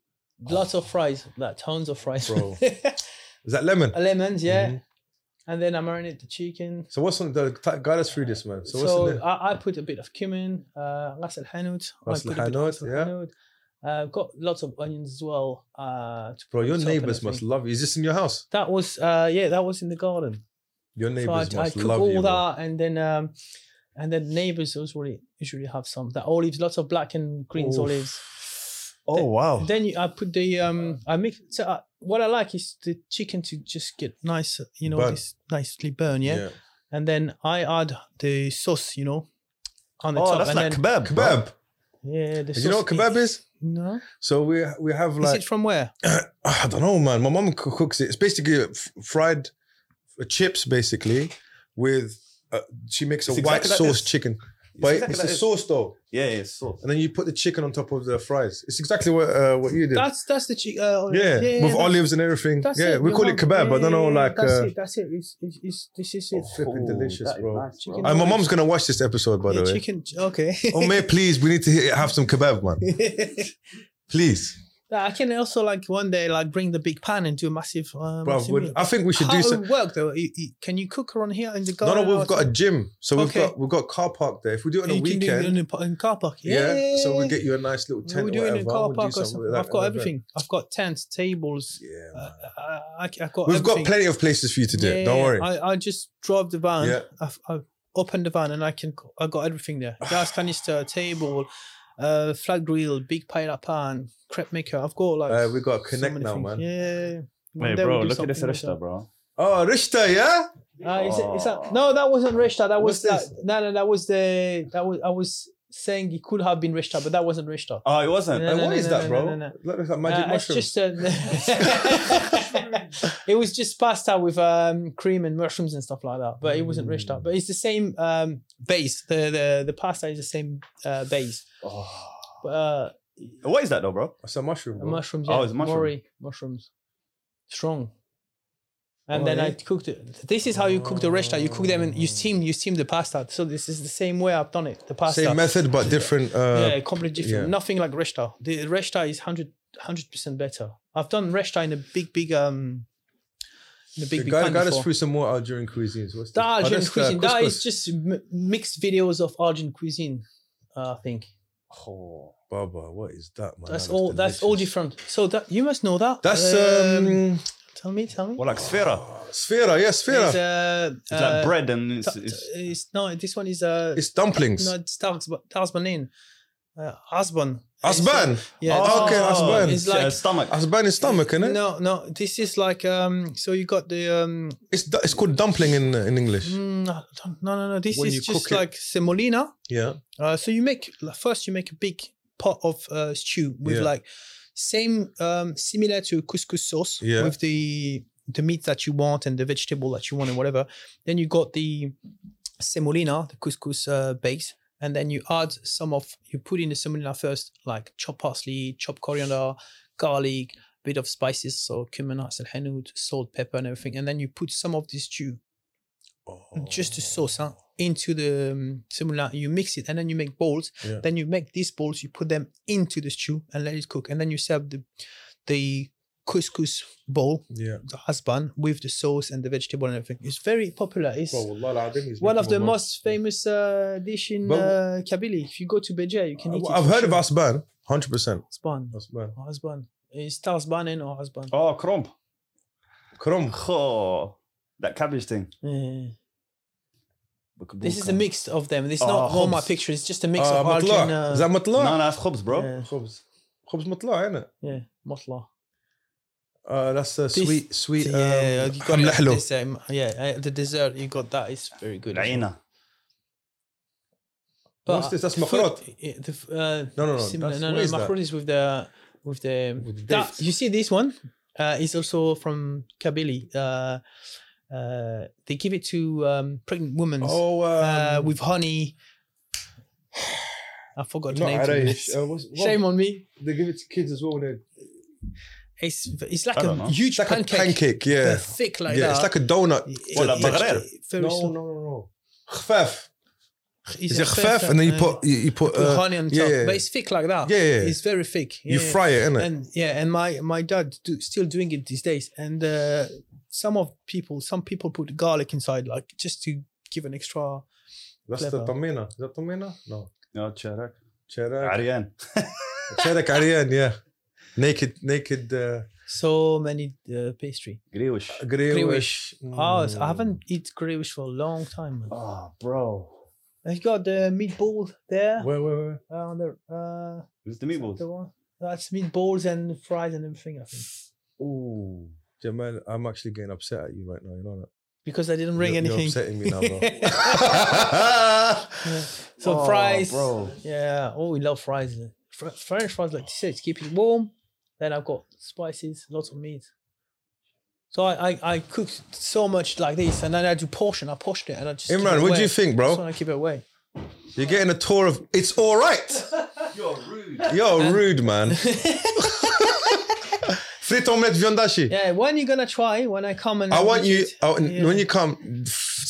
Speaker 2: lots of fries, like tons of fries.
Speaker 1: Bro. Is that lemon?
Speaker 2: Lemons, yeah.
Speaker 1: Mhm.
Speaker 2: And then I marinate the chicken.
Speaker 1: So what's on the t- guide us through this, man? So
Speaker 2: So,
Speaker 1: what's in there?
Speaker 2: I, I put a bit of cumin, uh, ras al hanout. I
Speaker 1: Ras
Speaker 2: put
Speaker 1: al
Speaker 2: a bit of
Speaker 1: hanout,
Speaker 2: ras al
Speaker 1: yeah.
Speaker 2: hanout. Uh, got lots of onions as well. Uh, to
Speaker 1: Bro,
Speaker 2: put
Speaker 1: your
Speaker 2: on top and
Speaker 1: neighbors must
Speaker 2: everything.
Speaker 1: love you. Is this in your house?
Speaker 2: That was uh, yeah, that was in the garden.
Speaker 1: Your
Speaker 2: So I,
Speaker 1: neighbors
Speaker 2: I
Speaker 1: must
Speaker 2: cook
Speaker 1: love
Speaker 2: all
Speaker 1: you. bro.
Speaker 2: that, and then um, and then neighbors usually usually have some the olives, lots of black and greens
Speaker 1: Oof.
Speaker 2: olives.
Speaker 3: Oh, wow.
Speaker 2: Then you, I put the um, I make so I, what I like is the chicken to just get nice, you know,
Speaker 1: Burn.
Speaker 2: this nicely burn, yeah? And then I add the sauce, you know, on the
Speaker 3: oh,
Speaker 2: top,
Speaker 3: that's
Speaker 2: and
Speaker 1: Oh,
Speaker 3: like
Speaker 2: then
Speaker 3: kebab. bro.
Speaker 1: Kebab.
Speaker 2: Yeah, the
Speaker 1: Do you know what
Speaker 2: sauce-
Speaker 1: kebab is?
Speaker 2: No.
Speaker 1: So we we have
Speaker 2: is
Speaker 1: like
Speaker 2: it from where?
Speaker 1: I don't know, man. My mom coo- cooks it. It's basically f- fried f- chips, basically, with uh, she makes a
Speaker 3: It's
Speaker 1: white
Speaker 3: exactly like
Speaker 1: sauce
Speaker 3: this.
Speaker 1: chicken, but
Speaker 3: exactly
Speaker 1: it's a
Speaker 3: like this.
Speaker 1: sauce though,
Speaker 3: Yeah, yeah, it's sauce.
Speaker 1: and then you put the chicken on top of the fries. It's exactly what uh, what you did.
Speaker 2: That's that's the chicken. Uh,
Speaker 1: yeah. with
Speaker 2: that's-
Speaker 1: olives and everything.
Speaker 2: that's
Speaker 1: yeah,
Speaker 2: it,
Speaker 1: we
Speaker 2: the
Speaker 1: call it
Speaker 2: one-
Speaker 1: kebab, but I
Speaker 2: yeah,
Speaker 1: don't know,
Speaker 2: yeah,
Speaker 1: like.
Speaker 2: that's
Speaker 1: Uh,
Speaker 2: it. That's it. It's, it's, it's, this is it.
Speaker 1: Flipping delicious,
Speaker 3: Oh, that is
Speaker 1: bro.
Speaker 3: nice,
Speaker 2: Chicken
Speaker 1: and my mom's gonna watch this episode, by
Speaker 2: yeah,
Speaker 1: the way.
Speaker 2: chicken. Okay.
Speaker 1: Oh man, please, we need to hit, have some kebab, man. Please,
Speaker 2: I can also like one day like bring the big pan and do a massive. Uh,
Speaker 1: bro.
Speaker 2: massive
Speaker 1: would-
Speaker 2: meal.
Speaker 1: I think we should
Speaker 2: How
Speaker 1: do some.
Speaker 2: it work though? You- you- can you cook around here in the
Speaker 1: No,
Speaker 2: garden?
Speaker 1: no, we've got a gym, so we've
Speaker 2: Okay.
Speaker 1: got we've got car park there. If we do it on a
Speaker 2: you can do it
Speaker 1: weekend,
Speaker 2: in the pa- in car park.
Speaker 1: Yeah.
Speaker 2: Yeah.
Speaker 1: So we get you a nice little
Speaker 2: We'll
Speaker 1: tent.
Speaker 2: do
Speaker 1: or
Speaker 2: it in
Speaker 1: whatever.
Speaker 2: a car
Speaker 1: We'll do
Speaker 2: park or
Speaker 1: something
Speaker 2: something.
Speaker 1: like
Speaker 2: I've got
Speaker 1: that.
Speaker 2: everything. I've got tents, tables.
Speaker 1: Yeah. man.
Speaker 2: Uh, I, I, I've got.
Speaker 1: We've
Speaker 2: everything.
Speaker 1: got plenty of places for you to do. it. Don't
Speaker 2: Yeah,
Speaker 1: worry.
Speaker 2: I, I just drove the van.
Speaker 1: Yeah.
Speaker 2: I've, I've opened the van and I can I got everything there. Gas canister, table, uh, flat grill, big pile pan, crepe maker. I've got like
Speaker 1: Uh, we got to
Speaker 2: so
Speaker 1: connect
Speaker 2: many
Speaker 1: now,
Speaker 2: things.
Speaker 1: man.
Speaker 2: Yeah. One
Speaker 3: Wait,
Speaker 2: day
Speaker 3: bro,
Speaker 2: we'll do
Speaker 3: look at this
Speaker 2: something like
Speaker 3: rishta, bro.
Speaker 1: Oh, Rishta, yeah.
Speaker 2: that. Uh, is it, is that, no, that wasn't Rishta. That was that,
Speaker 1: What's this?
Speaker 2: no, no, that was the that was I was saying it could have been Rishta, but that wasn't Rishta.
Speaker 3: Oh, it wasn't.
Speaker 1: Hey,
Speaker 2: No,
Speaker 1: what
Speaker 2: no,
Speaker 1: is
Speaker 2: no,
Speaker 1: that,
Speaker 2: no,
Speaker 1: bro?
Speaker 2: no, no.
Speaker 1: Look at that magic
Speaker 2: Uh, it's
Speaker 1: mushroom.
Speaker 2: just a, it was just pasta with um, cream and mushrooms and stuff like that, but it wasn't rich
Speaker 3: Mm.
Speaker 2: up. But it's the same um, base. The, the the pasta is the same uh, base.
Speaker 3: Oh.
Speaker 2: But, uh,
Speaker 3: What is that though, bro?
Speaker 1: It's a mushroom. Bro.
Speaker 2: mushrooms.
Speaker 3: Oh,
Speaker 2: yeah,
Speaker 3: it's mushroom.
Speaker 2: Mori mushrooms, strong. And
Speaker 1: Oh,
Speaker 2: then I
Speaker 1: yeah?
Speaker 2: cooked it. This is how you cook the resta. You cook them and you steam. You steam the pasta. So this is the same way I've done it. The pasta.
Speaker 1: Same method, but different. Uh,
Speaker 2: yeah, completely different.
Speaker 1: yeah.
Speaker 2: Nothing like Reshta. The Reshta is 100 percent better. I've done Reshta in a big, big um, in a big, big
Speaker 1: guide,
Speaker 2: pan
Speaker 1: guide us
Speaker 2: before.
Speaker 1: through some more Algerian cuisines. What's this?
Speaker 2: The
Speaker 1: Oh,
Speaker 2: Algerian
Speaker 1: that's, uh,
Speaker 2: cuisine. That
Speaker 1: couscous.
Speaker 2: is just m- mixed videos of Algerian cuisine. Uh, I think
Speaker 3: Oh.
Speaker 1: Baba, what is that, man?
Speaker 2: that's
Speaker 1: That looks
Speaker 2: all. That's all
Speaker 1: delicious.
Speaker 2: different. So that you must know that.
Speaker 1: That's
Speaker 2: Um,
Speaker 1: um,
Speaker 2: tell me, tell me.
Speaker 3: Well, like sfera.
Speaker 1: sfera, yeah, sfera.
Speaker 2: It's,
Speaker 1: It's,
Speaker 2: uh,
Speaker 3: It's like bread and it's,
Speaker 2: t-
Speaker 3: it's
Speaker 2: t- it's no. This one is uh.
Speaker 1: dumplings.
Speaker 2: no, it's Tasmanin. Uh, Asban.
Speaker 1: asban,
Speaker 2: Yeah.
Speaker 1: Oh, okay,
Speaker 2: that's-
Speaker 1: Asban.
Speaker 2: It's like
Speaker 3: uh, stomach.
Speaker 1: asban is stomach, innit?
Speaker 2: No, no. This is like um. So you got the um.
Speaker 1: It's du- it's called dumpling in uh, in English.
Speaker 2: mm, I don't- no, no, no. This
Speaker 1: When you
Speaker 2: is just
Speaker 1: cook it.
Speaker 2: like semolina.
Speaker 1: Yeah.
Speaker 2: Uh, so you make first you make a big pot of uh, stew with
Speaker 1: Yeah.
Speaker 2: like same um similar to couscous sauce
Speaker 1: Yeah.
Speaker 2: with the the meat that you want and the vegetable that you want and whatever. Then you got the semolina, the couscous uh, base, and then you add some of you put in the semolina first, like chopped parsley, chopped coriander, garlic, bit of spices, so cumin, and hanout, salt, pepper, and everything, and then you put some of this stew Oh. just the
Speaker 1: Oh.
Speaker 2: sauce huh, into the um, semolina. You mix it and then you make balls.
Speaker 1: Yeah.
Speaker 2: Then you make these balls. You put them into the stew and let it cook. And then you serve the the couscous bowl,
Speaker 1: Yeah.
Speaker 2: the hasban, with the sauce and the vegetable and everything. It's very popular. It's one
Speaker 1: One
Speaker 2: of the most famous uh, dish in
Speaker 1: But- Uh,
Speaker 2: uh, Kabylie. If you go to Beja, you can eat it.
Speaker 1: I've
Speaker 2: for
Speaker 1: heard of
Speaker 2: sure.
Speaker 1: asban, hundred percent.
Speaker 2: hasban.
Speaker 1: Asban,
Speaker 2: Hasban. It's tasbanin or hasban.
Speaker 3: Oh, crump.
Speaker 1: Krom.
Speaker 3: Oh, that cabbage thing.
Speaker 2: Yeah. This is a
Speaker 3: Buka.
Speaker 2: mix of them. It's
Speaker 3: Oh,
Speaker 2: not all my
Speaker 3: khubz.
Speaker 2: picture. It's just a mix
Speaker 1: Ah, Uh,
Speaker 2: of Algerian.
Speaker 1: matla. Is that
Speaker 2: Uh,
Speaker 3: No, no,
Speaker 1: matla?
Speaker 3: that's khubs, bro.
Speaker 2: yeah,
Speaker 1: Khubs. Khubs matla, innit?
Speaker 2: yeah, matla.
Speaker 1: Uh, that's a
Speaker 2: This-
Speaker 1: sweet, sweet. Um,
Speaker 2: yeah, you got
Speaker 1: hamla
Speaker 2: like
Speaker 1: halo.
Speaker 2: this, um, yeah, uh, the dessert you got that is very good. as well.
Speaker 3: Aina.
Speaker 1: What's this? That's
Speaker 2: food-
Speaker 1: makrot.
Speaker 2: yeah, the f- uh,
Speaker 1: No, no, no.
Speaker 2: similar-
Speaker 1: that's-
Speaker 2: no,
Speaker 1: what
Speaker 2: no,
Speaker 1: is that?
Speaker 2: makrot is with the with the.
Speaker 1: With the
Speaker 2: that-
Speaker 1: dates.
Speaker 2: you see this one? Uh, is also from Kabylie. Uh, uh, they give it to um, pregnant women
Speaker 1: Oh, um,
Speaker 2: uh, with honey. I forgot the
Speaker 1: not
Speaker 2: name. to be honest.
Speaker 1: Araish. Uh, what's- what-
Speaker 2: Shame on me.
Speaker 1: They give it to kids as well. When they,
Speaker 2: It's it's like
Speaker 3: I don't know.
Speaker 2: a huge
Speaker 1: it's like
Speaker 2: pancake.
Speaker 1: a pancake, yeah.
Speaker 2: They're thick like
Speaker 1: yeah,
Speaker 2: that.
Speaker 1: it's like a donut.
Speaker 2: It's like
Speaker 3: Well, like Bagheera.
Speaker 2: very
Speaker 1: no,
Speaker 2: small.
Speaker 1: no, no, no. Khfaf.
Speaker 2: It's
Speaker 1: Is
Speaker 2: a
Speaker 1: it khfaf? And then you
Speaker 2: uh,
Speaker 1: put, you, you put,
Speaker 2: put
Speaker 1: uh,
Speaker 2: honey on top.
Speaker 1: yeah, yeah.
Speaker 2: But it's thick like that.
Speaker 1: Yeah, yeah, yeah.
Speaker 2: It's very thick.
Speaker 1: you
Speaker 2: Yeah.
Speaker 1: fry it, innit?
Speaker 2: And yeah, and my my dad do, still doing it these days. And uh, some of people, some people put garlic inside, like just to give an extra.
Speaker 1: That's the
Speaker 2: clever.
Speaker 1: tamina. Is that tamina? No.
Speaker 3: No, charak.
Speaker 1: Cherak.
Speaker 3: Aryan.
Speaker 1: Cherak Aryan, yeah. Naked, naked, uh,
Speaker 2: So many uh, pastry.
Speaker 3: Griwish.
Speaker 1: greyish.
Speaker 2: Oh, I
Speaker 1: Mm.
Speaker 2: haven't eat Grewish for a long time. Man.
Speaker 3: Oh, bro.
Speaker 2: I got the meatball there
Speaker 1: Where, where, where?
Speaker 2: uh, on the uh,
Speaker 3: It's the meatballs.
Speaker 2: the one. That's meatballs and fries and everything. I think.
Speaker 3: Ooh.
Speaker 1: Jamal, I'm actually getting upset at you right now. You know that?
Speaker 2: because I didn't bring
Speaker 1: You're- You're
Speaker 2: anything.
Speaker 1: upsetting me now, bro.
Speaker 2: so
Speaker 3: Oh,
Speaker 2: fries,
Speaker 3: bro.
Speaker 2: yeah. Oh, we love fries. Fr- French fries, like you said, keep it warm. Then I've got spices, lots of meat. So I, I, I cook so much like this, and then I do portion. I portion it, and I just keep
Speaker 1: Imran,
Speaker 2: it
Speaker 1: what do
Speaker 2: away.
Speaker 1: you think,
Speaker 2: Just
Speaker 1: bro?
Speaker 2: want to keep it away.
Speaker 1: You're getting a tour of. It's all right.
Speaker 3: You're rude.
Speaker 1: Yo, rude man. Frit omelette viandashi.
Speaker 2: Yeah, when you gonna try? When I come and
Speaker 1: I want you
Speaker 2: visit?
Speaker 1: oh, n-
Speaker 2: Yeah.
Speaker 1: when you come, f-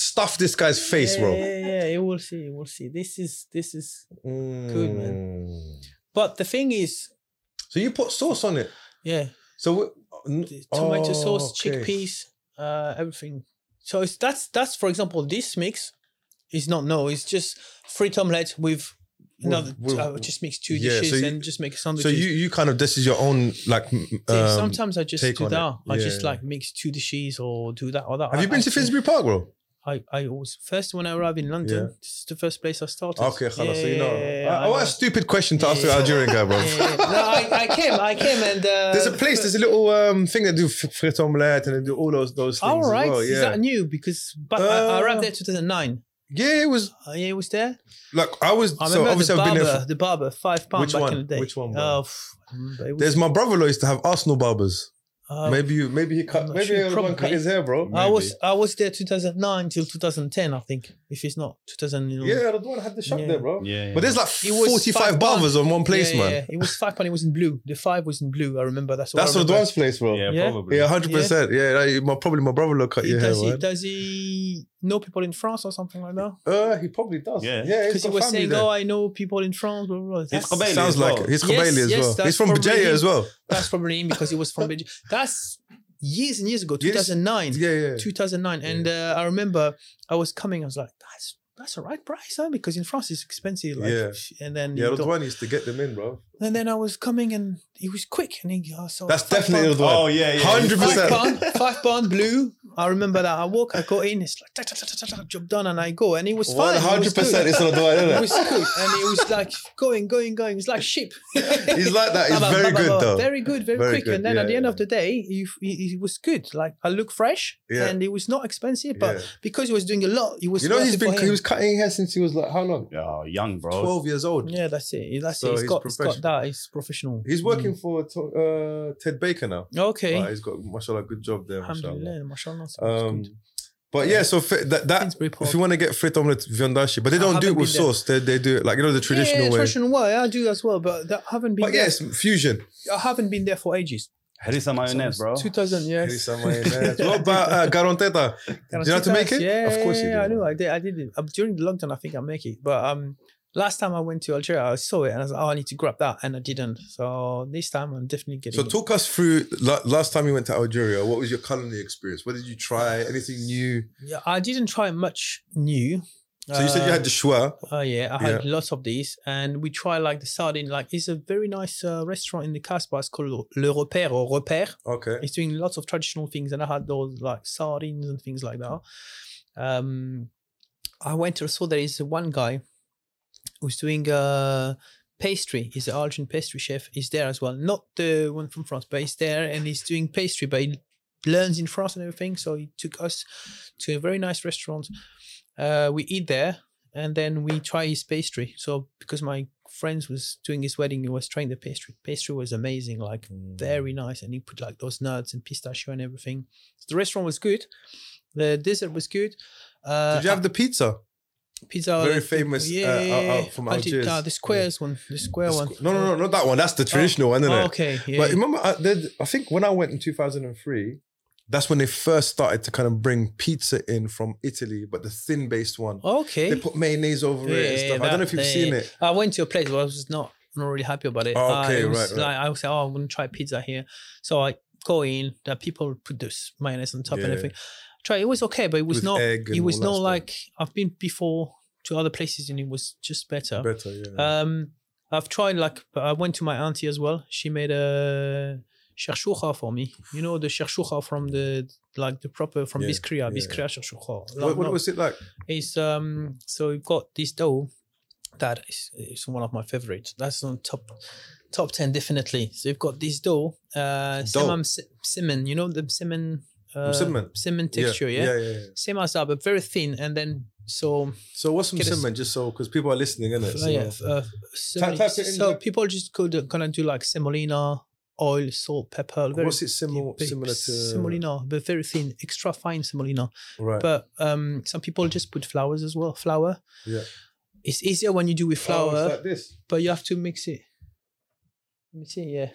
Speaker 1: stuff this guy's face,
Speaker 2: yeah,
Speaker 1: bro.
Speaker 2: Yeah, yeah, you will see. You will see. This is this is.
Speaker 1: Good man.
Speaker 2: But the thing is,
Speaker 1: Mm. So you put sauce on it.
Speaker 2: yeah,
Speaker 1: So w-
Speaker 2: the tomato
Speaker 1: oh,
Speaker 2: sauce,
Speaker 1: okay.
Speaker 2: chickpeas, uh, everything. So it's that's that's for example, this mix is not no. It's just fried omelette with another.
Speaker 1: with-
Speaker 2: I would just mix two
Speaker 1: yeah, so
Speaker 2: dishes
Speaker 1: you-
Speaker 2: and just make a sandwich.
Speaker 1: So you you kind of this is your own like. m- Um,
Speaker 2: sometimes I just
Speaker 1: take
Speaker 2: do
Speaker 1: on it.
Speaker 2: that. I just
Speaker 1: Yeah.
Speaker 2: like mix two dishes or do that or that.
Speaker 1: Have
Speaker 2: I,
Speaker 1: you been
Speaker 2: I
Speaker 1: to
Speaker 2: think-
Speaker 1: Finsbury Park, bro?
Speaker 2: I, I always first when I arrived in London,
Speaker 1: Yeah.
Speaker 2: this is the first place I started.
Speaker 1: Okay, khalas, so you know.
Speaker 2: Yeah,
Speaker 1: Uh, what a stupid question to ask
Speaker 2: Yeah.
Speaker 1: the Algerian guy, bro.
Speaker 2: yeah, yeah. No, I, I came, I came, and uh,
Speaker 1: There's a place, there's a little um, thing that do f- frit omelette and they do all those those things.
Speaker 2: All
Speaker 1: as
Speaker 2: right,
Speaker 1: well,
Speaker 2: is
Speaker 1: yeah.
Speaker 2: that new? Because but I, I arrived
Speaker 1: Uh,
Speaker 2: there 2009.
Speaker 1: yeah, it was
Speaker 2: Uh, yeah, it was there.
Speaker 1: like I was. so
Speaker 2: I remember
Speaker 1: obviously
Speaker 2: the
Speaker 1: I've
Speaker 2: barber,
Speaker 1: been there. For,
Speaker 2: the barber, five pound
Speaker 1: Which
Speaker 2: back
Speaker 1: one?
Speaker 2: in the day.
Speaker 1: Which one, bro?
Speaker 2: Oh, pff, I remember. It was-
Speaker 1: there's my brother-in-law used to have Arsenal barbers.
Speaker 2: uh,
Speaker 1: maybe you, maybe he
Speaker 2: I'm
Speaker 1: cut,
Speaker 2: not
Speaker 1: maybe
Speaker 2: sure,
Speaker 1: the other one cut
Speaker 2: probably.
Speaker 1: his hair, bro.
Speaker 2: I was I was there 2009 till 2010, I think. If it's not 2011.
Speaker 1: Yeah, the one had the shop
Speaker 2: Yeah.
Speaker 1: there, bro.
Speaker 3: Yeah, yeah.
Speaker 1: But there's like
Speaker 2: It was
Speaker 1: 45
Speaker 2: five
Speaker 1: barbers on one place,
Speaker 2: yeah,
Speaker 1: man.
Speaker 2: yeah. It was five pound. It was in blue. The five was in blue. I remember. That's all.
Speaker 1: That's
Speaker 2: I remember.
Speaker 1: Radwan's place, bro. Yeah,
Speaker 3: yeah,
Speaker 2: Yeah.
Speaker 3: probably.
Speaker 1: yeah 100%. Yeah, like, my, probably my brother-in-law cut your
Speaker 2: He-
Speaker 1: hair,
Speaker 2: does, he,
Speaker 1: man.
Speaker 2: does he know people in France or something like that?
Speaker 1: Uh, he probably does.
Speaker 3: Yeah.
Speaker 1: yeah
Speaker 2: Because
Speaker 1: he's
Speaker 2: he
Speaker 1: got
Speaker 2: was
Speaker 1: family
Speaker 2: saying,
Speaker 1: there.
Speaker 2: "Oh, I know people in France." Blah, blah, blah. That's,
Speaker 3: Qabaili. Bailey
Speaker 1: Sounds
Speaker 3: as
Speaker 1: like
Speaker 3: well.
Speaker 1: it. he's
Speaker 2: Yes,
Speaker 1: Kabaili as
Speaker 2: yes,
Speaker 1: well. He's
Speaker 2: that's
Speaker 1: from
Speaker 2: probably
Speaker 1: Bajaya
Speaker 2: him.
Speaker 1: as well.
Speaker 2: that's probably him because he was from Belgium. That's years and years ago,
Speaker 1: Years-
Speaker 2: 2009.
Speaker 1: Yeah, yeah.
Speaker 2: 2009 and uh, i remember i was coming i was like that's that's a right price huh? because in france it's expensive like,
Speaker 1: Yeah.
Speaker 2: and then
Speaker 1: Yeah,
Speaker 2: you go-
Speaker 1: Radwan used to get them in, bro.
Speaker 2: and then i was coming and he was quick and he uh, so
Speaker 1: That's
Speaker 2: five
Speaker 1: definitely
Speaker 2: pound-
Speaker 1: Radwan.
Speaker 3: Oh yeah, yeah.
Speaker 1: 100%.
Speaker 2: five pound, five pound blue i remember that i walk i go in it's like "Tac, tac, tac, tac, tac, job done and i go and it was fine it was
Speaker 1: 100% it's
Speaker 2: good.
Speaker 1: Radwan, isn't
Speaker 2: it was good and it was like going going going it's like sheep
Speaker 1: it? He's like that. He's
Speaker 2: Blah, blah,
Speaker 1: very
Speaker 2: blah, blah,
Speaker 1: good,
Speaker 2: blah.
Speaker 1: though.
Speaker 2: Very good, very,
Speaker 1: Very
Speaker 2: quick.
Speaker 1: good,
Speaker 2: And then
Speaker 1: yeah,
Speaker 2: at the end
Speaker 1: yeah.
Speaker 2: of the day, you, it, it was good. Like I look fresh,
Speaker 1: Yeah.
Speaker 2: and it was not expensive. But
Speaker 1: Yeah.
Speaker 2: because he was doing a lot, it was.
Speaker 1: You know,
Speaker 2: worth
Speaker 1: he's
Speaker 2: it for
Speaker 1: been, he
Speaker 2: him.
Speaker 1: was cutting hair since he was like, how long?
Speaker 3: Oh, young bro.
Speaker 1: 12 years old.
Speaker 2: Yeah, that's it. That's
Speaker 1: So
Speaker 2: it. He's
Speaker 1: he's
Speaker 2: got, he's got
Speaker 1: professional.
Speaker 2: that. He's professional.
Speaker 1: He's working for to- uh, Ted Baker now.
Speaker 2: Mm. Okay.
Speaker 1: Right, he's got mashallah good job there, mashallah.
Speaker 2: Alhamdulillah, mashallah. so it's
Speaker 1: Um,
Speaker 2: good.
Speaker 1: but yeah, so fi- that, that
Speaker 2: Finsbury Park.
Speaker 1: if you want to get frit omelette viandashi, but they
Speaker 2: I
Speaker 1: don't do it
Speaker 2: haven't
Speaker 1: with
Speaker 2: been there.
Speaker 1: sauce. They, they do it like you know the traditional
Speaker 2: yeah,
Speaker 1: way.
Speaker 2: Traditional way. I do as well, but that, I haven't been.
Speaker 1: but
Speaker 2: there.
Speaker 1: yes, fusion.
Speaker 2: I haven't been there for ages.
Speaker 3: Harissa
Speaker 2: So
Speaker 3: mayonnaise,
Speaker 2: it's
Speaker 3: bro.
Speaker 2: 2000. Yes.
Speaker 1: what about uh, garanteta? Do you know how to make it?
Speaker 2: Yeah,
Speaker 1: of course you do.
Speaker 2: yeah, I know. I did. I did it Uh, during the lockdown. I think I make it, but um, last time I went to Algeria, I saw it and I was like, oh, I need to grab that, and I didn't. So this time I'm definitely getting.
Speaker 1: So talk us through la- last time you went to Algeria. What was your culinary experience? What did you try? Anything new?
Speaker 2: it. Yeah, I didn't try much new.
Speaker 1: So you said you had the shwa.
Speaker 2: Oh yeah, I had lots of these, and we try like the sardine. Like it's a very nice uh, restaurant in the Casbah. It's called Le Repère or Repère.
Speaker 1: Okay.
Speaker 2: It's doing lots of traditional things, and I had those like sardines and things like that. Um, I went to so there is one guy who's doing uh pastry. He's an Algerian pastry chef. He's there as well, not the one from France, but he's there and he's doing pastry. But he learns in France and everything. So he took us to a very nice restaurant. Uh, we eat there and then we try his pastry. So because my friends was doing his wedding, he was trying the pastry. Pastry was amazing. Like
Speaker 1: Mm.
Speaker 2: very nice and he put like those nuts and pistachio and everything so the restaurant was good the dessert was good uh
Speaker 1: Did you have the pizza?
Speaker 2: pizza
Speaker 1: very famous, uh, out- out from
Speaker 2: I did-
Speaker 1: Algiers.
Speaker 2: ah, the squares one the square one
Speaker 1: No, no, no, not that one. That's the traditional one, isn't
Speaker 2: Oh,
Speaker 1: it?
Speaker 2: okay yeah
Speaker 1: But remember, I, did- I think when I went in 2003, that's when they first started to kind of bring pizza in from Italy, but the thin based one.
Speaker 2: okay
Speaker 1: They put mayonnaise over it and
Speaker 2: Oh, eh? Yeah,
Speaker 1: stuff. I don't know if
Speaker 2: that
Speaker 1: you've seen
Speaker 2: they-
Speaker 1: it.
Speaker 2: i went to a place where i was not not really happy about it
Speaker 1: Oh,
Speaker 2: Uh,
Speaker 1: okay,
Speaker 2: it was
Speaker 1: right, right.
Speaker 2: like i was like oh i'm gonna try pizza here so i go in that people put this mayonnaise on top
Speaker 1: Yeah.
Speaker 2: and everything try it was okay but it was
Speaker 1: With
Speaker 2: not
Speaker 1: egg and
Speaker 2: it was
Speaker 1: all that
Speaker 2: not
Speaker 1: stuff.
Speaker 2: like i've been before to other places and it was just better
Speaker 1: Better, yeah.
Speaker 2: Um, I've tried like I went to my auntie as well. She made a shakshuka for me. You know the shakshuka from the like the proper from
Speaker 1: Yeah,
Speaker 2: Biskria,
Speaker 1: yeah.
Speaker 2: Biskria shakshuka.
Speaker 1: what, what
Speaker 2: Not-
Speaker 1: was it like?
Speaker 2: It's um so we've got this dough that is, is one of my favorites. That's on top top ten definitely. So you've got this dough, uh,
Speaker 1: Dough.
Speaker 2: semam si- simen. You know the simen uh,
Speaker 1: Cement.
Speaker 2: cement texture. Yeah,
Speaker 1: yeah, yeah. yeah.
Speaker 2: same as that, but very thin. And then so
Speaker 1: So what's
Speaker 2: Get us-
Speaker 1: Msimman? Just so because people are listening, innit?
Speaker 2: Uh,
Speaker 1: So,
Speaker 2: yeah, f- uh, semolina-
Speaker 1: type it in
Speaker 2: so
Speaker 1: the-
Speaker 2: people just could kind of do like semolina, oil, salt, pepper. Very
Speaker 1: what's it similar
Speaker 2: deep,
Speaker 1: similar to
Speaker 2: semolina, but very thin, extra fine semolina.
Speaker 1: Right.
Speaker 2: But um, some people just put flowers as well. Flour.
Speaker 1: Yeah.
Speaker 2: It's easier when you do with flour,
Speaker 1: Oh, it's like this.
Speaker 2: but you have to mix it. Let me see. Yeah.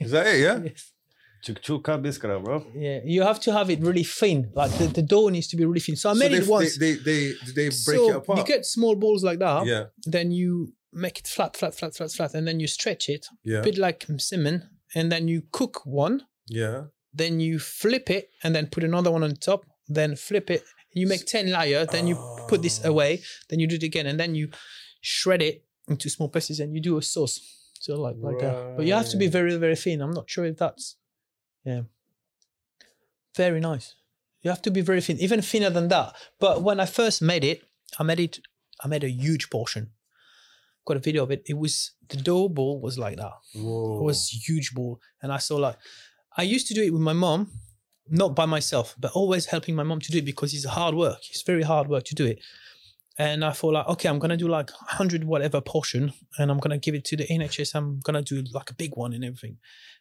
Speaker 1: Is that it? Yeah.
Speaker 2: yes.
Speaker 3: Chuchuka biskra, bro.
Speaker 2: Yeah. You have to have it really thin. Like the, the dough needs to be really thin. So I
Speaker 1: so
Speaker 2: made
Speaker 1: they,
Speaker 2: it once.
Speaker 1: They, they they they break
Speaker 2: so
Speaker 1: it apart.
Speaker 2: you get small balls like that.
Speaker 1: yeah.
Speaker 2: Then you make it flat, flat, flat, flat, flat, and then you stretch it
Speaker 1: Yeah.
Speaker 2: bit like cinnamon, and then you cook one,
Speaker 1: Yeah.
Speaker 2: then you flip it, and then put another one on top, then flip it. You make ten layer, then you put this
Speaker 1: Oh.
Speaker 2: away, then you do it again, and then you shred it into small pieces, and you do a sauce. So like like that, but you have to be
Speaker 1: Right.
Speaker 2: very very thin. I'm not sure if that's yeah, very nice. You have to be very thin, even thinner than that. But when I first made it, I made it. I made a huge portion. Got a video of it. It was the dough ball was like that.
Speaker 1: Whoa.
Speaker 2: It was huge ball. And I saw like, I used to do it with my mom, not by myself, but always helping my mom to do it because it's hard work. It's very hard work to do it. And I thought like, okay, I'm gonna do like hundred whatever portion, and I'm gonna give it to the NHS. I'm gonna do like a big one and everything.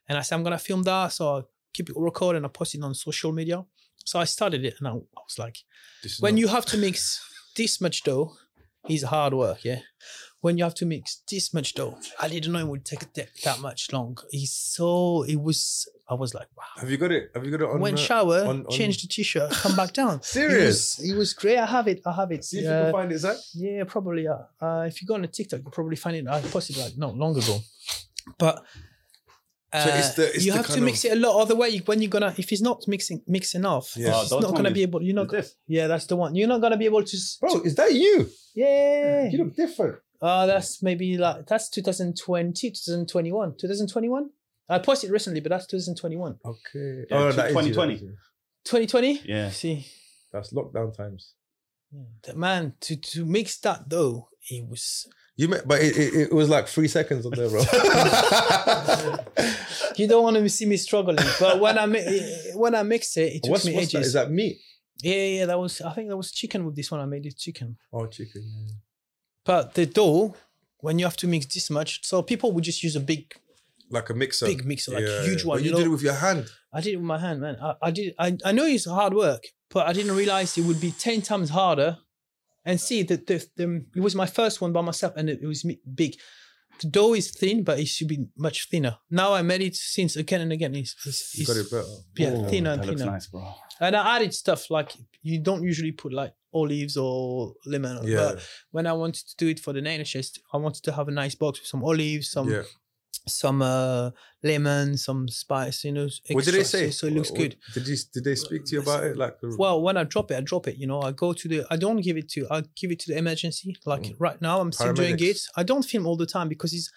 Speaker 2: And I said I'm gonna film that, so I keep it record and I post it on social media. So I started it, and I, I was like,
Speaker 1: This is
Speaker 2: when
Speaker 1: not-
Speaker 2: you have to mix this much dough is hard work yeah when you have to mix this much dough i didn't know it would take that, that much long it's so it was i was like wow
Speaker 1: have you got it? Have you got it on?
Speaker 2: went
Speaker 1: uh,
Speaker 2: shower
Speaker 1: on- on-
Speaker 2: changed the t-shirt come back down
Speaker 1: Serious.
Speaker 2: it was, it was great i have it i have it
Speaker 1: See if you
Speaker 2: yeah,
Speaker 1: can find it, Zach.
Speaker 2: yeah probably uh, uh, if you go on the tiktok you'll probably find it i posted like not long ago but uh,
Speaker 1: it's the- it's
Speaker 2: you
Speaker 1: the
Speaker 2: have to
Speaker 1: kind
Speaker 2: mix
Speaker 1: of-
Speaker 2: it a lot other way when you're gonna if it's not mixing mix enough
Speaker 1: Yeah.
Speaker 3: Oh,
Speaker 2: it's
Speaker 3: don't
Speaker 2: not
Speaker 3: tell
Speaker 2: gonna
Speaker 3: me
Speaker 2: be able you're not
Speaker 3: It's this.
Speaker 2: yeah that's the one you're not gonna be able to s-
Speaker 1: Bro, is that you?
Speaker 2: yeah.
Speaker 1: You look different.
Speaker 2: Uh, that's maybe like that's 2020, 2021, 2021. I posted recently, but that's 2021.
Speaker 1: Okay. Oh,
Speaker 3: Yeah,
Speaker 1: that is you, that
Speaker 3: 2020.
Speaker 1: is you.
Speaker 2: 2020.
Speaker 3: Yeah.
Speaker 2: See,
Speaker 1: That's lockdown times.
Speaker 2: that man, to to mix that though, it was.
Speaker 1: You met, but it, it, it was like three seconds on there, bro.
Speaker 2: You don't want to see me struggling, but when I mi- when I mixed it, it took
Speaker 1: what's
Speaker 2: me
Speaker 1: what's that?
Speaker 2: ages.
Speaker 1: Is that meat?
Speaker 2: Yeah, yeah, that was. I think that was chicken with this one. I made it chicken.
Speaker 1: Oh, chicken. yeah.
Speaker 2: But the dough, when you have to mix this much, so people would just use a big
Speaker 1: Like a mixer.
Speaker 2: Big mixer, like
Speaker 1: Yeah,
Speaker 2: huge
Speaker 1: yeah.
Speaker 2: one,
Speaker 1: But
Speaker 2: you
Speaker 1: you did
Speaker 2: know?
Speaker 1: it with your hand.
Speaker 2: I did it with my hand, man. I, I did. I, I know it's hard work, but I didn't realize it would be ten times harder. And see, the, the, the it was my first one by myself, and it, it was mi- big. The dough is thin, but it should be much thinner. Now I made it since again and again. It's, it's,
Speaker 1: You got
Speaker 2: it's-
Speaker 1: it better.
Speaker 2: yeah,
Speaker 3: Oh,
Speaker 2: thinner and
Speaker 3: That looks
Speaker 2: thinner.
Speaker 3: nice, bro.
Speaker 2: And I added stuff like you don't usually put like olives or lemon.
Speaker 1: Yeah.
Speaker 2: But when I wanted to do it for the nail chest, I wanted to have a nice box with some olives, some
Speaker 1: yeah.
Speaker 2: some uh, lemon, some spice. You know, extra,
Speaker 1: What did they say?
Speaker 2: So, so it looks
Speaker 1: What-
Speaker 2: good.
Speaker 1: what- Did you, did they speak to you about it? Like,
Speaker 2: well when i drop it i drop it you know i go to the i don't give it to i give it to the emergency like
Speaker 1: Mm.
Speaker 2: right now i'm still doing it
Speaker 1: Paramedics.
Speaker 2: i don't film all the time because it's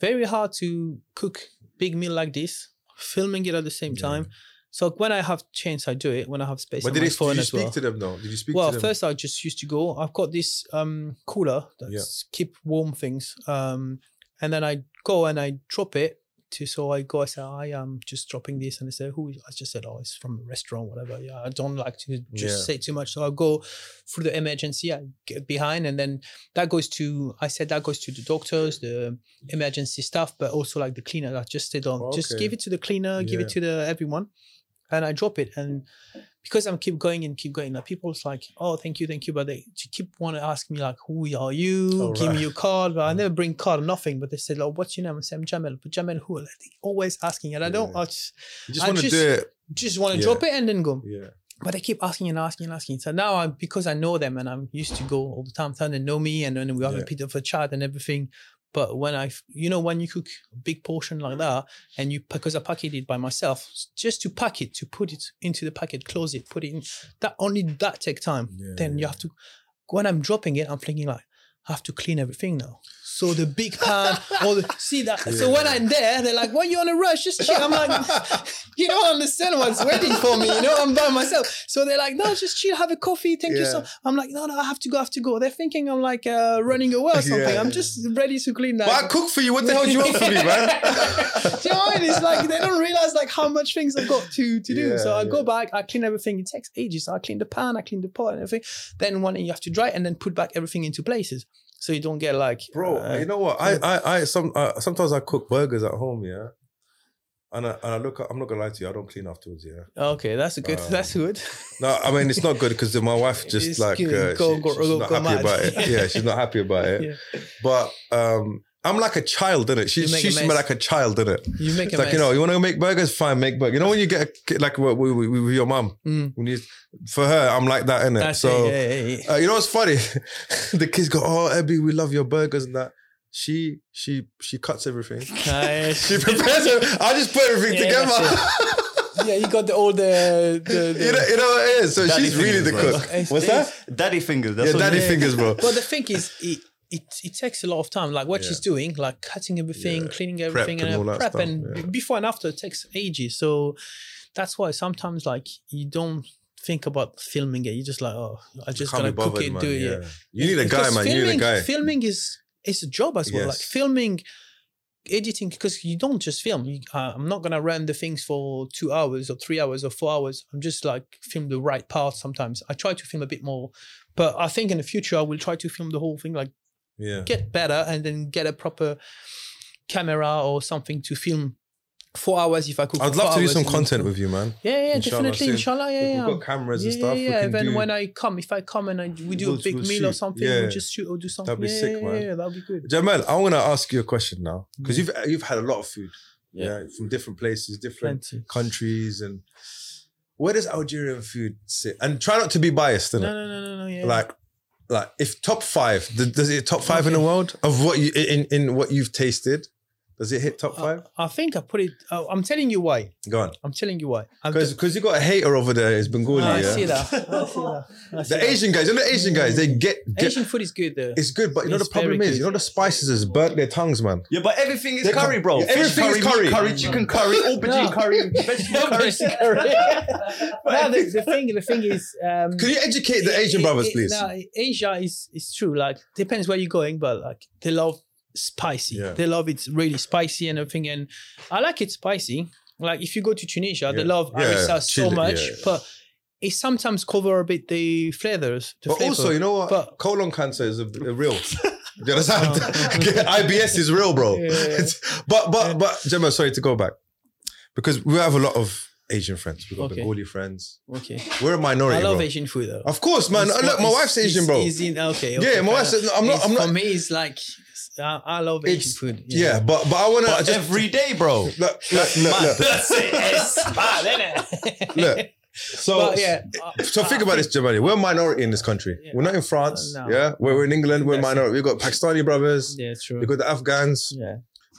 Speaker 2: very hard to cook big meal like this filming it at the same
Speaker 1: Yeah.
Speaker 2: time so when i have chance i do it when i have space
Speaker 1: but
Speaker 2: on
Speaker 1: did,
Speaker 2: my
Speaker 1: they, did
Speaker 2: phone
Speaker 1: you
Speaker 2: as
Speaker 1: speak
Speaker 2: well
Speaker 1: to them though? Did you speak
Speaker 2: well
Speaker 1: to them?
Speaker 2: first i just used to go i've got this um cooler that's keep warm things um and then i go and i drop it to so i go i say i am just dropping this and they say who is-" i just said oh it's from a restaurant whatever yeah i don't like to just
Speaker 1: Yeah.
Speaker 2: say too much so i go through the emergency i get behind and then that goes to i said that goes to the doctors the emergency staff but also like the cleaner i just said oh, just
Speaker 1: Okay.
Speaker 2: give it to the cleaner give it to the everyone and I drop it. And because I'm keep going and keep going, like people's like, oh, thank you, thank you, but they j- keep want to ask me like, who are you?
Speaker 1: Oh,
Speaker 2: Give
Speaker 1: right.
Speaker 2: me your card. But I never bring card, nothing. But they said, oh, what's your name? I said, I'm Jamel. But Jamel, who? Like, they always asking, and I don't.
Speaker 1: Yeah.
Speaker 2: I just,
Speaker 1: you just
Speaker 2: I
Speaker 1: want to
Speaker 2: just-
Speaker 1: do it.
Speaker 2: just want to
Speaker 1: Yeah.
Speaker 2: drop it and then go.
Speaker 1: Yeah.
Speaker 2: But they keep asking and asking and asking. So now I'm because I know them and I'm used to go all the time. So they know me, and then we have
Speaker 1: Yeah.
Speaker 2: a bit of a chat and everything. But when I, you know, when you cook a big portion like that, and you because I packet it by myself, just to pack it, to put it into the packet, close it, put it in, that only that take time.
Speaker 1: Yeah,
Speaker 2: then you have to. When I'm dropping it, I'm thinking like, I have to clean everything now. So the big pan, all the see that. So when I'm there, they're like, "Why you on a rush? Just chill." I'm like, "You don't understand what's waiting for me. You know, I'm by myself." So they're like, "No, just chill, have a coffee. Thank you so."
Speaker 1: Yeah.
Speaker 2: I'm like, "No, no, I have to go, I have to go." They're thinking I'm like uh, running away or something.
Speaker 1: Yeah.
Speaker 2: I'm just ready to clean that.
Speaker 1: But I cook for you. What the hell do you want from me, man?
Speaker 2: Do you know what I mean? It's like they don't realize like how much things I've got to to do.
Speaker 1: Yeah,
Speaker 2: so I
Speaker 1: yeah.
Speaker 2: go back, I clean everything. It takes ages. I clean the pan, I clean the pot, and everything. Then one you have to dry and then put back everything into places, so you don't get like
Speaker 1: bro.
Speaker 2: uh,
Speaker 1: you know what? I, I, I some uh, sometimes I cook burgers at home, yeah. And I, and I look, I'm not gonna lie to you, I don't clean afterwards, yeah.
Speaker 2: okay, that's good.
Speaker 1: Um,
Speaker 2: that's good.
Speaker 1: No, I mean it's not good because my wife just
Speaker 2: It's
Speaker 1: like
Speaker 2: good.
Speaker 1: uh,
Speaker 2: Go-
Speaker 1: she-
Speaker 2: go-
Speaker 1: she's
Speaker 2: go-
Speaker 1: not
Speaker 2: go
Speaker 1: happy
Speaker 2: mad.
Speaker 1: about it. Yeah, she's not happy about it.
Speaker 2: Yeah.
Speaker 1: But um, I'm like a child, innit? She,
Speaker 2: You make
Speaker 1: she
Speaker 2: a
Speaker 1: used to be
Speaker 2: mess.
Speaker 1: like a child, innit?
Speaker 2: You make
Speaker 1: It's
Speaker 2: a
Speaker 1: like
Speaker 2: mess.
Speaker 1: you know, you want to make burgers, fine, make burgers. You know when you get a, kid- like with, with, with with your mum,
Speaker 2: Mm.
Speaker 1: when you, for her, I'm like that, innit?
Speaker 2: That's
Speaker 1: so.
Speaker 2: it. yeah, yeah, yeah.
Speaker 1: Uh, you know what's funny? the kids go, "Oh, Ebby, we love your burgers and that." She she she cuts everything.
Speaker 2: Nice.
Speaker 1: She prepares it. I just put everything
Speaker 2: Yeah,
Speaker 1: together.
Speaker 2: that's yeah, you got the all the, the,
Speaker 1: you, know,
Speaker 2: the
Speaker 1: you know what it is. So
Speaker 3: Daddy
Speaker 1: she's really
Speaker 3: fingers,
Speaker 1: the
Speaker 3: bro.
Speaker 1: cook.
Speaker 2: It's-
Speaker 1: What's that?
Speaker 3: Daddy fingers. That's
Speaker 1: Yeah,
Speaker 3: what
Speaker 1: daddy
Speaker 3: it is.
Speaker 1: fingers, bro.
Speaker 2: but the thing is it it, it takes a lot of time like what she's doing like cutting everything
Speaker 1: Yeah.
Speaker 2: cleaning everything
Speaker 1: and all
Speaker 2: and, uh,
Speaker 1: that
Speaker 2: prep
Speaker 1: stuff,
Speaker 2: and
Speaker 1: yeah.
Speaker 2: b- before and after it takes ages so that's why sometimes like you don't think about filming it you're just like oh i just
Speaker 1: Can't
Speaker 2: gotta
Speaker 1: be bothered,
Speaker 2: cook it
Speaker 1: man.
Speaker 2: do it yeah.
Speaker 1: yeah. You need a guy,
Speaker 2: Because
Speaker 1: man. You need a
Speaker 2: filming-
Speaker 1: guy.
Speaker 2: Filming is it's a job as well. Like
Speaker 1: Yes.
Speaker 2: filming, editing, because you don't just film. You, uh, I'm not gonna run the things for two hours or three hours or four hours. I'm just like film the right part. Sometimes I try to film a bit more, but I think in the future I will try to film the whole thing. Like
Speaker 1: Yeah.
Speaker 2: get better and then get a proper camera or something to film four hours if I could.
Speaker 1: I'd love to do some content with you, man.
Speaker 2: Yeah, yeah,
Speaker 1: Inshallah,
Speaker 2: definitely,
Speaker 1: soon.
Speaker 2: inshallah, yeah,
Speaker 1: If
Speaker 2: yeah.
Speaker 1: We've got cameras and stuff.
Speaker 2: Yeah,
Speaker 1: we
Speaker 2: yeah.
Speaker 1: can
Speaker 2: Then
Speaker 1: do,
Speaker 2: when I come, if I come and I, we do
Speaker 1: We'll-
Speaker 2: a big
Speaker 1: we'll
Speaker 2: meal or
Speaker 1: shoot.
Speaker 2: something,
Speaker 1: Yeah.
Speaker 2: we'll just shoot or do something.
Speaker 1: That'd be
Speaker 2: yeah,
Speaker 1: sick,
Speaker 2: yeah,
Speaker 1: man.
Speaker 2: Yeah, that'd be good.
Speaker 1: Jamal, I want to ask you a question now
Speaker 2: Mm.
Speaker 1: because you've you've had a lot of food, yeah, from different places, different
Speaker 2: Plenty.
Speaker 1: countries, and where does Algerian food sit? And try not to be biased, innit?
Speaker 2: No, no, no, no, no. Yeah.
Speaker 1: like like if top five th- does it hit top five in the
Speaker 2: Okay.
Speaker 1: world of what you in in what you've tasted does it hit top
Speaker 2: I,
Speaker 1: five
Speaker 2: I think I put it. Uh, I'm telling you why.
Speaker 1: go on
Speaker 2: I'm telling you why. I've
Speaker 1: because
Speaker 2: just- Oh, Ah,
Speaker 1: you got a hater over there is bengali
Speaker 2: I
Speaker 1: yeah?
Speaker 2: see that. I see that. I see
Speaker 1: the
Speaker 2: that.
Speaker 1: asian guys you know the asian guys they get, get
Speaker 2: Asian food is good though.
Speaker 1: it's good but you know
Speaker 2: It's
Speaker 1: the problem
Speaker 2: very
Speaker 1: is you know
Speaker 2: good.
Speaker 1: the spices has burnt their tongues man
Speaker 3: Yeah, but everything is
Speaker 1: They
Speaker 3: curry,
Speaker 1: come-
Speaker 3: bro.
Speaker 1: Yeah,
Speaker 3: Fish
Speaker 1: everything is
Speaker 3: curry, meat
Speaker 1: curry.
Speaker 3: curry, chicken curry, aubergine
Speaker 2: No.
Speaker 3: curry, vegetable curry.
Speaker 2: no, the, the thing, the thing is, um,
Speaker 1: can you educate the
Speaker 2: it-
Speaker 1: asian
Speaker 2: it-
Speaker 1: brothers
Speaker 2: it-
Speaker 1: please
Speaker 2: No, Asia is is true. Like depends where you're going, but like they love spicy.
Speaker 1: Yeah.
Speaker 2: They love it's really spicy and everything. And I like it spicy. Like if you go to Tunisia, they
Speaker 1: Yeah.
Speaker 2: love
Speaker 1: Yeah,
Speaker 2: harissa so
Speaker 1: chili,
Speaker 2: much,
Speaker 1: yeah.
Speaker 2: but it sometimes cover a bit the flavors. The
Speaker 1: but
Speaker 2: flavor.
Speaker 1: also you know what
Speaker 2: but-
Speaker 1: colon cancer is a, a real Do you understand? IBS is real, bro.
Speaker 2: Oh. Yeah, yeah, yeah.
Speaker 1: but but but Gemma, sorry to go back because we have a lot of Asian friends. We've got
Speaker 2: Okay.
Speaker 1: Bengali friends.
Speaker 2: okay,
Speaker 1: We're a minority,
Speaker 2: I love
Speaker 1: bro.
Speaker 2: Asian food though.
Speaker 1: Of course, man.
Speaker 2: It's-
Speaker 1: Look, my
Speaker 2: it's-
Speaker 1: wife's Asian,
Speaker 2: it's-
Speaker 1: bro.
Speaker 2: it's in- okay, okay,
Speaker 1: yeah, my
Speaker 2: fair
Speaker 1: wife's.
Speaker 2: enough.
Speaker 1: no, I'm not.
Speaker 2: It's-
Speaker 1: I'm
Speaker 2: For
Speaker 1: not.
Speaker 2: me, it's like I, I love Asian
Speaker 1: It's
Speaker 2: food.
Speaker 1: yeah. but but I wanna
Speaker 3: But
Speaker 1: just
Speaker 3: every day, bro.
Speaker 1: look look look.
Speaker 3: Man,
Speaker 1: look,
Speaker 3: that's it. It's bad, innit?
Speaker 1: look. So
Speaker 2: But yeah, uh, I-
Speaker 1: So
Speaker 2: I-
Speaker 1: think about this, Jamali. We're a minority in this country.
Speaker 2: Yeah.
Speaker 1: We're not in France.
Speaker 2: No.
Speaker 1: Yeah, we're, we're in England. We're a
Speaker 2: That's it.
Speaker 1: minority. We've got Pakistani brothers.
Speaker 2: Yeah, true.
Speaker 1: We've got the Afghans,
Speaker 2: yeah.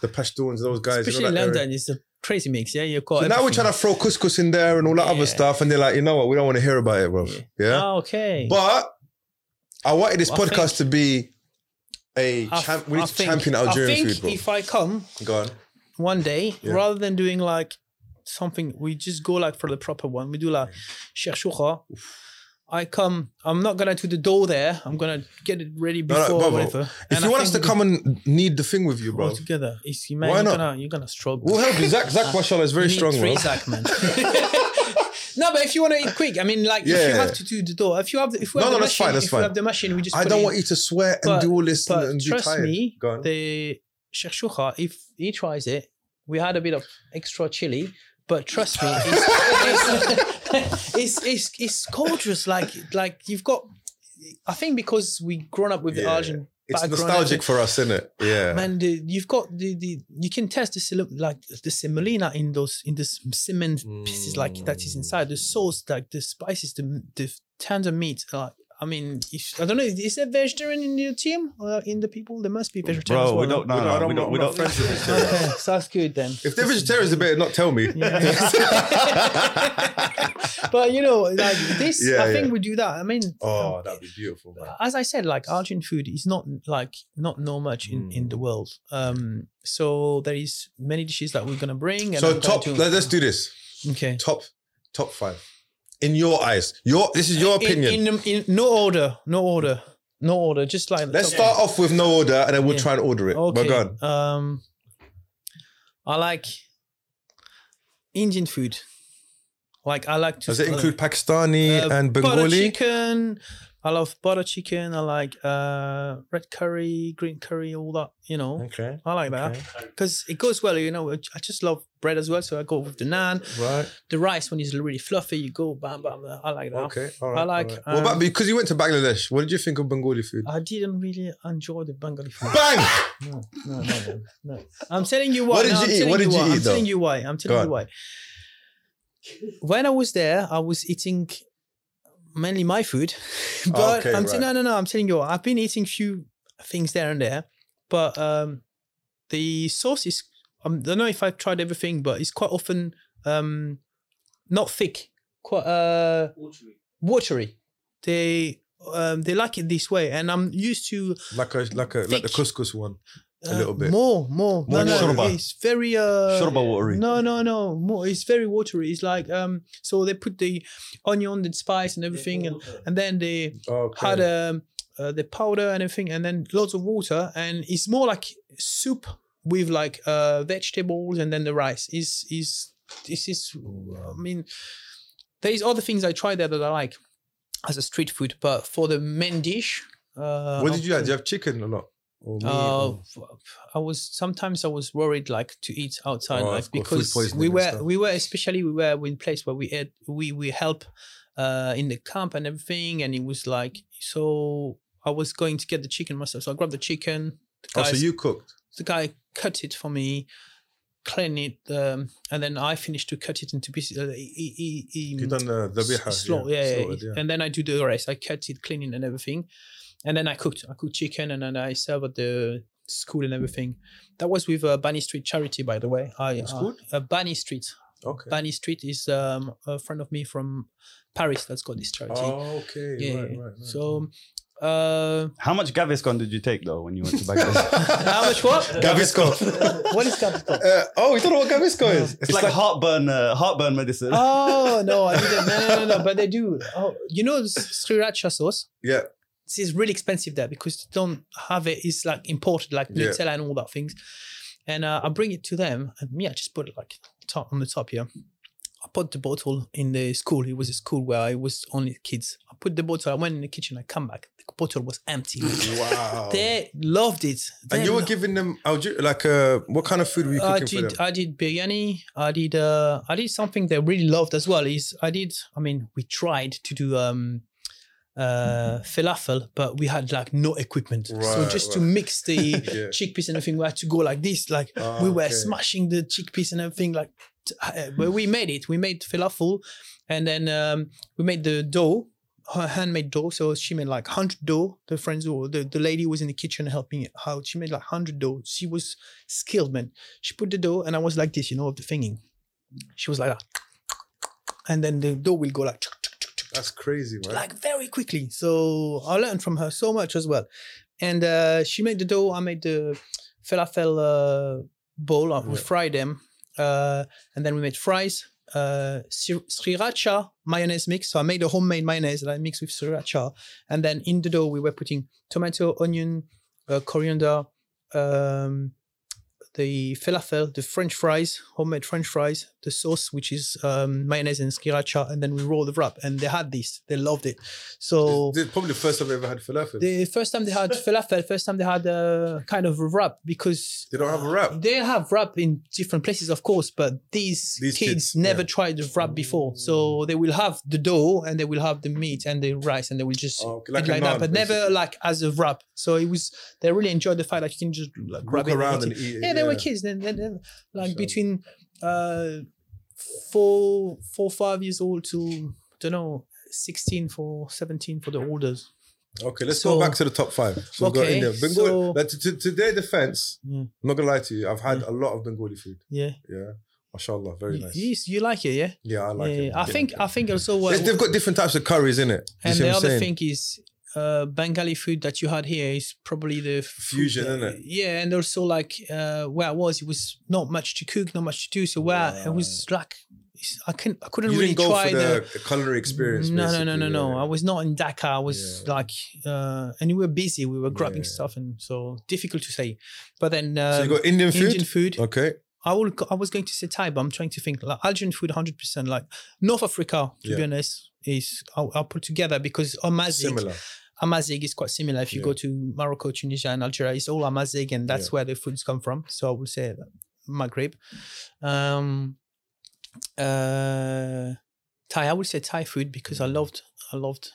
Speaker 1: the Pashtuns, those guys. you know,
Speaker 2: Especially in
Speaker 1: that area.
Speaker 2: London, it's a crazy mix. Yeah, you call.
Speaker 1: So now we're
Speaker 2: everything.
Speaker 1: trying to throw couscous in there and all that other
Speaker 2: Yeah.
Speaker 1: stuff, and they're like, you know what, we don't want to hear about it, bro. Yeah.
Speaker 2: Ah, okay.
Speaker 1: But I wanted this
Speaker 2: Well, I
Speaker 1: podcast to be a
Speaker 2: I-
Speaker 1: champ. We
Speaker 2: I
Speaker 1: need to
Speaker 2: think-
Speaker 1: champion Algerian
Speaker 2: I think
Speaker 1: food, bro.
Speaker 2: if I come
Speaker 1: Go on.
Speaker 2: one day,
Speaker 1: Yeah.
Speaker 2: rather than doing like something, we just go like for the proper one. We do like shakshuka. I come. I'm not gonna do the dough there. I'm gonna get it ready
Speaker 1: no,
Speaker 2: before
Speaker 1: Bobo,
Speaker 2: or whatever.
Speaker 1: If
Speaker 2: And
Speaker 1: you
Speaker 2: I
Speaker 1: want us to
Speaker 2: think we
Speaker 1: come and need the thing with you,
Speaker 2: do
Speaker 1: bro,
Speaker 2: all together, it's, man,
Speaker 1: Why
Speaker 2: you're
Speaker 1: not?
Speaker 2: gonna you're gonna struggle.
Speaker 1: we'll help you. Zach, Zach, mashallah, is very
Speaker 2: You need
Speaker 1: strong, bro.
Speaker 2: three sack, man. No, but if you want to eat quick, I mean, like if you
Speaker 1: Yeah.
Speaker 2: have to do the dough, if you have, the, if we
Speaker 1: No,
Speaker 2: have
Speaker 1: no,
Speaker 2: the
Speaker 1: that's
Speaker 2: machine,
Speaker 1: fine, that's
Speaker 2: if
Speaker 1: fine.
Speaker 2: we have the machine, we just
Speaker 1: I
Speaker 2: put
Speaker 1: don't
Speaker 2: it
Speaker 1: want you to swear and
Speaker 2: But-
Speaker 1: do all this and,
Speaker 2: But
Speaker 1: and be
Speaker 2: trust
Speaker 1: tired.
Speaker 2: me,
Speaker 1: Go on.
Speaker 2: the shakshuka, if he tries it, we had a bit of extra chili, but trust me, it's it's, it's, it's, it's gorgeous. Like like you've got, I think because we grown up with the
Speaker 1: Yeah.
Speaker 2: Argentine
Speaker 1: it's
Speaker 2: background,
Speaker 1: nostalgic for us, isn't it? Yeah.
Speaker 2: Man, the, you've got the, the you can test the sil- like the semolina in those in this cement pieces like that is inside the sauce like the spices the the tender meat like I mean, if, I don't know. Is there vegetarian in your team or in the people? There must be vegetarian.
Speaker 3: Bro, we don't know.
Speaker 1: We don't- I
Speaker 3: No,
Speaker 1: don't-
Speaker 3: we don't. We
Speaker 1: I'm not
Speaker 3: don't.
Speaker 1: friends with this shit.
Speaker 2: Okay, sounds good then.
Speaker 1: If they're vegetarians, they better not tell me.
Speaker 2: But you know, like this,
Speaker 1: Yeah,
Speaker 2: I think
Speaker 1: yeah.
Speaker 2: we do that. I mean, um,
Speaker 1: oh, that'd be beautiful, man.
Speaker 2: as I said, like Algerian food is not like not know much in, in
Speaker 1: Hmm.
Speaker 2: the world. Um, so there is many dishes that we're gonna bring. And
Speaker 1: So
Speaker 2: I'm going
Speaker 1: top,
Speaker 2: to-
Speaker 1: let- let's do this.
Speaker 2: okay.
Speaker 1: Top, top five. In your eyes, your this is your opinion.
Speaker 2: In, in, in no order, no order, no order. Just like
Speaker 1: let's
Speaker 2: top-
Speaker 1: start off with no order, and then we'll
Speaker 2: Yeah.
Speaker 1: try and order it. But go on.
Speaker 2: Um, I like Indian food. Like I like to.
Speaker 1: Does it include Pakistani
Speaker 2: uh,
Speaker 1: and
Speaker 2: butter
Speaker 1: Bengali?
Speaker 2: chicken? I love butter chicken. I like uh, red curry, green curry, all that. You know,
Speaker 1: Okay,
Speaker 2: I like that because it goes well. You know, I just love bread as well, so I go with the naan.
Speaker 1: right.
Speaker 2: The rice when it's really fluffy, you go bam bam. I like that.
Speaker 1: Okay, all right.
Speaker 2: Oh, I like.
Speaker 1: all right. what about
Speaker 2: um,
Speaker 1: because you went to Bangladesh? What did you think of Bengali food?
Speaker 2: I didn't really enjoy the Bengali food.
Speaker 1: Bang!
Speaker 2: No, no, no, no, no. I'm telling you why.
Speaker 1: What did
Speaker 2: No,
Speaker 1: you
Speaker 2: I'm
Speaker 1: eat?
Speaker 2: telling
Speaker 1: What did you
Speaker 2: why.
Speaker 1: eat,
Speaker 2: I'm telling
Speaker 1: though?
Speaker 2: you why. I'm telling
Speaker 1: Go
Speaker 2: you why. When I was there, I was eating mainly my food, but
Speaker 1: Okay,
Speaker 2: I'm
Speaker 1: right.
Speaker 2: saying no, no, no. I'm telling you, what, I've been eating few things there and there, but um, the sauce is. I don't know if I've tried everything, but it's quite often um, not thick, quite uh, watery. They um, they like it this way, and I'm used to
Speaker 1: Like a like a like the
Speaker 2: Thick.
Speaker 1: couscous one. A
Speaker 2: uh,
Speaker 1: little bit.
Speaker 2: more, more,
Speaker 1: More
Speaker 2: no, no,
Speaker 3: shorba.
Speaker 2: It's very uh,
Speaker 3: Shorba watery.
Speaker 2: No, no, no, more. It's very watery. It's like um, so they put the onion, the spice, and everything, and and then they
Speaker 1: Okay.
Speaker 2: had um, uh, the powder and everything, and then lots of water, and it's more like soup with like uh vegetables and then the rice. Is is this is? I mean, there is other things I tried there that I like as a street food, but for the main dish. Uh,
Speaker 1: what
Speaker 2: I'll
Speaker 1: did you have? Did you have chicken or not? Or meat
Speaker 2: uh,
Speaker 1: or-
Speaker 2: f- I was sometimes I was worried like to eat outside
Speaker 1: Oh,
Speaker 2: like
Speaker 1: of course, food
Speaker 2: because
Speaker 1: poisoning
Speaker 2: we
Speaker 1: and
Speaker 2: were
Speaker 1: stuff.
Speaker 2: we were especially we were in place where we had we we help uh in the camp and everything and it was like so I was going to get the chicken myself so I grabbed the chicken the
Speaker 1: oh,
Speaker 2: guy,
Speaker 1: so you cooked.
Speaker 2: the guy cut it for me clean it um, and then I finished to cut it into pieces uh, he, he, he,
Speaker 1: You done the
Speaker 2: mm, s-
Speaker 1: dhabiha.
Speaker 2: slaughter, yeah, yeah,
Speaker 1: slaughtered, yeah.
Speaker 2: And then I do the rest. I cut it, clean it, and everything. And then I cooked. I cooked chicken, and then I served at the school and everything. That was with uh, Bunny Street Charity, by the way. I,
Speaker 1: It's
Speaker 2: uh,
Speaker 1: good?
Speaker 2: Uh, Bunny Street.
Speaker 1: Okay.
Speaker 2: Bunny Street is um, a friend of me from Paris that's got this charity.
Speaker 1: Oh, okay.
Speaker 2: yeah.
Speaker 1: Right,
Speaker 2: yeah.
Speaker 1: right, right.
Speaker 2: so, uh,
Speaker 3: How much Gaviscon did you take though when you went to Bangladesh?
Speaker 2: how much what?
Speaker 1: Gavisco.
Speaker 2: what is Capricorn?
Speaker 1: Uh, oh, you don't know what Gavisco is?
Speaker 3: it's, like, heartburn, uh, heartburn medicine.
Speaker 2: Oh no, I didn't. No, no, no, no. But they do. Oh, you know s- sriracha sauce.
Speaker 1: yeah.
Speaker 2: this is really expensive there because they don't have it. It's like imported, like
Speaker 1: Yeah.
Speaker 2: Nutella and all that things. And uh, I bring it to them, and me, I just put it like top on the top here. I put the bottle in the school. It was a school where I was only kids. I put the bottle. I went in the kitchen. I come back. The bottle was empty.
Speaker 1: Wow.
Speaker 2: they loved it.
Speaker 1: Oh. and
Speaker 2: They
Speaker 1: you were
Speaker 2: lo-
Speaker 1: giving them Alger- like uh, what kind of food were you
Speaker 2: I
Speaker 1: cooking for
Speaker 2: did.
Speaker 1: them?
Speaker 2: I did biryani. I did. Uh, I did something they really loved as well. Is I did. I mean, we tried to do um, uh, falafel, but we had like no equipment. so
Speaker 1: Right,
Speaker 2: just to
Speaker 1: right.
Speaker 2: mix the
Speaker 1: Yeah.
Speaker 2: chickpeas and everything, we had to go like this. Like
Speaker 1: Ah,
Speaker 2: we were
Speaker 1: okay.
Speaker 2: smashing the chickpeas and everything. Like, t- uh, but we made it. We made falafel, and then um, we made the dough. Her handmade dough, so she made like hundred dough. The friends, or the, the lady was in the kitchen helping out. She made like hundred dough. She was skilled, man. She put the dough, and I was like this, you know, of the thinging. She was like that, and then the dough will go like
Speaker 1: That's crazy, man.
Speaker 2: like very quickly. So I learned from her so much as well. And uh, she made the dough. I made the falafel uh, bowl. Uh, We
Speaker 1: Yeah.
Speaker 2: fried them, uh, and then we made fries. Uh, sir- sriracha mayonnaise mix. So I made a homemade mayonnaise that I mixed with sriracha, and then in the dough we were putting tomato, onion, uh, coriander, um, the falafel, the French fries, homemade French fries, the sauce, which is um, mayonnaise and sriracha, and then we roll the wrap. And they had this; they loved it. So
Speaker 1: This is probably the first time I've ever had falafel. They,
Speaker 2: the first time they had falafel, first time they had a kind of wrap because
Speaker 1: don't have a wrap.
Speaker 2: they have wrap in different places, of course, but these,
Speaker 1: These
Speaker 2: kids,
Speaker 1: kids,
Speaker 2: never
Speaker 1: yeah.
Speaker 2: tried the wrap before. So they will have the dough and they will have the meat and the rice and they will just
Speaker 1: Oh, okay,
Speaker 2: eat
Speaker 1: like
Speaker 2: like,
Speaker 1: a naan,
Speaker 2: that, but never
Speaker 1: basically.
Speaker 2: like as a wrap. So it was they really enjoyed the fact that you can just like grab
Speaker 1: Walk
Speaker 2: it and
Speaker 1: around
Speaker 2: eat it
Speaker 1: and eat it.
Speaker 2: yeah, they were kids. Then, then, then like
Speaker 1: Sure.
Speaker 2: between uh, four, four, five years old to don't know 16 for 17 for the orders.
Speaker 1: Okay, let's
Speaker 2: So-
Speaker 1: go back to the top five. So we've got
Speaker 2: Okay,
Speaker 1: India. Bengali.
Speaker 2: so- Hmm.
Speaker 1: like, to, to, to their defense,
Speaker 2: Yeah.
Speaker 1: I'm not gonna lie to you, I've had
Speaker 2: Yeah.
Speaker 1: a lot of Bengali food.
Speaker 2: Yeah.
Speaker 1: Yeah, mashallah, very
Speaker 2: You-
Speaker 1: nice.
Speaker 2: You, you like it, yeah?
Speaker 1: Yeah, I like
Speaker 2: yeah,
Speaker 1: it.
Speaker 2: yeah. I think I think also uh, what,
Speaker 1: They- they've got different types of curries in it. You
Speaker 2: and
Speaker 1: see
Speaker 2: the
Speaker 1: what I'm
Speaker 2: other
Speaker 1: saying?
Speaker 2: thing is uh Bengali food that you had here is probably the food
Speaker 1: Fusion,
Speaker 2: that-
Speaker 1: innit?
Speaker 2: Yeah, and also like uh where I was, it was not much to cook, not much to do. So where I- it was like it's- I couldn't I couldn't
Speaker 1: you
Speaker 2: really
Speaker 1: didn't go
Speaker 2: try
Speaker 1: for the, culinary experience.
Speaker 2: No, no, no, no,
Speaker 1: basically,
Speaker 2: no.
Speaker 1: yeah.
Speaker 2: I was not in Dhaka. I was like, uh, and we were busy. We were grabbing
Speaker 1: Yeah.
Speaker 2: stuff, and so difficult to say. But then, uh,
Speaker 1: so you got Indian food.
Speaker 2: Indian food.
Speaker 1: Okay.
Speaker 2: I will. I was going to say Thai, but I'm trying to think. Like Algerian food, 100. percent Like North Africa, to be
Speaker 1: Yeah.
Speaker 2: honest, is I'll, I'll put together because Amazigh,
Speaker 1: Similar.
Speaker 2: Amazigh is quite similar. If you
Speaker 1: Yeah.
Speaker 2: go to Morocco, Tunisia, and Algeria, it's all Amazigh, and that's
Speaker 1: Yeah.
Speaker 2: where the foods come from. So I will say that. Maghreb, um, uh, Thai. I will say Thai food because
Speaker 1: Mm.
Speaker 2: I loved. I loved.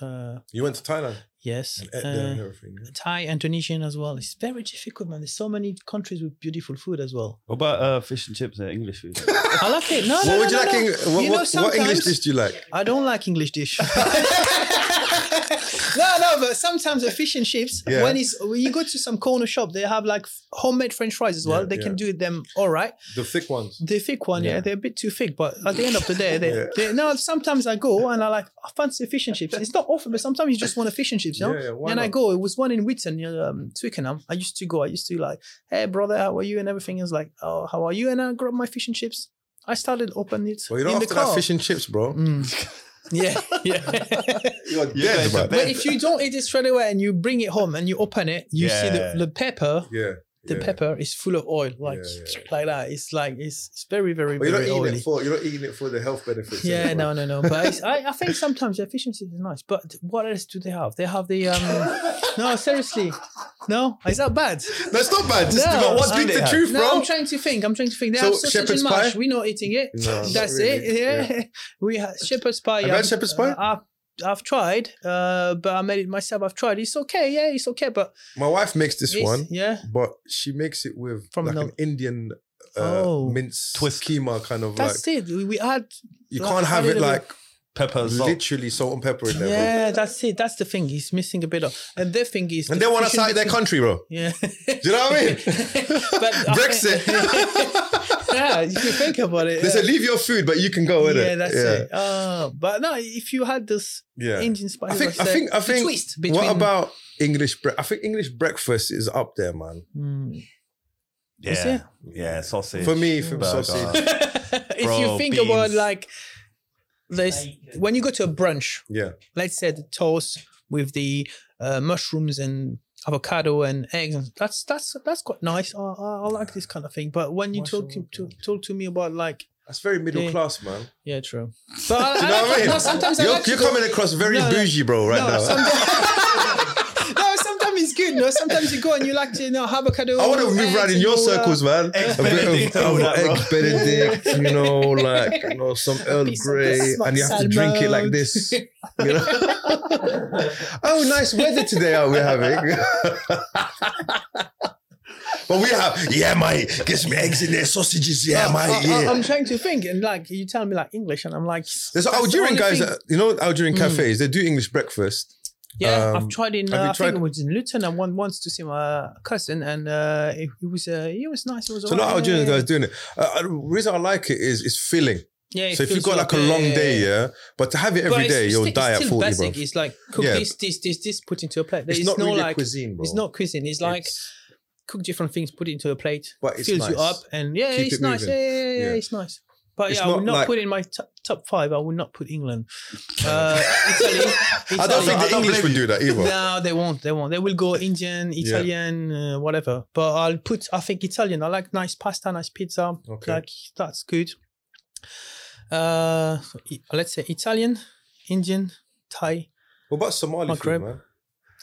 Speaker 2: Uh,
Speaker 1: You went to Thailand.
Speaker 2: yes.
Speaker 1: And ate there
Speaker 2: uh,
Speaker 1: and everything. yeah?
Speaker 2: Thai, Indonesian as well. It's very difficult, man. There's so many countries with beautiful food as well.
Speaker 3: What about uh, fish and chips and English food?
Speaker 2: I like it. No,
Speaker 1: What
Speaker 2: no,
Speaker 1: would you
Speaker 2: no,
Speaker 1: like?
Speaker 2: no,
Speaker 1: in-
Speaker 2: no.
Speaker 1: what,
Speaker 2: You know,
Speaker 1: what, what English
Speaker 2: sometimes-
Speaker 1: dish do you like?
Speaker 2: I don't like English dish. no, no, but sometimes the fish and chips.
Speaker 1: Yeah.
Speaker 2: When it's when you go to some corner shop, they have like homemade French fries as well.
Speaker 1: Yeah,
Speaker 2: they can
Speaker 1: yeah.
Speaker 2: do them all right.
Speaker 1: The thick ones.
Speaker 2: The thick one, yeah.
Speaker 1: Yeah.
Speaker 2: they're a bit too thick, but at the end of the day, they,
Speaker 1: Yeah.
Speaker 2: they no. Sometimes I go and I like I fancy fish and chips. It's not often, but sometimes you just want a fish and chips, you know.
Speaker 1: Yeah, yeah, why
Speaker 2: and I
Speaker 1: not?
Speaker 2: go. It was one in Witten, near, um, Twickenham. I used to go. I used to like, hey brother, how are you? And everything is like, oh, how are you? And I grab my fish and chips. I started opening it
Speaker 1: Well, you
Speaker 2: in
Speaker 1: don't
Speaker 2: the
Speaker 1: have to like
Speaker 2: car.
Speaker 1: fish and chips, bro.
Speaker 2: Mm. Yeah, yeah.
Speaker 1: You're
Speaker 3: guys
Speaker 1: dead, man.
Speaker 3: are bad.
Speaker 2: but if you don't eat it straight away and you bring it home and you open it, you see
Speaker 3: Yeah.
Speaker 2: the, the pepper.
Speaker 1: Yeah.
Speaker 2: The
Speaker 1: yeah.
Speaker 2: pepper is full of oil, like
Speaker 1: Yeah, yeah,
Speaker 2: like that. It's like it's, it's very very
Speaker 1: But you're not
Speaker 2: very
Speaker 1: eating
Speaker 2: oily.
Speaker 1: it for you're not eating it for the health benefits.
Speaker 2: Yeah,
Speaker 1: innit, bro?
Speaker 2: no, no, no. But it's, I, I think sometimes the efficiency is nice. But what else do they have? They have the um. no, seriously, no. Is that bad?
Speaker 1: That's not bad. Just
Speaker 2: No,
Speaker 1: no,
Speaker 2: I-
Speaker 1: speak the
Speaker 3: yeah.
Speaker 1: truth,
Speaker 2: No,
Speaker 1: bro.
Speaker 2: I'm trying to think. I'm trying to think. They
Speaker 1: So,
Speaker 2: have sausage
Speaker 1: shepherd's
Speaker 2: and mash.
Speaker 1: pie?
Speaker 2: We're not eating it.
Speaker 1: No, not
Speaker 2: That's it.
Speaker 1: really.
Speaker 2: Yeah, we have shepherd's pie.
Speaker 1: Have you
Speaker 2: yeah.
Speaker 1: had shepherd's pie?
Speaker 2: Uh, I've, I've tried, uh, but I made it myself. I've tried. It's okay. Yeah, it's okay. But
Speaker 1: My wife makes this
Speaker 2: it's-
Speaker 1: one,
Speaker 2: yeah,
Speaker 1: but she makes it with
Speaker 2: From
Speaker 1: like
Speaker 2: the-
Speaker 1: an Indian uh,
Speaker 2: Oh.
Speaker 1: mince
Speaker 3: Twist.
Speaker 1: keema kind of like.
Speaker 2: that's it. We, we had.
Speaker 1: You
Speaker 2: like,
Speaker 1: can't
Speaker 2: a
Speaker 1: have it
Speaker 2: little bit.
Speaker 1: like
Speaker 3: Pepper, salt.
Speaker 1: literally salt and pepper in there. bro.
Speaker 2: Yeah, that's it. That's the thing. He's missing a bit of, and the thing is,
Speaker 1: And they want us
Speaker 2: fish
Speaker 1: out of their
Speaker 2: chips-
Speaker 1: country, bro.
Speaker 2: Yeah.
Speaker 1: Do you know what I mean?
Speaker 2: but
Speaker 1: Brexit.
Speaker 2: yeah, if you think about it.
Speaker 1: They
Speaker 2: yeah.
Speaker 1: said leave your food, but you can go in
Speaker 2: yeah,
Speaker 1: it.
Speaker 2: that's it. Uh, but no, if you had this
Speaker 1: Yeah.
Speaker 2: Indian spice,
Speaker 1: I think. I
Speaker 2: like,
Speaker 1: think. I
Speaker 2: the
Speaker 1: think.
Speaker 2: twist between
Speaker 1: What about English? Bre- I think English breakfast is up there, man.
Speaker 2: Mm. Is
Speaker 3: Yeah.
Speaker 2: it?
Speaker 3: Yeah, sausage.
Speaker 1: For me, for
Speaker 3: Burger.
Speaker 1: sausage.
Speaker 2: if you
Speaker 3: Bro,
Speaker 2: think about
Speaker 3: beans.
Speaker 2: like this, when you go to a brunch,
Speaker 1: Yeah.
Speaker 2: let's say the toast with the uh, mushrooms and avocado and eggs, and that's that's that's quite nice. I, I, I like this kind of thing. But when you talk to,
Speaker 1: Mushroom,
Speaker 2: to
Speaker 1: okay.
Speaker 2: talk to me about like
Speaker 1: That's very middle
Speaker 2: Yeah.
Speaker 1: class, man.
Speaker 2: yeah, true. But I,
Speaker 1: Do you know
Speaker 2: I
Speaker 1: what
Speaker 2: like-
Speaker 1: I mean?
Speaker 2: no, sometimes I
Speaker 1: you're
Speaker 2: like to
Speaker 1: you're
Speaker 2: go-
Speaker 1: coming across very
Speaker 2: No, no.
Speaker 1: bougie, bro, right
Speaker 2: no,
Speaker 1: now.
Speaker 2: Sometimes, no, sometimes it's good. No, sometimes you go and you like to you know avocado.
Speaker 1: I want to move
Speaker 2: eggs
Speaker 1: around in
Speaker 2: and
Speaker 1: your
Speaker 2: all that.
Speaker 1: circles, man.
Speaker 3: Eggs
Speaker 1: a bit
Speaker 3: Benedict
Speaker 1: of,
Speaker 3: and all
Speaker 1: of
Speaker 3: that, bro.
Speaker 1: egg Benedict, you know, like you know, some Earl
Speaker 2: piece of
Speaker 1: Grey,
Speaker 2: Christmas
Speaker 1: and you have to drink it like
Speaker 2: salmon.
Speaker 1: this. You know? oh, nice weather today are we having? but we have, yeah, mate. Get some eggs in there, sausages, yeah,
Speaker 2: I,
Speaker 1: mate. Yeah.
Speaker 2: am trying to think, and like you tell me like English, and I'm like,
Speaker 1: There's
Speaker 2: that's the
Speaker 1: Algerian
Speaker 2: only
Speaker 1: guys
Speaker 2: thing-
Speaker 1: that you know Algerian
Speaker 2: Mm.
Speaker 1: cafes. They do English breakfast.
Speaker 2: yeah,
Speaker 1: um,
Speaker 2: I've tried in.
Speaker 1: have
Speaker 2: Uh,
Speaker 1: you
Speaker 2: I
Speaker 1: tried-
Speaker 2: think it was in Luton. I went once to see my cousin, and uh, it, it was uh, it was nice. It was
Speaker 1: So a lot of
Speaker 2: alright, yeah,
Speaker 1: Algerian
Speaker 2: yeah,
Speaker 1: guys doing it. Uh, uh, the reason I like it is it's filling.
Speaker 2: Yeah, it
Speaker 1: so if you've
Speaker 2: feels
Speaker 1: got like a long
Speaker 2: yeah,
Speaker 1: day,
Speaker 2: yeah.
Speaker 1: yeah, but to have it
Speaker 2: But
Speaker 1: every
Speaker 2: it's-
Speaker 1: day,
Speaker 2: it's
Speaker 1: you'll
Speaker 2: still-
Speaker 1: die at
Speaker 2: it's still
Speaker 1: forty, bro.
Speaker 2: basic. It's like cook
Speaker 1: Yeah.
Speaker 2: this, this, this, this, put into a plate.
Speaker 1: It's,
Speaker 2: It's,
Speaker 1: not really
Speaker 2: like
Speaker 1: cuisine, bro.
Speaker 2: it's not cuisine. It's like cook different things, put it into a plate,
Speaker 1: But it's
Speaker 2: fills you
Speaker 1: nice.
Speaker 2: up, and yeah,
Speaker 1: Keep
Speaker 2: it's
Speaker 1: it
Speaker 2: nice. Yeah,
Speaker 1: moving.
Speaker 2: yeah, yeah, yeah,
Speaker 1: Yeah.
Speaker 2: it's nice. But
Speaker 1: It's
Speaker 2: yeah, I would
Speaker 1: not
Speaker 2: not
Speaker 1: like-
Speaker 2: put in my t- top five. I would not put England, uh, Italy. Italy.
Speaker 1: I don't think
Speaker 3: I
Speaker 1: the
Speaker 3: don't
Speaker 1: English
Speaker 3: blame
Speaker 1: would
Speaker 3: you.
Speaker 1: do that either.
Speaker 2: no, they won't. They won't. They will go Indian, Italian, uh, whatever. But I'll put. I think Italian. I like nice pasta, nice pizza.
Speaker 1: Okay.
Speaker 2: Like that's good. Uh, so I- let's say Italian, Indian, Thai.
Speaker 1: What about Somali
Speaker 2: Maghreb.
Speaker 1: food, man?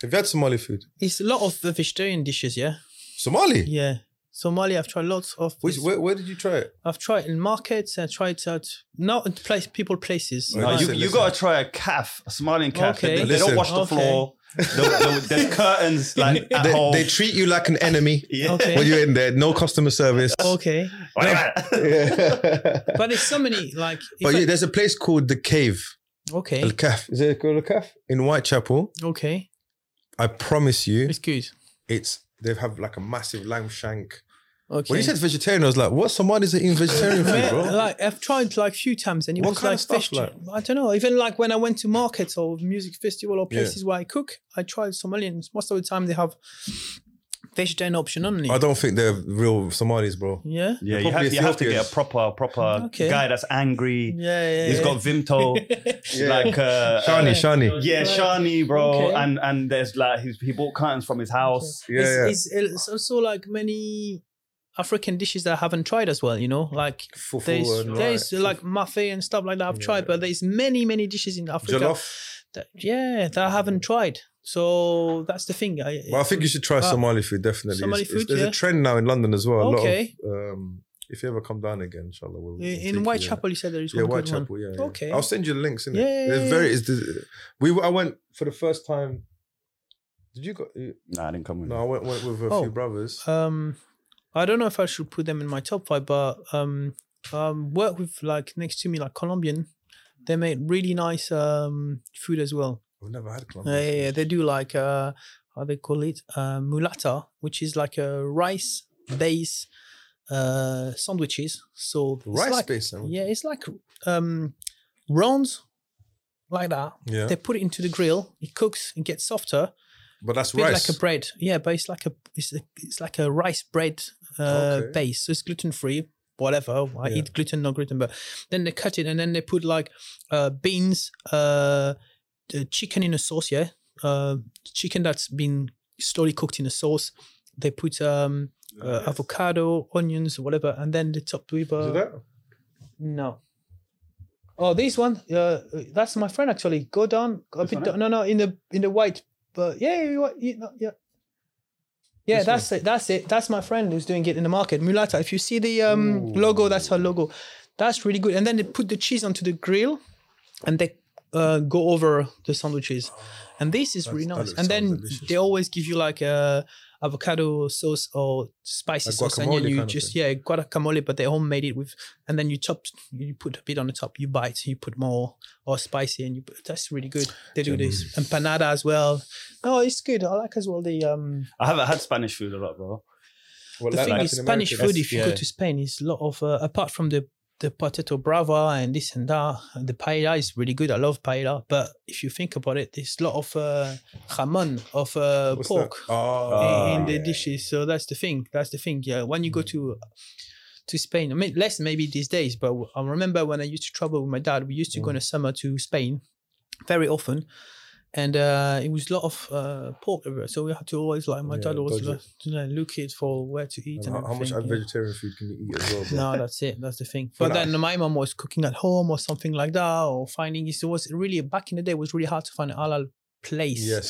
Speaker 1: Have you had Somali food?
Speaker 2: It's a lot of the vegetarian dishes. Yeah,
Speaker 1: Somali?
Speaker 2: yeah. Somali. I've tried lots of.
Speaker 1: Which,
Speaker 2: this-
Speaker 1: where, where did you try it?
Speaker 2: I've tried in markets. I tried it at not in place people places.
Speaker 1: Right,
Speaker 3: No,
Speaker 2: Like-
Speaker 3: you,
Speaker 1: Listen,
Speaker 3: you
Speaker 1: listen.
Speaker 3: gotta try a calf, a smiling calf.
Speaker 2: Okay.
Speaker 3: They, they
Speaker 1: Listen.
Speaker 3: don't wash the
Speaker 2: Okay.
Speaker 3: floor. There- there- there's curtains like at
Speaker 1: They,
Speaker 3: home.
Speaker 1: they treat you like an enemy
Speaker 3: yeah.
Speaker 2: Okay.
Speaker 1: when you're in there. No customer service.
Speaker 2: Oh, okay,
Speaker 3: Why not?
Speaker 1: Yeah.
Speaker 2: but there's so many like. if
Speaker 1: but
Speaker 2: I- Eh?
Speaker 1: yeah, there's a place called the Cave.
Speaker 2: Okay.
Speaker 1: Al Kaf. Is it called Al Kaf? In Whitechapel,
Speaker 2: Okay.
Speaker 1: I promise you,
Speaker 2: It's good.
Speaker 1: it's they have like a massive lamb shank.
Speaker 2: Okay.
Speaker 1: When you said vegetarian, I was like, what Somalis are eating vegetarian food,
Speaker 2: Yeah,
Speaker 1: bro?
Speaker 2: like I've tried like a few times, and it
Speaker 1: What
Speaker 2: was
Speaker 1: kind
Speaker 2: like
Speaker 1: of stuff,
Speaker 2: fish.
Speaker 1: like?
Speaker 2: I don't know. Even like when I went to markets or music festival or
Speaker 1: Yeah.
Speaker 2: places where I cook, I tried Somalians. Most of the time they have vegetarian option only.
Speaker 1: I don't think they're real Somalis, bro.
Speaker 2: Yeah.
Speaker 3: Yeah,
Speaker 1: They're
Speaker 3: you
Speaker 1: probably
Speaker 3: have, you have to get
Speaker 1: Ethiopians.
Speaker 3: a proper proper
Speaker 2: Okay.
Speaker 3: guy that's angry.
Speaker 2: Yeah. yeah,
Speaker 3: He's
Speaker 2: yeah.
Speaker 3: got Vimto, like uh,
Speaker 1: Shani,
Speaker 3: uh,
Speaker 1: Shani.
Speaker 3: yeah, Shani, bro,
Speaker 2: Okay.
Speaker 3: and and there's like he's, he bought curtains from his house.
Speaker 1: Yeah, yeah.
Speaker 2: It's, it's, it's also like many African dishes that I haven't tried as well. You know, like
Speaker 1: Fufu
Speaker 2: there's
Speaker 1: and
Speaker 2: there's
Speaker 1: rice.
Speaker 2: like mafe and stuff like that I've
Speaker 1: Yeah.
Speaker 2: tried, but there's many many dishes in Africa.
Speaker 1: jollof.
Speaker 2: That, yeah, that I haven't tried. So that's the thing. I,
Speaker 1: Well, I think you should try
Speaker 2: Ah.
Speaker 1: Somali food, definitely.
Speaker 2: Somali
Speaker 1: It's- it's-
Speaker 2: food,
Speaker 1: there's a
Speaker 2: yeah.
Speaker 1: trend now in London as well.
Speaker 2: Okay.
Speaker 1: A lot of, um, if you ever come down again, inshallah, we'll. we'll take you,
Speaker 2: in
Speaker 1: yeah.
Speaker 2: Whitechapel, you said there is
Speaker 1: Yeah,
Speaker 2: one good one.
Speaker 1: Whitechapel. Yeah, yeah.
Speaker 2: Okay.
Speaker 1: I'll send you the links. Innit?
Speaker 2: Yeah, yeah,
Speaker 1: They're
Speaker 2: yeah,
Speaker 1: very. It's the, we were- I went for the first time. Did you go? you-
Speaker 3: Nah, I didn't come with.
Speaker 1: No, I went, went with a
Speaker 2: Oh.
Speaker 1: few brothers.
Speaker 2: um i don't know if i should put them in my top five but um um work with like next to me like colombian they make really nice um food as well
Speaker 1: I've never had club.
Speaker 2: yeah, yeah, yeah. they do like uh how they call it uh mulata which is like a rice base uh sandwiches so it's
Speaker 1: Rice
Speaker 2: like,
Speaker 1: based sandwich.
Speaker 2: yeah it's like um rounds like that
Speaker 1: Yeah.
Speaker 2: they put it into the grill it cooks and gets softer
Speaker 1: but that's
Speaker 2: bit
Speaker 1: rice.
Speaker 2: like a bread. Yeah, but it's like a it's, a, it's like a rice bread uh,
Speaker 1: Okay.
Speaker 2: base. So it's gluten free. Whatever. I
Speaker 1: Yeah.
Speaker 2: eat gluten, not gluten, but then they cut it and then they put like uh, beans, uh, the chicken in a sauce. Yeah, uh, chicken that's been slowly cooked in a sauce. They put um, uh, avocado, onions, whatever, and then they top with
Speaker 1: Is
Speaker 2: uh,
Speaker 1: it that?
Speaker 2: no. Oh, this one. Uh, that's my friend actually. Go down a
Speaker 3: This
Speaker 2: bit. Down,
Speaker 3: one,
Speaker 2: no, no, in the in the white. But yeah, you, wa- you, no, yeah. Yeah,
Speaker 1: This
Speaker 2: that's it. That's it. That's my friend who's doing it in the market. Mulata. If you see the um, logo, that's her logo. That's really good. And then they put the cheese onto the grill, and they uh, go over the sandwiches. And this is
Speaker 1: That's-
Speaker 2: really
Speaker 1: that
Speaker 2: nice.
Speaker 1: looks
Speaker 2: And then
Speaker 1: sounds delicious.
Speaker 2: they always give you like uh, a avocado sauce or spicy
Speaker 1: Like
Speaker 2: sauce, and then
Speaker 1: guacamole
Speaker 2: you
Speaker 1: kind of
Speaker 2: just yeah guacamole, but they all made it with, and then you chop, you put a bit on the top, you bite, you put more or spicy, and you put, that's really good. They do this empanada as well. No, it's good. I like as well the um.
Speaker 3: I haven't had Spanish food a lot, bro.
Speaker 1: Well,
Speaker 2: The
Speaker 1: that-
Speaker 2: thing
Speaker 1: Latin
Speaker 2: is, Spanish
Speaker 1: American.
Speaker 2: food. If you go
Speaker 3: yeah.
Speaker 2: to Spain, is a lot of uh, apart from the the potato brava and this and that. and The paella is really good. I love paella, but if you think about it, there's a lot of uh, jamon of uh,
Speaker 1: What's that?
Speaker 2: pork
Speaker 1: Oh,
Speaker 2: in in the
Speaker 1: yeah. Mm.
Speaker 2: dishes. So that's the thing. That's the thing. Yeah, when you go to to Spain, I mean less maybe these days, but I remember when I used to travel with my dad, we used to go
Speaker 1: Mm.
Speaker 2: in the summer to Spain very often. And uh, it was a lot of uh, pork everywhere, so we had to always like my
Speaker 1: Yeah,
Speaker 2: dad always
Speaker 1: dodgy.
Speaker 2: like, you know, look it for where to eat and,
Speaker 1: How, how much
Speaker 2: everything, yeah.
Speaker 1: vegetarian food can you eat as well? Bro?
Speaker 2: No, that's it. That's the thing.
Speaker 1: For
Speaker 2: But
Speaker 1: now.
Speaker 2: then my mom was cooking at home or something like that, or finding it was really back in the day it was really hard to find an halal place.
Speaker 1: Yes.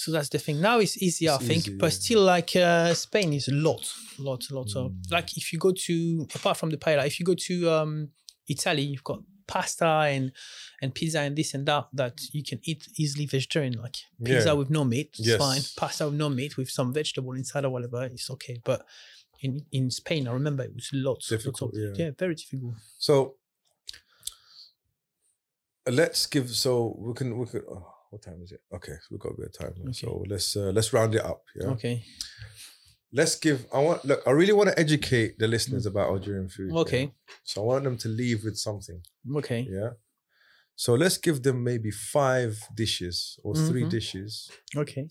Speaker 2: So that's the thing. Now it's easier, I
Speaker 1: It's
Speaker 2: think,
Speaker 1: easy,
Speaker 2: but
Speaker 1: yeah.
Speaker 2: still, like uh, Spain is a lot, lot, lot. of
Speaker 1: Mm.
Speaker 2: like if you go to apart from the paella, if you go to um, Italy, you've got pasta and and pizza and this and that that you can eat easily vegetarian. Like pizza
Speaker 1: Yeah.
Speaker 2: with no meat, it's
Speaker 1: Yes.
Speaker 2: fine. Pasta with no meat with some vegetable inside or whatever, it's okay. But in in Spain, I remember it was lots,
Speaker 1: Difficult,
Speaker 2: lots of
Speaker 1: yeah.
Speaker 2: yeah, very difficult.
Speaker 1: So let's give. So we can. We can. Oh, what time is it? Okay, so we've got a bit of time. now.
Speaker 2: Okay.
Speaker 1: So let's uh, let's round it up. Yeah.
Speaker 2: Okay,
Speaker 1: Let's give. I want. Look, I really want to educate the listeners about Algerian food. yeah.
Speaker 2: Mm. okay,
Speaker 1: So I want them to leave with something.
Speaker 2: okay,
Speaker 1: Yeah. So let's give them maybe five dishes or three
Speaker 2: Mhm.
Speaker 1: dishes.
Speaker 2: okay.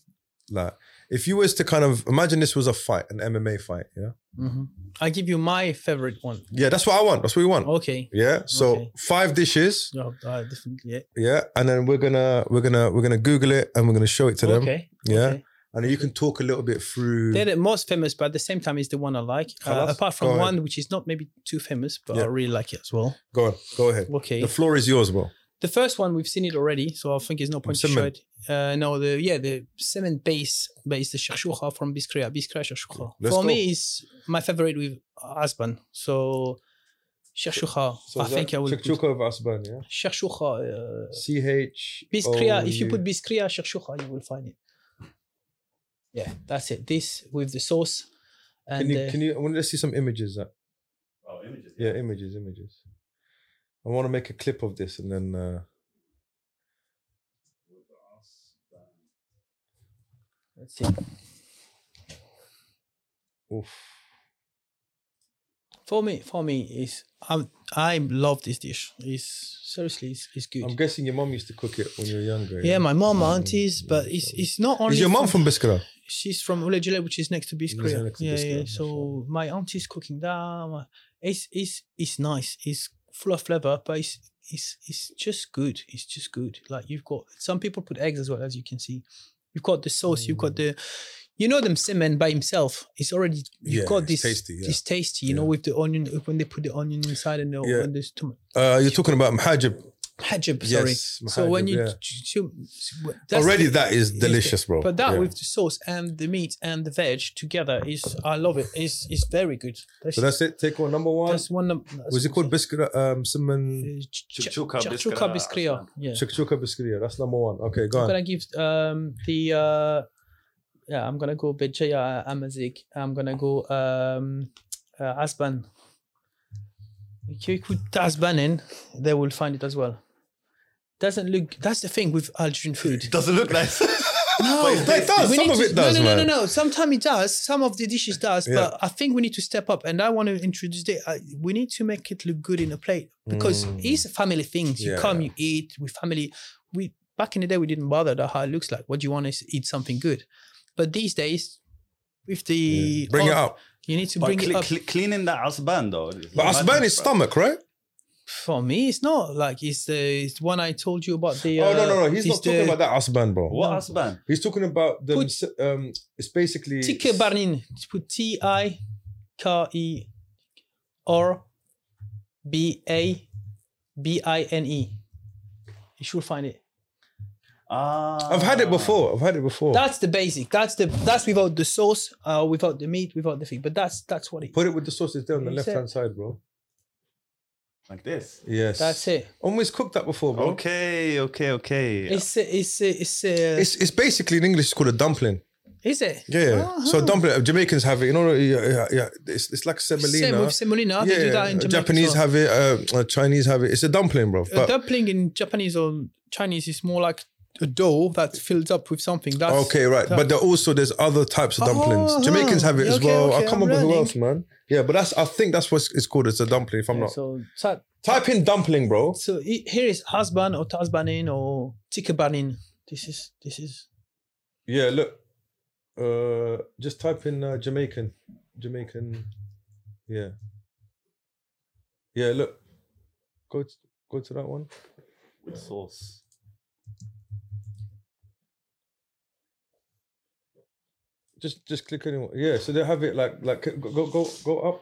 Speaker 1: Like, if you was to kind of imagine this was a fight, an MMA fight. Yeah.
Speaker 2: hmm I give you my favorite one.
Speaker 1: Yeah, that's what I want. That's what we want.
Speaker 2: Okay.
Speaker 1: Yeah. So
Speaker 2: Okay.
Speaker 1: five dishes.
Speaker 2: Yeah, uh, definitely, yeah.
Speaker 1: Yeah, and then we're gonna we're gonna we're gonna Google it and we're gonna show it to them.
Speaker 2: Okay.
Speaker 1: Yeah,
Speaker 2: okay.
Speaker 1: and then you can talk a little bit through.
Speaker 2: They're the most famous, but at the same time, is the one I like. Uh,
Speaker 1: Khalas,
Speaker 2: apart
Speaker 1: go
Speaker 2: from
Speaker 1: ahead.
Speaker 2: one which is not maybe too famous, but
Speaker 1: Yeah.
Speaker 2: I really like it as well.
Speaker 1: Go on, go ahead.
Speaker 2: Okay.
Speaker 1: The floor is yours, bro.
Speaker 2: The first one we've seen it already, so I think it's no point to show
Speaker 1: Cement.
Speaker 2: it. Uh, no, the yeah, the cement base base the shakshuka from Biskria, Biskria shakshuka.
Speaker 1: Let's
Speaker 2: For
Speaker 1: go.
Speaker 2: me, is my favorite with husband. So shakshuka, I think I will. put-
Speaker 1: Chukchuka of Asban, yeah.
Speaker 2: Shakshuka. Uh,
Speaker 1: C H.
Speaker 2: Biskria.
Speaker 1: Oh,
Speaker 2: If you put Biskria shakshuka, you will find it. Yeah, that's it. This with the sauce. And
Speaker 1: can you
Speaker 2: uh,
Speaker 1: can you? I want to see some images. uh, That
Speaker 3: Oh, images.
Speaker 1: yeah, images, images. I want to make a clip of this and then uh
Speaker 2: Let's see.
Speaker 1: Oof.
Speaker 2: For me, for me, is I I love this dish. It's seriously, it's, it's good.
Speaker 1: I'm guessing your mom used to cook it when you were younger. Mm,
Speaker 2: yeah, my mom, my aunties, but it's it's not only.
Speaker 1: Is your mum
Speaker 2: from-
Speaker 1: from Biskra?
Speaker 2: she's from Ulejele, which is next to
Speaker 1: Ulejele
Speaker 2: Biskra.
Speaker 1: next to
Speaker 2: Yeah,
Speaker 1: Biskra,
Speaker 2: yeah.
Speaker 1: that's
Speaker 2: So my auntie's cooking that. my- It's it's it's nice. It's full of flavor, but it's it's it's just good. It's just good. Like you've got some people put eggs as well, as you can see. You've got the sauce. You've
Speaker 1: Mm.
Speaker 2: got the, you know, them cinnamon by himself. It's already you've
Speaker 1: Yeah,
Speaker 2: got
Speaker 1: it's
Speaker 2: this
Speaker 1: tasty, yeah.
Speaker 2: this tasty. You know,
Speaker 1: Yeah.
Speaker 2: with the onion when they put the onion inside and the
Speaker 1: Yeah.
Speaker 2: and there's tomato.
Speaker 1: Uh, you're talking about Mhajib.
Speaker 2: Hajib,
Speaker 1: Yes,
Speaker 2: sorry. so
Speaker 1: mahajib,
Speaker 2: when you
Speaker 1: yeah.
Speaker 2: chu- chu- that's
Speaker 1: Already
Speaker 2: the-
Speaker 1: that is
Speaker 2: is
Speaker 1: delicious, bro.
Speaker 2: but that
Speaker 1: Yeah.
Speaker 2: with the sauce and the meat and the veg together is I love it. It's it's very good. That's
Speaker 1: So that's it. Take on number one.
Speaker 2: that's uh, one of
Speaker 1: Was it called Biskra? Um, Simon
Speaker 3: Chukchuka
Speaker 2: Chachuka
Speaker 3: biskra.
Speaker 2: biskria. Yeah.
Speaker 1: Shakchuka Biskra. That's number one. Okay, go
Speaker 2: I'm
Speaker 1: on.
Speaker 2: gonna give um the uh yeah, I'm gonna go Bejaya Amazik. I'm gonna go um uh, Asban. If you put Asban in, they will find it as well. Doesn't look that's the thing with Algerian food.
Speaker 3: Doesn't look nice.
Speaker 2: No,
Speaker 1: But it- but it does.
Speaker 2: we
Speaker 1: Some
Speaker 2: need
Speaker 1: of
Speaker 2: to-
Speaker 1: it does,
Speaker 2: No, no,
Speaker 1: man.
Speaker 2: no, no, no. Sometimes it does. Some of the dishes does.
Speaker 1: Yeah.
Speaker 2: But I think we need to step up, and I want to introduce it. I, we need to make it look good in a plate because
Speaker 1: Mm.
Speaker 2: it's a family thing. You
Speaker 1: Yeah.
Speaker 2: come, you eat with family. We back in the day we didn't bother that how it looks like. What you want is eat something good, but these days with the
Speaker 1: Yeah. Bring it
Speaker 2: oh,
Speaker 1: up.
Speaker 2: you need to
Speaker 3: But
Speaker 2: bring
Speaker 3: cle-
Speaker 2: it up.
Speaker 3: cle- cleaning that asban though.
Speaker 1: But Asban is stomach, right?
Speaker 2: For me, it's not like it's the it's the one I told you about. The uh,
Speaker 1: oh no, no, no. He's
Speaker 2: it's
Speaker 1: not talking
Speaker 2: the
Speaker 1: about that Asban, bro.
Speaker 3: What
Speaker 2: No.
Speaker 3: asban?
Speaker 1: He's talking about the
Speaker 2: Put-
Speaker 1: s- um. It's basically
Speaker 2: Tikke Barnin. Just Put T I K E R B A B I N E. You should find it.
Speaker 3: Ah,
Speaker 1: I've had it before. I've had it before.
Speaker 2: That's the basic. That's the that's without the sauce, uh, without the meat, without the thing. But that's that's what it.
Speaker 1: Put it with the sausage there on the
Speaker 2: He
Speaker 1: left
Speaker 2: said-
Speaker 1: hand side, bro.
Speaker 3: Like this.
Speaker 1: Yes.
Speaker 2: That's it.
Speaker 1: Almost cooked that before, bro.
Speaker 3: Okay, okay, okay.
Speaker 2: It's a- it's a- it's a-
Speaker 1: It's it's basically in English it's called a dumpling.
Speaker 2: is it?
Speaker 1: Yeah. yeah. So
Speaker 2: Uh-huh.
Speaker 1: dumpling. Jamaicans have it. You know. Yeah. Yeah. yeah. It's it's like semolina.
Speaker 2: Same with semolina. they do that in Jamaica as
Speaker 1: Japanese
Speaker 2: well.
Speaker 1: have it. Uh, uh, Chinese have it. It's a dumpling, bro.
Speaker 2: a
Speaker 1: But
Speaker 2: dumpling in Japanese or Chinese is more like a dough that fills up with something. That's
Speaker 1: okay, right. But there also there's other types of dumplings.
Speaker 2: Oh,
Speaker 1: Jamaicans have it
Speaker 2: yeah,
Speaker 1: as
Speaker 2: okay,
Speaker 1: well. I
Speaker 2: okay,
Speaker 1: can't
Speaker 2: I'm
Speaker 1: remember who
Speaker 2: learning.
Speaker 1: else, man. Yeah, but that's I think that's what it's called. It's a dumpling. If I'm not
Speaker 2: So that,
Speaker 1: type in dumpling, bro.
Speaker 2: so he- here is Hasban or Tasbanin or Tikabanin. This is this is
Speaker 1: Yeah, look. Uh, just type in uh, Jamaican, Jamaican. Yeah. Yeah, look. Go to, go to that one.
Speaker 3: With sauce.
Speaker 1: Just just click anyone. Yeah, so they have it like like go go go, go up.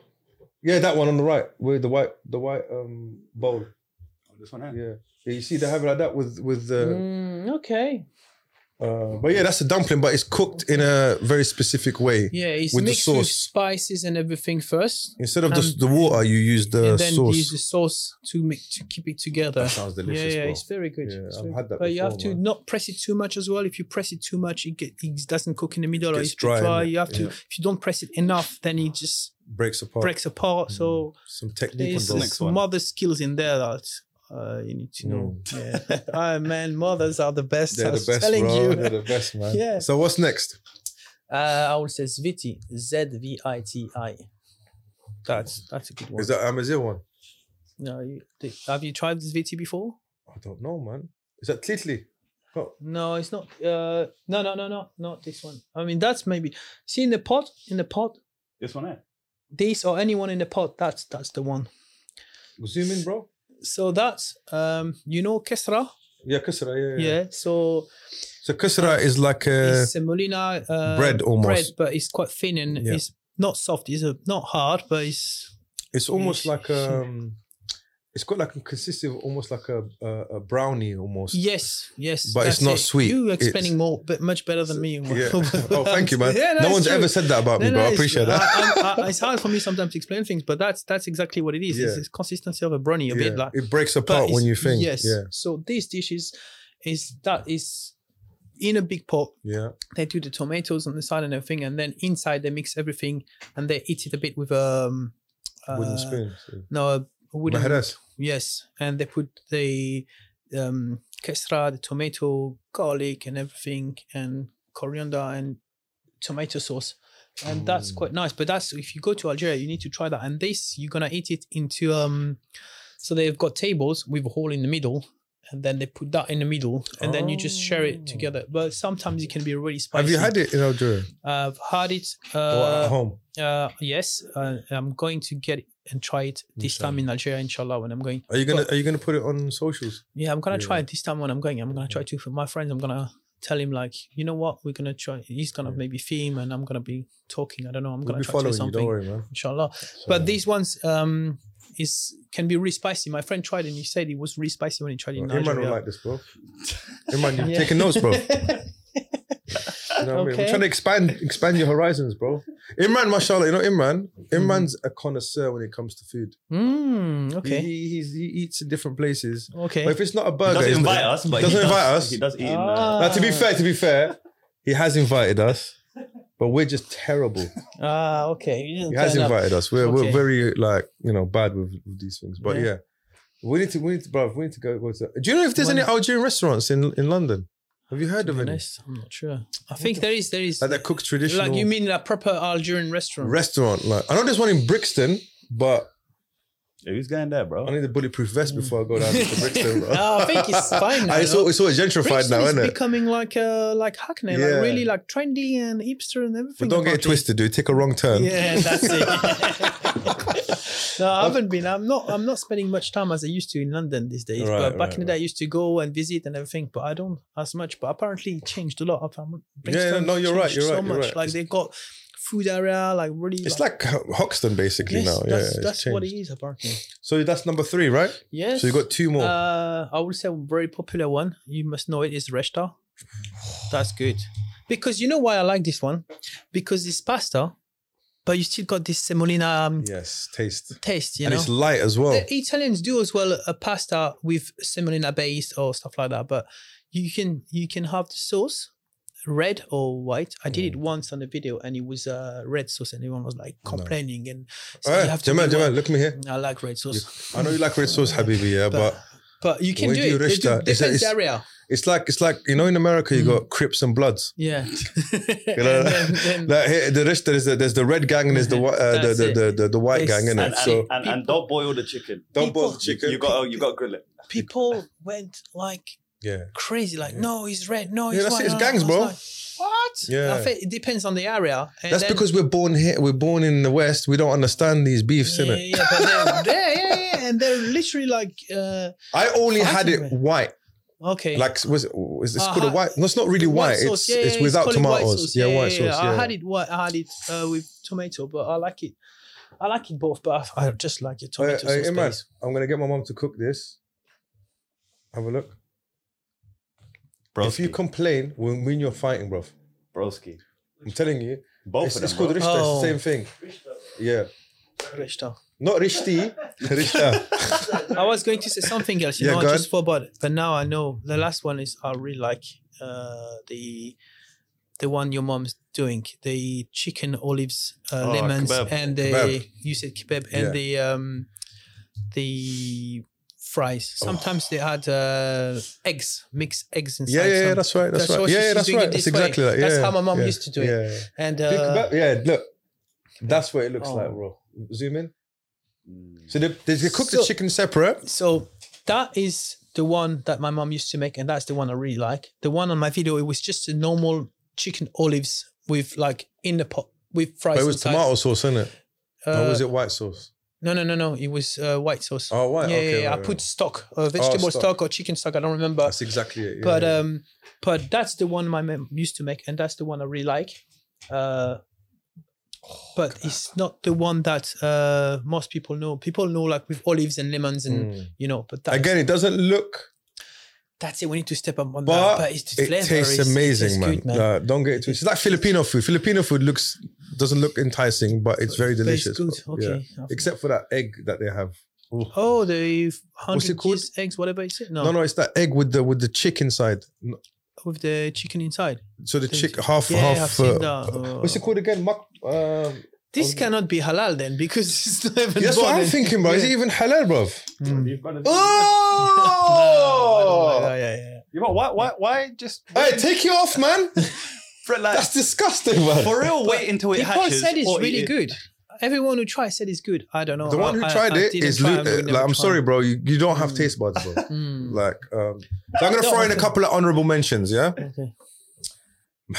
Speaker 1: Yeah, that one on the right with the white the white um bowl.
Speaker 3: Oh, this one. eh?
Speaker 1: Yeah. yeah you see they have it like that with with the
Speaker 2: Mm, okay.
Speaker 1: uh,
Speaker 2: Mm-hmm.
Speaker 1: but yeah, that's a dumpling, but it's cooked in a very specific way.
Speaker 2: Yeah, it's
Speaker 1: With the
Speaker 2: mixed with
Speaker 1: sauce.
Speaker 2: spices and everything first,
Speaker 1: Instead of just
Speaker 2: Um,
Speaker 1: the water, you use the
Speaker 2: and then
Speaker 1: Uh, sauce.
Speaker 2: use the sauce to make to keep it together.
Speaker 1: that sounds
Speaker 2: Yeah,
Speaker 1: delicious,
Speaker 2: yeah,
Speaker 1: bro.
Speaker 2: it's very good.
Speaker 1: Yeah,
Speaker 2: It's
Speaker 1: I've
Speaker 2: very
Speaker 1: had
Speaker 2: good.
Speaker 1: that
Speaker 2: but you have
Speaker 1: before,
Speaker 2: to
Speaker 1: man.
Speaker 2: not press it too much as well. If you press it too much, it get it doesn't cook in the middle, or
Speaker 1: Gets
Speaker 2: it's too
Speaker 1: dry,
Speaker 2: dry.
Speaker 1: innit?
Speaker 2: You have to
Speaker 1: Yeah.
Speaker 2: if you don't press it enough, then it just
Speaker 1: Breaks apart. Mm.
Speaker 2: breaks apart. So
Speaker 1: Some technique on
Speaker 2: there's
Speaker 3: the next
Speaker 1: those.
Speaker 2: some
Speaker 3: one.
Speaker 2: other skills in there that uh, you need to know. Yeah. oh man, mothers are the best. I
Speaker 1: Mm. They're the
Speaker 2: was
Speaker 1: best,
Speaker 2: telling
Speaker 1: bro. They're
Speaker 2: you.
Speaker 1: the best, man.
Speaker 2: Yeah.
Speaker 1: So what's next?
Speaker 2: Uh, I will say Zviti. Z V I T I. That's that's a good one.
Speaker 1: Is that Amazir one?
Speaker 2: no, you, th- have you tried Zviti before?
Speaker 1: I don't know, man. Is that Tlitli? Oh,
Speaker 2: No, it's not. Uh, no, no, no, no, not this one. I mean, that's maybe. See in the pot, in the pot,
Speaker 3: This one. Eh?
Speaker 2: this or anyone in the pot. That's that's the one.
Speaker 1: zoom in, bro.
Speaker 2: So that's um, you know, Kesra.
Speaker 1: Yeah, Kusra,
Speaker 2: Yeah.
Speaker 1: yeah, yeah.
Speaker 2: So
Speaker 1: So Kusra is like a
Speaker 2: it's semolina uh,
Speaker 1: bread almost.
Speaker 2: bread, but it's quite thin and
Speaker 1: Yeah.
Speaker 2: it's not soft. It's a, not hard, but it's
Speaker 1: it's almost like
Speaker 2: it's-
Speaker 1: um it's got like a consistent almost like a a, a brownie almost.
Speaker 2: yes, yes.
Speaker 1: But it's
Speaker 2: that's
Speaker 1: not
Speaker 2: it.
Speaker 1: sweet.
Speaker 2: You
Speaker 1: It's-
Speaker 2: explaining more, but much better than me.
Speaker 1: Yeah. oh, thank you, man.
Speaker 2: Yeah,
Speaker 1: no
Speaker 2: that's
Speaker 1: one's
Speaker 2: true.
Speaker 1: ever said that about me,
Speaker 2: No,
Speaker 1: but
Speaker 2: no,
Speaker 1: I
Speaker 2: it's-
Speaker 1: appreciate that.
Speaker 2: I- I'm- I- it's hard for me sometimes to explain things, but that's that's exactly what it is. It's
Speaker 1: Yeah.
Speaker 2: the consistency of a brownie, a
Speaker 1: yeah.
Speaker 2: bit like.
Speaker 1: it breaks
Speaker 2: but
Speaker 1: apart when
Speaker 2: it's-
Speaker 1: you think.
Speaker 2: Yes.
Speaker 1: Yeah.
Speaker 2: So these dishes is that is in a big pot.
Speaker 1: Yeah.
Speaker 2: They do the tomatoes on the side and everything, and then inside they mix everything and they eat it a bit with um, uh,
Speaker 1: Wooden spoon. So.
Speaker 2: No, a wooden.
Speaker 1: Mahras.
Speaker 2: Yes, and they put the um, kesra, the tomato, garlic, and everything, and coriander, and tomato sauce, and that's
Speaker 1: Mm.
Speaker 2: quite nice. But that's if you go to Algeria, you need to try that. And this you're gonna eat it into um, so they've got tables with a hole in the middle. And then they put that in the middle, and then you just share it
Speaker 1: Oh.
Speaker 2: together. But sometimes it can be really spicy.
Speaker 1: Have you had it in Algeria
Speaker 2: I've had it.
Speaker 1: or
Speaker 2: Uh,
Speaker 1: at home?
Speaker 2: uh, yes, uh, I'm going to get it and try it this time in Algeria, inshallah. When I'm going,
Speaker 1: Are you gonna Are you gonna put it on socials?
Speaker 2: yeah, I'm gonna
Speaker 1: Yeah.
Speaker 2: try it this time when I'm going. I'm gonna try to for my friends. I'm gonna tell him like, you know what, we're gonna try. He's gonna
Speaker 1: Yeah.
Speaker 2: maybe theme, and I'm gonna be talking. I don't know. I'm
Speaker 1: We'll
Speaker 2: gonna
Speaker 1: be
Speaker 2: try to do
Speaker 1: following you. Don't
Speaker 2: something,
Speaker 1: worry, man.
Speaker 2: inshallah.
Speaker 1: So-
Speaker 2: But these ones um is can be really spicy. My friend tried it and he said it was really spicy when he tried it in
Speaker 1: Well, Imran
Speaker 2: Algeria.
Speaker 1: will like this, bro. Imran, you're
Speaker 2: Yeah.
Speaker 1: taking notes, bro. You know what I mean? I'm
Speaker 2: Okay.
Speaker 1: trying to expand expand your horizons, bro. Imran, mashallah, you know Imran.
Speaker 2: Mm-hmm.
Speaker 1: Imran's a connoisseur when it comes to food.
Speaker 2: Mm,
Speaker 1: He,
Speaker 2: okay.
Speaker 1: he, he's, he eats in different places.
Speaker 2: Okay.
Speaker 1: But if it's not a
Speaker 3: He
Speaker 1: burger,
Speaker 3: doesn't
Speaker 1: it's not-
Speaker 3: invite us, but
Speaker 1: doesn't
Speaker 3: he does,
Speaker 1: invite us.
Speaker 3: He does eat. in,
Speaker 2: Ah.
Speaker 3: Uh,
Speaker 1: Now, to be fair, to be fair, he has invited us, but we're just terrible.
Speaker 2: Ah, okay. You didn't
Speaker 1: He has
Speaker 2: turn up.
Speaker 1: invited us. We're we're
Speaker 2: Okay.
Speaker 1: very like you know bad with, with these things. But yeah.
Speaker 2: Yeah.
Speaker 1: we need to we need to bro, we need to go. go to, do you know if there's any
Speaker 2: Wanna-
Speaker 1: Algerian restaurants in in London? Have you heard
Speaker 2: To
Speaker 1: of
Speaker 2: be
Speaker 1: any?
Speaker 2: honest, I'm not sure. I think there is. There is.
Speaker 1: Like that cook traditional
Speaker 2: Like you mean a proper Algerian restaurant?
Speaker 1: restaurant. Like I know there's one in Brixton, but
Speaker 3: yeah, who's going there, bro?
Speaker 1: I need a bulletproof vest before I go down to Brixton. Bro.
Speaker 2: No, I think it's fine now,
Speaker 1: Ah, It's all,
Speaker 2: no?
Speaker 1: it's all gentrified
Speaker 2: Brixton
Speaker 1: now,
Speaker 2: is
Speaker 1: isn't it?
Speaker 2: becoming like uh, like Hackney,
Speaker 1: Yeah.
Speaker 2: like really like trendy and hipster and everything.
Speaker 1: But don't get it
Speaker 2: about
Speaker 1: twisted, dude. Take a wrong turn.
Speaker 2: Yeah, that's it. no, I haven't been. I'm not. I'm not spending much time as I used to in London these days.
Speaker 1: Right,
Speaker 2: but back
Speaker 1: right,
Speaker 2: in the day, I used to go and visit and everything. But I don't as much. But apparently, it changed a lot. Apparently, Brixton
Speaker 1: no, you're right,
Speaker 2: changed
Speaker 1: you're
Speaker 2: so
Speaker 1: right, you're
Speaker 2: much.
Speaker 1: right.
Speaker 2: Like they got food area, like really.
Speaker 1: It's like Ho- Hoxton basically
Speaker 2: yes,
Speaker 1: now. Yeah,
Speaker 2: that's,
Speaker 1: it's
Speaker 2: that's
Speaker 1: changed.
Speaker 2: what it is apparently.
Speaker 1: So that's number three, right?
Speaker 2: Yes.
Speaker 1: So you got two more.
Speaker 2: Uh, I would say a very popular one. You must know it is reshta. That's good because you know why I like this one because it's pasta, but you still got this semolina um,
Speaker 1: yes, taste.
Speaker 2: taste. You
Speaker 1: and
Speaker 2: know,
Speaker 1: it's light as well.
Speaker 2: the Italians do as well a pasta with semolina base or stuff like that. But you can you can have the sauce, red or white. I did it
Speaker 1: Mm.
Speaker 2: once on the video and it was uh, red sauce, and everyone was like complaining and so
Speaker 1: All
Speaker 2: you
Speaker 1: right,
Speaker 2: have to
Speaker 1: Jamal,
Speaker 2: do
Speaker 1: Jamal,
Speaker 2: one.
Speaker 1: look me here.
Speaker 2: I like red sauce.
Speaker 1: I know you like red sauce, Habibi, yeah, but,
Speaker 2: But- But you can
Speaker 1: Where
Speaker 2: do,
Speaker 1: do you
Speaker 2: it. They
Speaker 1: reach
Speaker 2: do
Speaker 1: that? Is that-
Speaker 2: different
Speaker 1: is-
Speaker 2: area.
Speaker 1: it's like it's like you know in America
Speaker 2: Mm.
Speaker 1: you got Crips and Bloods.
Speaker 2: Yeah.
Speaker 1: know,
Speaker 2: And then- then-
Speaker 1: Like here, the rest there's the, there's the red gang and there's the whi- uh, the,
Speaker 2: That's
Speaker 1: the, the, the the white
Speaker 2: They
Speaker 1: gang in it.
Speaker 3: and,
Speaker 2: said-
Speaker 1: So
Speaker 3: and, and, and don't boil the chicken.
Speaker 1: don't boil the
Speaker 2: people-
Speaker 1: chicken.
Speaker 3: You got you got to grill it.
Speaker 2: people went like
Speaker 1: yeah,
Speaker 2: crazy, like,
Speaker 1: Yeah.
Speaker 2: no, he's red, no,
Speaker 1: Yeah,
Speaker 2: he's
Speaker 1: that's
Speaker 2: white.
Speaker 1: it, it's
Speaker 2: no, no."
Speaker 1: gangs,
Speaker 2: I was
Speaker 1: bro.
Speaker 2: like, what?
Speaker 1: Yeah.
Speaker 2: I think it depends on the area. And
Speaker 1: that's
Speaker 2: then-
Speaker 1: because we're born here. We're born in the West. We don't understand these beefs
Speaker 2: yeah,
Speaker 1: in it.
Speaker 2: yeah, but they're, yeah, yeah, yeah, and they're literally like, uh,
Speaker 1: I only had it
Speaker 2: Fucking
Speaker 1: white.
Speaker 2: okay,
Speaker 1: Like was it, was it's
Speaker 2: Uh,
Speaker 1: called a
Speaker 2: ha-
Speaker 1: white? No, it's not really white.
Speaker 2: sauce,
Speaker 1: It's
Speaker 2: yeah,
Speaker 1: it's
Speaker 2: yeah,
Speaker 1: without
Speaker 2: called it white
Speaker 1: tomatoes.
Speaker 2: sauce,
Speaker 1: Yeah, white sauce.
Speaker 2: I
Speaker 1: Yeah.
Speaker 2: had it white. I had it uh, with tomato, but I like it. I like it both, but I, I just like it
Speaker 1: Uh,
Speaker 2: tomato
Speaker 1: uh,
Speaker 2: sauce.
Speaker 1: Imran,
Speaker 2: base.
Speaker 1: I'm gonna get my mom to cook this. Have a look.
Speaker 3: Broski.
Speaker 1: If you complain when when you're fighting, bro,
Speaker 3: broski.
Speaker 1: I'm telling you,
Speaker 3: Both
Speaker 1: it's,
Speaker 3: of them.
Speaker 1: it's called
Speaker 3: bro.
Speaker 1: rishta. It's
Speaker 2: Oh.
Speaker 1: the same thing. Yeah,
Speaker 2: Rishta.
Speaker 1: not rishti, rishta.
Speaker 2: I was going to say something else, you
Speaker 1: Yeah,
Speaker 2: know,
Speaker 1: go
Speaker 2: I
Speaker 1: on.
Speaker 2: just forgot, it. but now I know. The last one is I really like uh, the the one your mom's doing, the chicken olives, uh,
Speaker 3: Oh,
Speaker 2: lemons,
Speaker 3: kebab.
Speaker 2: and the
Speaker 1: Kebab.
Speaker 2: you said kebab and
Speaker 1: Yeah.
Speaker 2: the um the fries.
Speaker 1: Oh.
Speaker 2: Sometimes they add uh, eggs, mixed eggs inside.
Speaker 1: Yeah, yeah, yeah,
Speaker 2: some-
Speaker 1: that's right. That's,
Speaker 2: That's
Speaker 1: right.
Speaker 2: what
Speaker 1: Yeah,
Speaker 2: she's
Speaker 1: yeah, that's
Speaker 2: doing it
Speaker 1: right. That's
Speaker 2: this way.
Speaker 1: exactly that. Yeah,
Speaker 2: That's how my mum
Speaker 1: yeah,
Speaker 2: used to do it.
Speaker 1: Yeah,
Speaker 2: and
Speaker 1: Think
Speaker 2: uh,
Speaker 1: about- yeah, look, that's what it looks
Speaker 2: Oh.
Speaker 1: like, bro. Zoom in.
Speaker 3: Mm.
Speaker 1: So they, they, they cook the
Speaker 2: So-
Speaker 1: chicken separate.
Speaker 2: so that is the one that my mom used to make, and that's the one I really like. The one on my video, it was just a normal chicken olives with like in the pot with fries.
Speaker 1: But it was
Speaker 2: inside.
Speaker 1: tomato sauce, isn't it? or
Speaker 2: Uh,
Speaker 1: was it white sauce?
Speaker 2: No, no, no, no. It was uh, white sauce.
Speaker 1: Oh, white.
Speaker 2: yeah,
Speaker 1: okay,
Speaker 2: yeah, yeah.
Speaker 1: right,
Speaker 2: I
Speaker 1: right. Oh,
Speaker 2: put stock, uh, vegetable
Speaker 1: stock.
Speaker 2: stock. or chicken stock. I don't remember.
Speaker 1: That's exactly it. yeah,
Speaker 2: but
Speaker 1: yeah.
Speaker 2: um, but that's the one my mom used to make, and that's the one I really like. Uh, but it's not the one that uh most people know. People know like with olives and lemons and
Speaker 1: Mm.
Speaker 2: you know, but that's
Speaker 1: again, it doesn't look
Speaker 2: That's it. We need to step up on
Speaker 1: But
Speaker 2: that. But it's the
Speaker 1: It
Speaker 2: flavor
Speaker 1: tastes
Speaker 2: is- it
Speaker 1: amazing,
Speaker 2: tastes
Speaker 1: man.
Speaker 2: good, man.
Speaker 1: Nah, don't get it twisted. It's like Filipino food. Filipino food looks doesn't look enticing, but it's very
Speaker 2: But
Speaker 1: delicious.
Speaker 2: It's
Speaker 1: bro.
Speaker 2: good.
Speaker 1: Yeah.
Speaker 2: Okay.
Speaker 1: Except for that egg that they have.
Speaker 2: oh, the
Speaker 1: What's it
Speaker 2: hundred
Speaker 1: called?
Speaker 2: cheese eggs, whatever it's no,
Speaker 1: No, no, it's that egg with the with the chick inside. N-
Speaker 2: with the chicken inside.
Speaker 1: So the
Speaker 2: Thank
Speaker 1: chick
Speaker 2: you.
Speaker 1: half
Speaker 2: Yeah,
Speaker 1: half.
Speaker 2: I've seen
Speaker 1: uh,
Speaker 2: that.
Speaker 1: What's it called again? Mak- um,
Speaker 2: This cannot be halal then because it's not even.
Speaker 1: that's what
Speaker 2: born
Speaker 1: I'm
Speaker 2: in-
Speaker 1: thinking, bro. Is it
Speaker 2: Yeah.
Speaker 1: even halal, bro?
Speaker 2: Mm.
Speaker 3: You've got
Speaker 1: Ah!
Speaker 3: to-
Speaker 2: No, I don't like
Speaker 1: Oh!
Speaker 2: that. Yeah, yeah, yeah.
Speaker 3: You know, why, why, why just
Speaker 1: Hey, take it off, man.
Speaker 3: Fred, like,
Speaker 1: That's disgusting, man.
Speaker 3: for real, wait until it
Speaker 2: People
Speaker 3: hatches.
Speaker 2: said it's
Speaker 3: or eat
Speaker 2: really
Speaker 3: it.
Speaker 2: good. Everyone who tried said it's good. I don't know.
Speaker 1: the one who
Speaker 2: Oh, I- I-
Speaker 1: tried
Speaker 2: I
Speaker 1: it
Speaker 2: didn't
Speaker 1: is
Speaker 2: try,
Speaker 1: lo-
Speaker 2: I've never
Speaker 1: like, I'm
Speaker 2: tried.
Speaker 1: sorry, bro. You, you don't have
Speaker 2: Mm.
Speaker 1: taste buds, bro.
Speaker 2: Mm,
Speaker 1: like, um, so I'm gonna
Speaker 2: No,
Speaker 1: throw in a
Speaker 2: okay.
Speaker 1: couple of honorable mentions. Yeah,
Speaker 2: okay.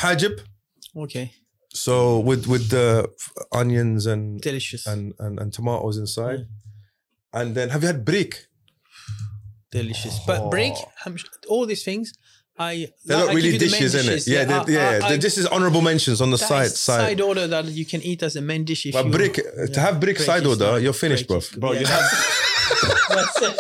Speaker 1: Hajib.
Speaker 2: Okay.
Speaker 1: So with with the f- onions and
Speaker 2: Delicious.
Speaker 1: and and, and tomatoes inside,
Speaker 2: Mm.
Speaker 1: and then have you had brick?
Speaker 2: delicious. But break ham- all these things. I
Speaker 1: Oh. They're
Speaker 2: like,
Speaker 1: not
Speaker 2: I give
Speaker 1: really
Speaker 2: you the main
Speaker 1: dishes, in it.
Speaker 2: dishes.
Speaker 1: Yeah, yeah,
Speaker 2: I-
Speaker 1: yeah.
Speaker 2: I-
Speaker 1: they're
Speaker 2: I-
Speaker 1: just as honorable mentions on the
Speaker 2: that
Speaker 1: side
Speaker 2: is
Speaker 1: side.
Speaker 2: order that you can eat as a main dish. If
Speaker 1: But
Speaker 2: you
Speaker 1: brick to have brick
Speaker 2: Brick
Speaker 1: side
Speaker 2: is
Speaker 1: order,
Speaker 2: not-
Speaker 1: you're finished, bro.
Speaker 2: break is good.
Speaker 3: Bro, you
Speaker 2: Yeah.
Speaker 3: have
Speaker 2: that's it.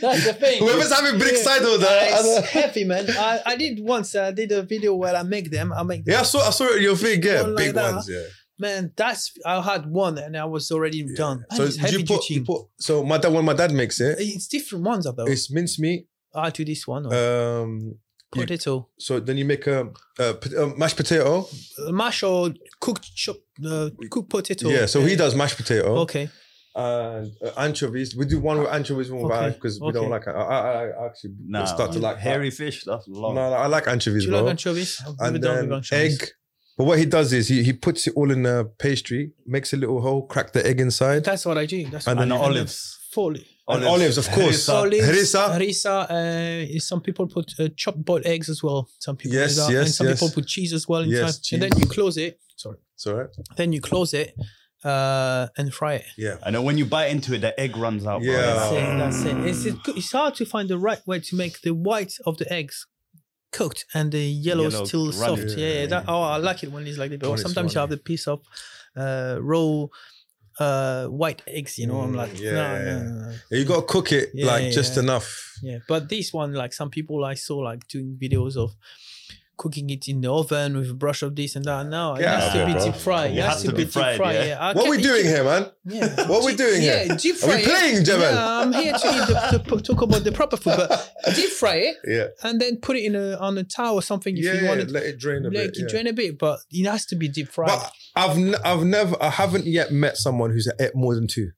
Speaker 2: That's the thing.
Speaker 1: Whoever's having brick side order, I
Speaker 2: It's
Speaker 1: don't-
Speaker 2: heavy, man. I, I did once. I did a video where I make them. I make
Speaker 1: yeah, I saw I saw it on your thing. Yeah,
Speaker 2: One like
Speaker 1: big
Speaker 2: that.
Speaker 1: ones. Yeah.
Speaker 2: man. That's I had one and I was already done. Man,
Speaker 1: So
Speaker 2: it's heavy
Speaker 1: you put,
Speaker 2: duty. Oh.
Speaker 1: you put so my dad when my dad makes it,
Speaker 2: it's different ones though.
Speaker 1: it's mince meat.
Speaker 2: I do this one. Or
Speaker 1: Um,
Speaker 2: potato,
Speaker 1: so then you make a, a, pot- a mashed potato.
Speaker 2: uh, mash or cooked chop, uh, cooked potato.
Speaker 1: yeah, so he does mashed potato.
Speaker 2: Okay.
Speaker 1: and uh, anchovies. We do one with anchovies, one
Speaker 2: Okay,
Speaker 1: without because we don't
Speaker 2: okay.
Speaker 1: like. I, I, I actually
Speaker 3: nah,
Speaker 1: start to like
Speaker 3: hairy fish. That's long.
Speaker 1: No, no, I like anchovies,
Speaker 2: Do you
Speaker 1: bro.
Speaker 2: like anchovies? I've never
Speaker 1: and
Speaker 2: done
Speaker 1: then
Speaker 2: with anchovies.
Speaker 1: egg. But what he does is he, he puts it all in a pastry, makes a little hole, crack the egg inside,
Speaker 2: That's what I do. That's
Speaker 1: And
Speaker 2: what
Speaker 3: And
Speaker 2: I do.
Speaker 3: olives.
Speaker 2: Fully.
Speaker 1: and olives, of course.
Speaker 3: Harissa.
Speaker 2: Olives,
Speaker 1: uh, harissa.
Speaker 2: harissa, uh, some people put uh, chopped boiled eggs as well. Some people
Speaker 1: Yes,
Speaker 2: do that.
Speaker 1: yes,
Speaker 2: and some
Speaker 1: yes.
Speaker 2: people put cheese as well inside.
Speaker 1: Yes,
Speaker 2: And then
Speaker 1: cheese.
Speaker 2: you close it. Sorry.
Speaker 1: It's all right.
Speaker 2: Then you close it uh, and fry it.
Speaker 1: Yeah.
Speaker 3: I know when you bite into it, the egg runs out.
Speaker 1: Yeah.
Speaker 3: Bro.
Speaker 2: That's
Speaker 1: Oh.
Speaker 2: it. That's it. It's, it's, good- it's hard to find the right way to make the white of the eggs cooked and the yellow,
Speaker 3: Yellow
Speaker 2: still
Speaker 3: runny.
Speaker 2: soft. Yeah, yeah,
Speaker 1: Yeah,
Speaker 2: That,
Speaker 1: yeah.
Speaker 2: oh, I like it when it's like that.
Speaker 1: When
Speaker 2: But
Speaker 1: it's
Speaker 2: sometimes you have the
Speaker 1: runny.
Speaker 2: piece of uh, raw uh, white eggs. You know, I'm
Speaker 1: Mm,
Speaker 2: like,
Speaker 1: yeah,
Speaker 2: no,
Speaker 1: yeah,
Speaker 2: no,
Speaker 1: yeah.
Speaker 2: no, no.
Speaker 1: You gotta cook it
Speaker 2: Yeah,
Speaker 1: like
Speaker 2: yeah,
Speaker 1: just
Speaker 2: yeah.
Speaker 1: enough.
Speaker 2: Yeah, but this one, like some people I saw like doing videos of cooking it in the oven with a brush of this and that. No, it
Speaker 1: Get
Speaker 2: has
Speaker 1: out
Speaker 2: to
Speaker 1: of
Speaker 2: be
Speaker 1: here, bro.
Speaker 2: deep fried. It has to be deep fried.
Speaker 3: yeah.
Speaker 2: Yeah. I
Speaker 1: What
Speaker 2: can-
Speaker 1: we
Speaker 2: it
Speaker 1: doing
Speaker 2: can-
Speaker 1: here, man?
Speaker 2: Yeah.
Speaker 1: What we
Speaker 2: Deep-
Speaker 1: doing here?
Speaker 2: Yeah, deep
Speaker 1: Are
Speaker 2: fry.
Speaker 1: we
Speaker 2: it.
Speaker 1: playing, Jamal?
Speaker 2: Yeah, I'm here to, eat the, to p- talk about the proper food, but deep fry it
Speaker 1: Yeah.
Speaker 2: and then put it in a on a towel or something if
Speaker 1: Yeah,
Speaker 2: you
Speaker 1: yeah,
Speaker 2: want it.
Speaker 1: let it drain a
Speaker 2: Like
Speaker 1: bit.
Speaker 2: you
Speaker 1: yeah.
Speaker 2: drain a bit, but it has to be deep fried.
Speaker 1: But I've n- I've never I haven't yet met someone who's ate more than two.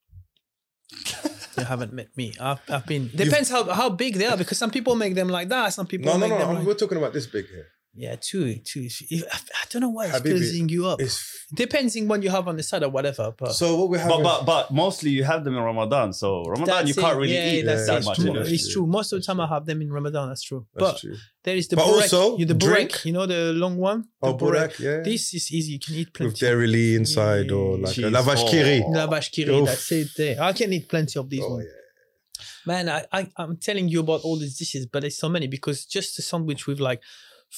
Speaker 2: you haven't met me. I've, I've been depends how, how big they are because some people make them like that. Some people
Speaker 1: No, no,
Speaker 2: make
Speaker 1: no.
Speaker 2: them
Speaker 1: I'm-
Speaker 2: like
Speaker 1: We're talking about this big here.
Speaker 2: yeah, two, two. is- if- I I don't know why it's
Speaker 1: Habibi,
Speaker 2: closing you up.
Speaker 1: It's
Speaker 2: Depends on what you have on the side or whatever. But
Speaker 1: so what we have.
Speaker 3: But, but but mostly you have them in Ramadan, so Ramadan you
Speaker 2: That's
Speaker 3: can't
Speaker 2: it.
Speaker 3: really
Speaker 2: Yeah,
Speaker 3: eat
Speaker 2: that's
Speaker 3: that
Speaker 2: it. It's
Speaker 3: much.
Speaker 1: you
Speaker 2: true.
Speaker 1: know?
Speaker 2: It's true. Most of the time I have them in Ramadan. That's true. but
Speaker 1: That's true.
Speaker 2: there is the
Speaker 1: But
Speaker 2: burek.
Speaker 1: also
Speaker 2: you, the
Speaker 1: drink.
Speaker 2: burek. You know the long one. The
Speaker 1: Oh, Burak, yeah.
Speaker 2: This is easy. You can eat
Speaker 1: with
Speaker 2: plenty.
Speaker 1: dairy lee inside or like a
Speaker 3: Cheese.
Speaker 1: lavash kiri.
Speaker 3: Oh.
Speaker 2: La vache qui rit,
Speaker 1: Oof.
Speaker 2: that's it. There. I can eat plenty of these
Speaker 1: Oh,
Speaker 2: ones.
Speaker 1: yeah.
Speaker 2: Man, I, I, I'm telling you about all these dishes, but there's so many because just a sandwich with like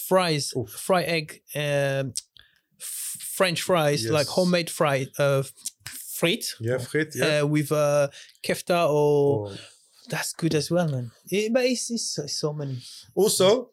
Speaker 2: fries, fried egg, um, f- French fries,
Speaker 1: Yes.
Speaker 2: like homemade fried uh, frites
Speaker 1: Yeah, frit, yeah. Oh,
Speaker 2: uh, with uh, kefta or
Speaker 1: Or-
Speaker 2: that's good as well, man. It, but it's, it's, so- so many. mm.
Speaker 1: Also,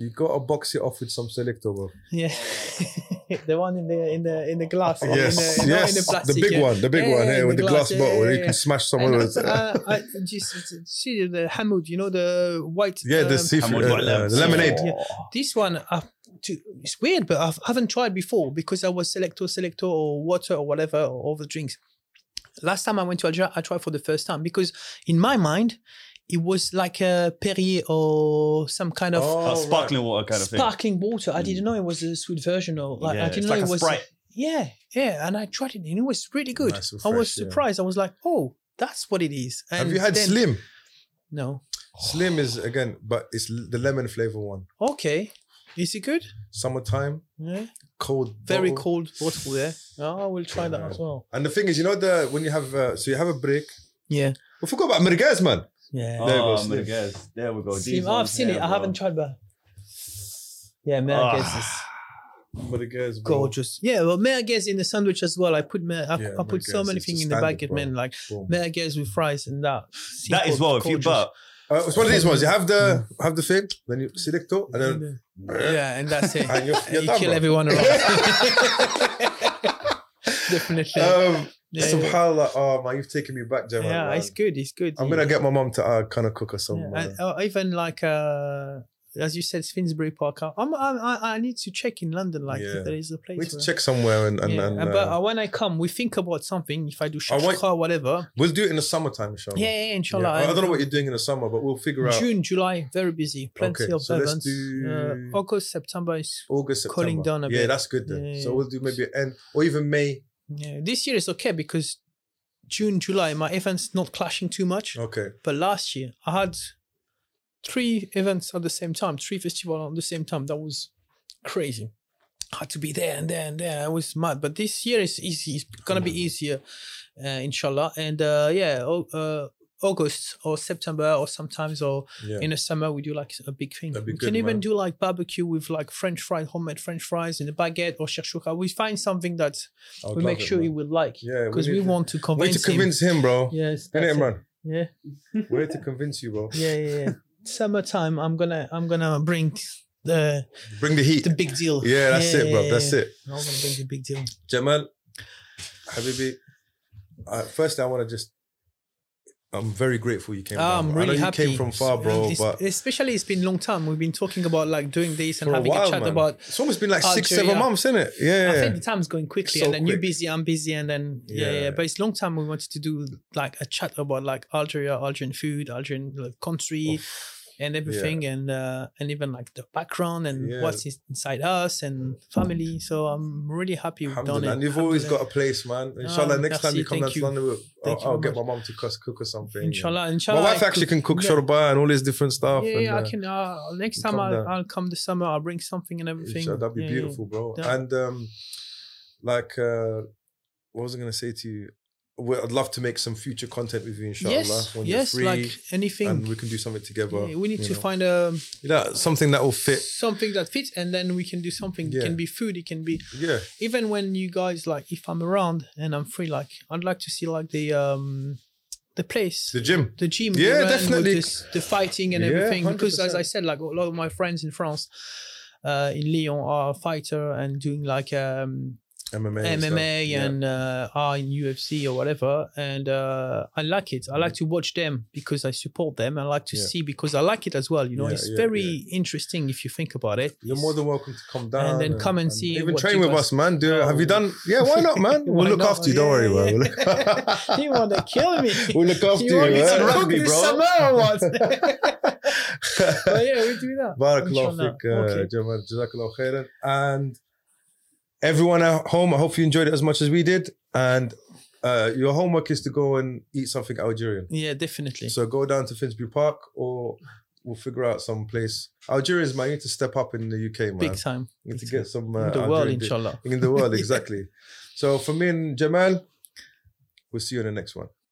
Speaker 1: you gotta box it off with some selector, bro.
Speaker 2: Yeah, the one in the in the in the glass. or Oh, in
Speaker 1: Yes,
Speaker 2: the- no, in
Speaker 1: yes.
Speaker 2: the
Speaker 1: The,
Speaker 2: plastic,
Speaker 1: big
Speaker 2: yeah.
Speaker 1: one, the big
Speaker 2: Yeah,
Speaker 1: one,
Speaker 2: yeah,
Speaker 1: hey,
Speaker 2: in
Speaker 1: with the
Speaker 2: the
Speaker 1: glass,
Speaker 2: glass, yeah,
Speaker 1: bottle.
Speaker 2: yeah,
Speaker 1: You
Speaker 2: yeah.
Speaker 1: can smash
Speaker 2: And
Speaker 1: someone with
Speaker 2: also,
Speaker 1: it.
Speaker 2: uh, I just see the hamoud, you know the white.
Speaker 1: yeah, the
Speaker 2: um,
Speaker 1: seafood,
Speaker 3: Hamad
Speaker 1: uh,
Speaker 3: Wa'lam.
Speaker 1: uh, the lemonade.
Speaker 2: Yeah. this one. I, to, it's weird, but I haven't tried before because I was selector, selector, or water or whatever, or all the drinks. Last time I went to Algeria, I tried for the first time because in my mind, it was like a Perrier or some kind of
Speaker 3: Uh, sparkling water kind of thing.
Speaker 2: sparkling water. I didn't know it was a sweet version or like
Speaker 3: Yeah,
Speaker 2: I
Speaker 3: it's
Speaker 2: didn't know
Speaker 3: like
Speaker 2: it
Speaker 3: a
Speaker 2: was.
Speaker 3: Sprite.
Speaker 2: Yeah, yeah, and I tried it and it was really good.
Speaker 1: Nice and
Speaker 2: I was
Speaker 1: fresh, yeah.
Speaker 2: surprised. I was like, oh, that's what it is. And
Speaker 1: Have you had
Speaker 2: then-
Speaker 1: slim?
Speaker 2: No.
Speaker 1: Slim is again, but it's l- the lemon flavor one.
Speaker 2: Okay. Is it good?
Speaker 1: Summertime,
Speaker 2: Yeah.
Speaker 1: cold,
Speaker 2: Very
Speaker 1: bottle.
Speaker 2: cold bottle there. Oh, I will try that as well.
Speaker 1: And the thing is, you know the when you have uh, so you have a break.
Speaker 2: Yeah.
Speaker 1: We forgot about merguez, man.
Speaker 2: Yeah.
Speaker 3: Oh,
Speaker 1: There you go,
Speaker 3: my
Speaker 1: Slim.
Speaker 3: goodness. There we go.
Speaker 2: Slim,
Speaker 3: Oh, These
Speaker 2: I've
Speaker 3: ones
Speaker 2: seen
Speaker 3: here,
Speaker 2: it. I
Speaker 3: bro.
Speaker 2: haven't tried but yeah, merguez
Speaker 3: Ah.
Speaker 2: is
Speaker 1: Merguez, bro.
Speaker 2: gorgeous. Yeah, well, merguez in the sandwich as well. I put mer- I,
Speaker 1: Yeah,
Speaker 2: I put so
Speaker 1: merguez,
Speaker 2: many
Speaker 1: it's a
Speaker 2: things in the
Speaker 1: standard,
Speaker 2: bucket,
Speaker 1: bro.
Speaker 2: man. Like
Speaker 1: Boom.
Speaker 2: merguez with fries and that.
Speaker 3: That is well. If you
Speaker 2: Gorgeous.
Speaker 3: burp,
Speaker 1: Uh, it's one of these ones. You have the
Speaker 2: Mm.
Speaker 1: have the thing, then you selector, and then
Speaker 2: yeah, and that's it.
Speaker 1: And you're- you're
Speaker 2: you
Speaker 1: done,
Speaker 2: kill
Speaker 1: bro.
Speaker 2: everyone around. Definitely.
Speaker 1: um,
Speaker 2: yeah, yeah.
Speaker 1: subhanallah. Oh man, you've taken me back, Jamal.
Speaker 2: Yeah,
Speaker 1: man.
Speaker 2: it's good. It's good.
Speaker 1: I'm
Speaker 2: yeah.
Speaker 1: gonna get my mom to uh, kind of cook us some.
Speaker 2: Yeah,
Speaker 1: man.
Speaker 2: and- or even like uh, as you said, Finsbury Park. I- I'm, I'm, I I need to check in London, like
Speaker 1: Yeah.
Speaker 2: if there is a place.
Speaker 1: We need to
Speaker 2: where-
Speaker 1: check somewhere and, and,
Speaker 2: yeah.
Speaker 1: and,
Speaker 2: Uh, but
Speaker 1: uh,
Speaker 2: uh, when I come, we think about something. If I do
Speaker 1: I want-
Speaker 2: shakha, whatever.
Speaker 1: we'll do it in the summertime, inshallah.
Speaker 2: Yeah, yeah,
Speaker 1: Yeah.
Speaker 2: inshallah.
Speaker 1: I, I don't know what you're doing in the summer, but we'll figure out
Speaker 2: June, July, very busy. Plenty
Speaker 1: Okay,
Speaker 2: of
Speaker 1: so let's
Speaker 2: events.
Speaker 1: do-
Speaker 2: Uh, August, September is.
Speaker 1: August, September.
Speaker 2: Cooling down a
Speaker 1: yeah,
Speaker 2: bit.
Speaker 1: that's good then.
Speaker 2: Yeah,
Speaker 1: so
Speaker 2: yeah.
Speaker 1: we'll do maybe end or even May.
Speaker 2: Yeah. This year is okay because June, July, my events not clashing too much.
Speaker 1: Okay.
Speaker 2: But last year, I had three events at the same time, three festivals at the same time. That was crazy. I had to be there and there and there. I was mad. But this year is easy. It's gonna be easier, uh, inshallah. And uh, yeah, au- uh, August or September or sometimes or
Speaker 1: Yeah.
Speaker 2: in the summer we do like a big thing.
Speaker 1: That'd be
Speaker 2: we
Speaker 1: good,
Speaker 2: can even
Speaker 1: man.
Speaker 2: do like barbecue with like French fries, homemade French fries in a baguette or shakshuka. We find something that
Speaker 1: I would
Speaker 2: we
Speaker 1: love
Speaker 2: make
Speaker 1: it,
Speaker 2: sure he
Speaker 1: man.
Speaker 2: will like.
Speaker 1: Yeah, we
Speaker 2: because
Speaker 1: need
Speaker 2: we,
Speaker 1: to-
Speaker 2: want to
Speaker 1: We need
Speaker 2: convince,
Speaker 1: to convince him, bro.
Speaker 2: him. Yes,
Speaker 1: Innit,
Speaker 2: that's it.
Speaker 1: Imran?
Speaker 2: yeah.
Speaker 1: We need to convince you, bro.
Speaker 2: yeah, yeah, yeah. Summertime, I'm gonna, I'm gonna bring the
Speaker 1: Bring the heat.
Speaker 2: the big deal.
Speaker 1: yeah, that's it, bro. That's it.
Speaker 2: I'm gonna bring the big deal.
Speaker 1: Jamal, Habibi, uh, first I want to just. I'm very grateful you came. down,
Speaker 2: Ah, I'm
Speaker 1: bro.
Speaker 2: really
Speaker 1: I know
Speaker 2: happy.
Speaker 1: you came from far,
Speaker 2: So,
Speaker 1: bro.
Speaker 2: this-
Speaker 1: but
Speaker 2: especially, it's been long time. We've been talking about like doing this and
Speaker 1: for a
Speaker 2: having a,
Speaker 1: while,
Speaker 2: chat
Speaker 1: man.
Speaker 2: about.
Speaker 1: it's almost been like six,
Speaker 2: Algeria.
Speaker 1: seven months, isn't it? Yeah.
Speaker 2: I think the time's going quickly,
Speaker 1: So
Speaker 2: and then you're
Speaker 1: quick.
Speaker 2: busy, I'm busy, and then yeah, yeah,
Speaker 1: Yeah.
Speaker 2: But it's long time we wanted to do like a chat about like Algeria, Algerian food, Algerian like, country, and everything, and uh, and even like the background and
Speaker 1: Yeah.
Speaker 2: what's is- inside us and family. So I'm really happy we've done
Speaker 1: Alhamdulillah.
Speaker 2: it.
Speaker 1: And you've always
Speaker 2: Alhamdulillah.
Speaker 1: got a place, man. Inshallah,
Speaker 2: Um,
Speaker 1: next time
Speaker 2: merci,
Speaker 1: you come down
Speaker 2: thank
Speaker 1: to
Speaker 2: you.
Speaker 1: London, we'll,
Speaker 2: Thank
Speaker 1: I'll,
Speaker 2: you
Speaker 1: I'll
Speaker 2: very
Speaker 1: get my mom to cook, cook or something. yeah.
Speaker 2: Inshallah,
Speaker 1: My
Speaker 2: inshallah.
Speaker 1: wife
Speaker 2: I
Speaker 1: actually can
Speaker 2: could-
Speaker 1: cook
Speaker 2: yeah.
Speaker 1: shorba and all this different
Speaker 2: Yeah,
Speaker 1: stuff.
Speaker 2: yeah,
Speaker 1: and,
Speaker 2: I
Speaker 1: uh,
Speaker 2: can. Uh, next
Speaker 1: you
Speaker 2: time
Speaker 1: come
Speaker 2: I'll,
Speaker 1: down.
Speaker 2: I'll come this summer. I'll bring something and everything.
Speaker 1: Inshallah, that'd be
Speaker 2: Yeah, yeah.
Speaker 1: beautiful, bro.
Speaker 2: Yeah.
Speaker 1: And um, like, uh, what was I gonna say to you? Well, I'd love to make some future content with you, inshallah.
Speaker 2: Yes,
Speaker 1: when
Speaker 2: yes,
Speaker 1: you're free,
Speaker 2: like anything.
Speaker 1: and we can do something together.
Speaker 2: Yeah, we need
Speaker 1: you
Speaker 2: to
Speaker 1: know.
Speaker 2: find um, a
Speaker 1: You know, something that will fit.
Speaker 2: something that fits, and then we can do something. It
Speaker 1: Yeah.
Speaker 2: can be food. It can be
Speaker 1: Yeah,
Speaker 2: even when you guys like. If I'm around and I'm free, like I'd like to see like the um the place.
Speaker 1: the gym.
Speaker 2: the gym
Speaker 1: Yeah,
Speaker 2: we ran with
Speaker 1: definitely.
Speaker 2: this- the fighting and
Speaker 1: Yeah,
Speaker 2: everything because as
Speaker 1: 100%.
Speaker 2: i said like a lot of my friends in france uh in lyon are a fighter and doing like um
Speaker 1: MMA. and stuff.
Speaker 2: mma
Speaker 1: Yeah.
Speaker 2: and uh are in ufc or whatever and uh i like it i like to watch them because i support them i like to
Speaker 1: Yeah.
Speaker 2: see because i like it as well you know
Speaker 1: Yeah,
Speaker 2: it's
Speaker 1: yeah,
Speaker 2: very interesting if you think about it
Speaker 1: You're more than welcome to come down
Speaker 2: then come and see
Speaker 1: Even
Speaker 2: what
Speaker 1: train
Speaker 2: you
Speaker 1: with
Speaker 2: guys-
Speaker 1: us, man. Do
Speaker 2: No.
Speaker 1: have you done? Yeah, why not, man?
Speaker 2: Why
Speaker 1: We'll look
Speaker 2: not?
Speaker 1: after you. Don't
Speaker 2: Yeah,
Speaker 1: worry,
Speaker 2: yeah,
Speaker 1: man.
Speaker 2: yeah. You wanna kill me.
Speaker 1: We'll look after you.
Speaker 2: want me to
Speaker 1: man.
Speaker 2: cook this summer or what? but yeah we do that
Speaker 1: Barakallahu
Speaker 2: Inshallah.
Speaker 1: fik, uh, Jamal. Jazakallahu khairan. And everyone at home, I hope you enjoyed it as much as we did. And uh, your homework is to go and eat something Algerian.
Speaker 2: yeah definitely
Speaker 1: So go down to Finsbury Park or we'll figure out some place. Algerians, man, you need to step up in the UK, man.
Speaker 2: big time
Speaker 1: You need to
Speaker 2: big
Speaker 1: get some. Uh,
Speaker 2: in the world
Speaker 1: Algerian dish.
Speaker 2: inshallah
Speaker 1: In the world, exactly. So for me and Jamal, we'll see you in the next one.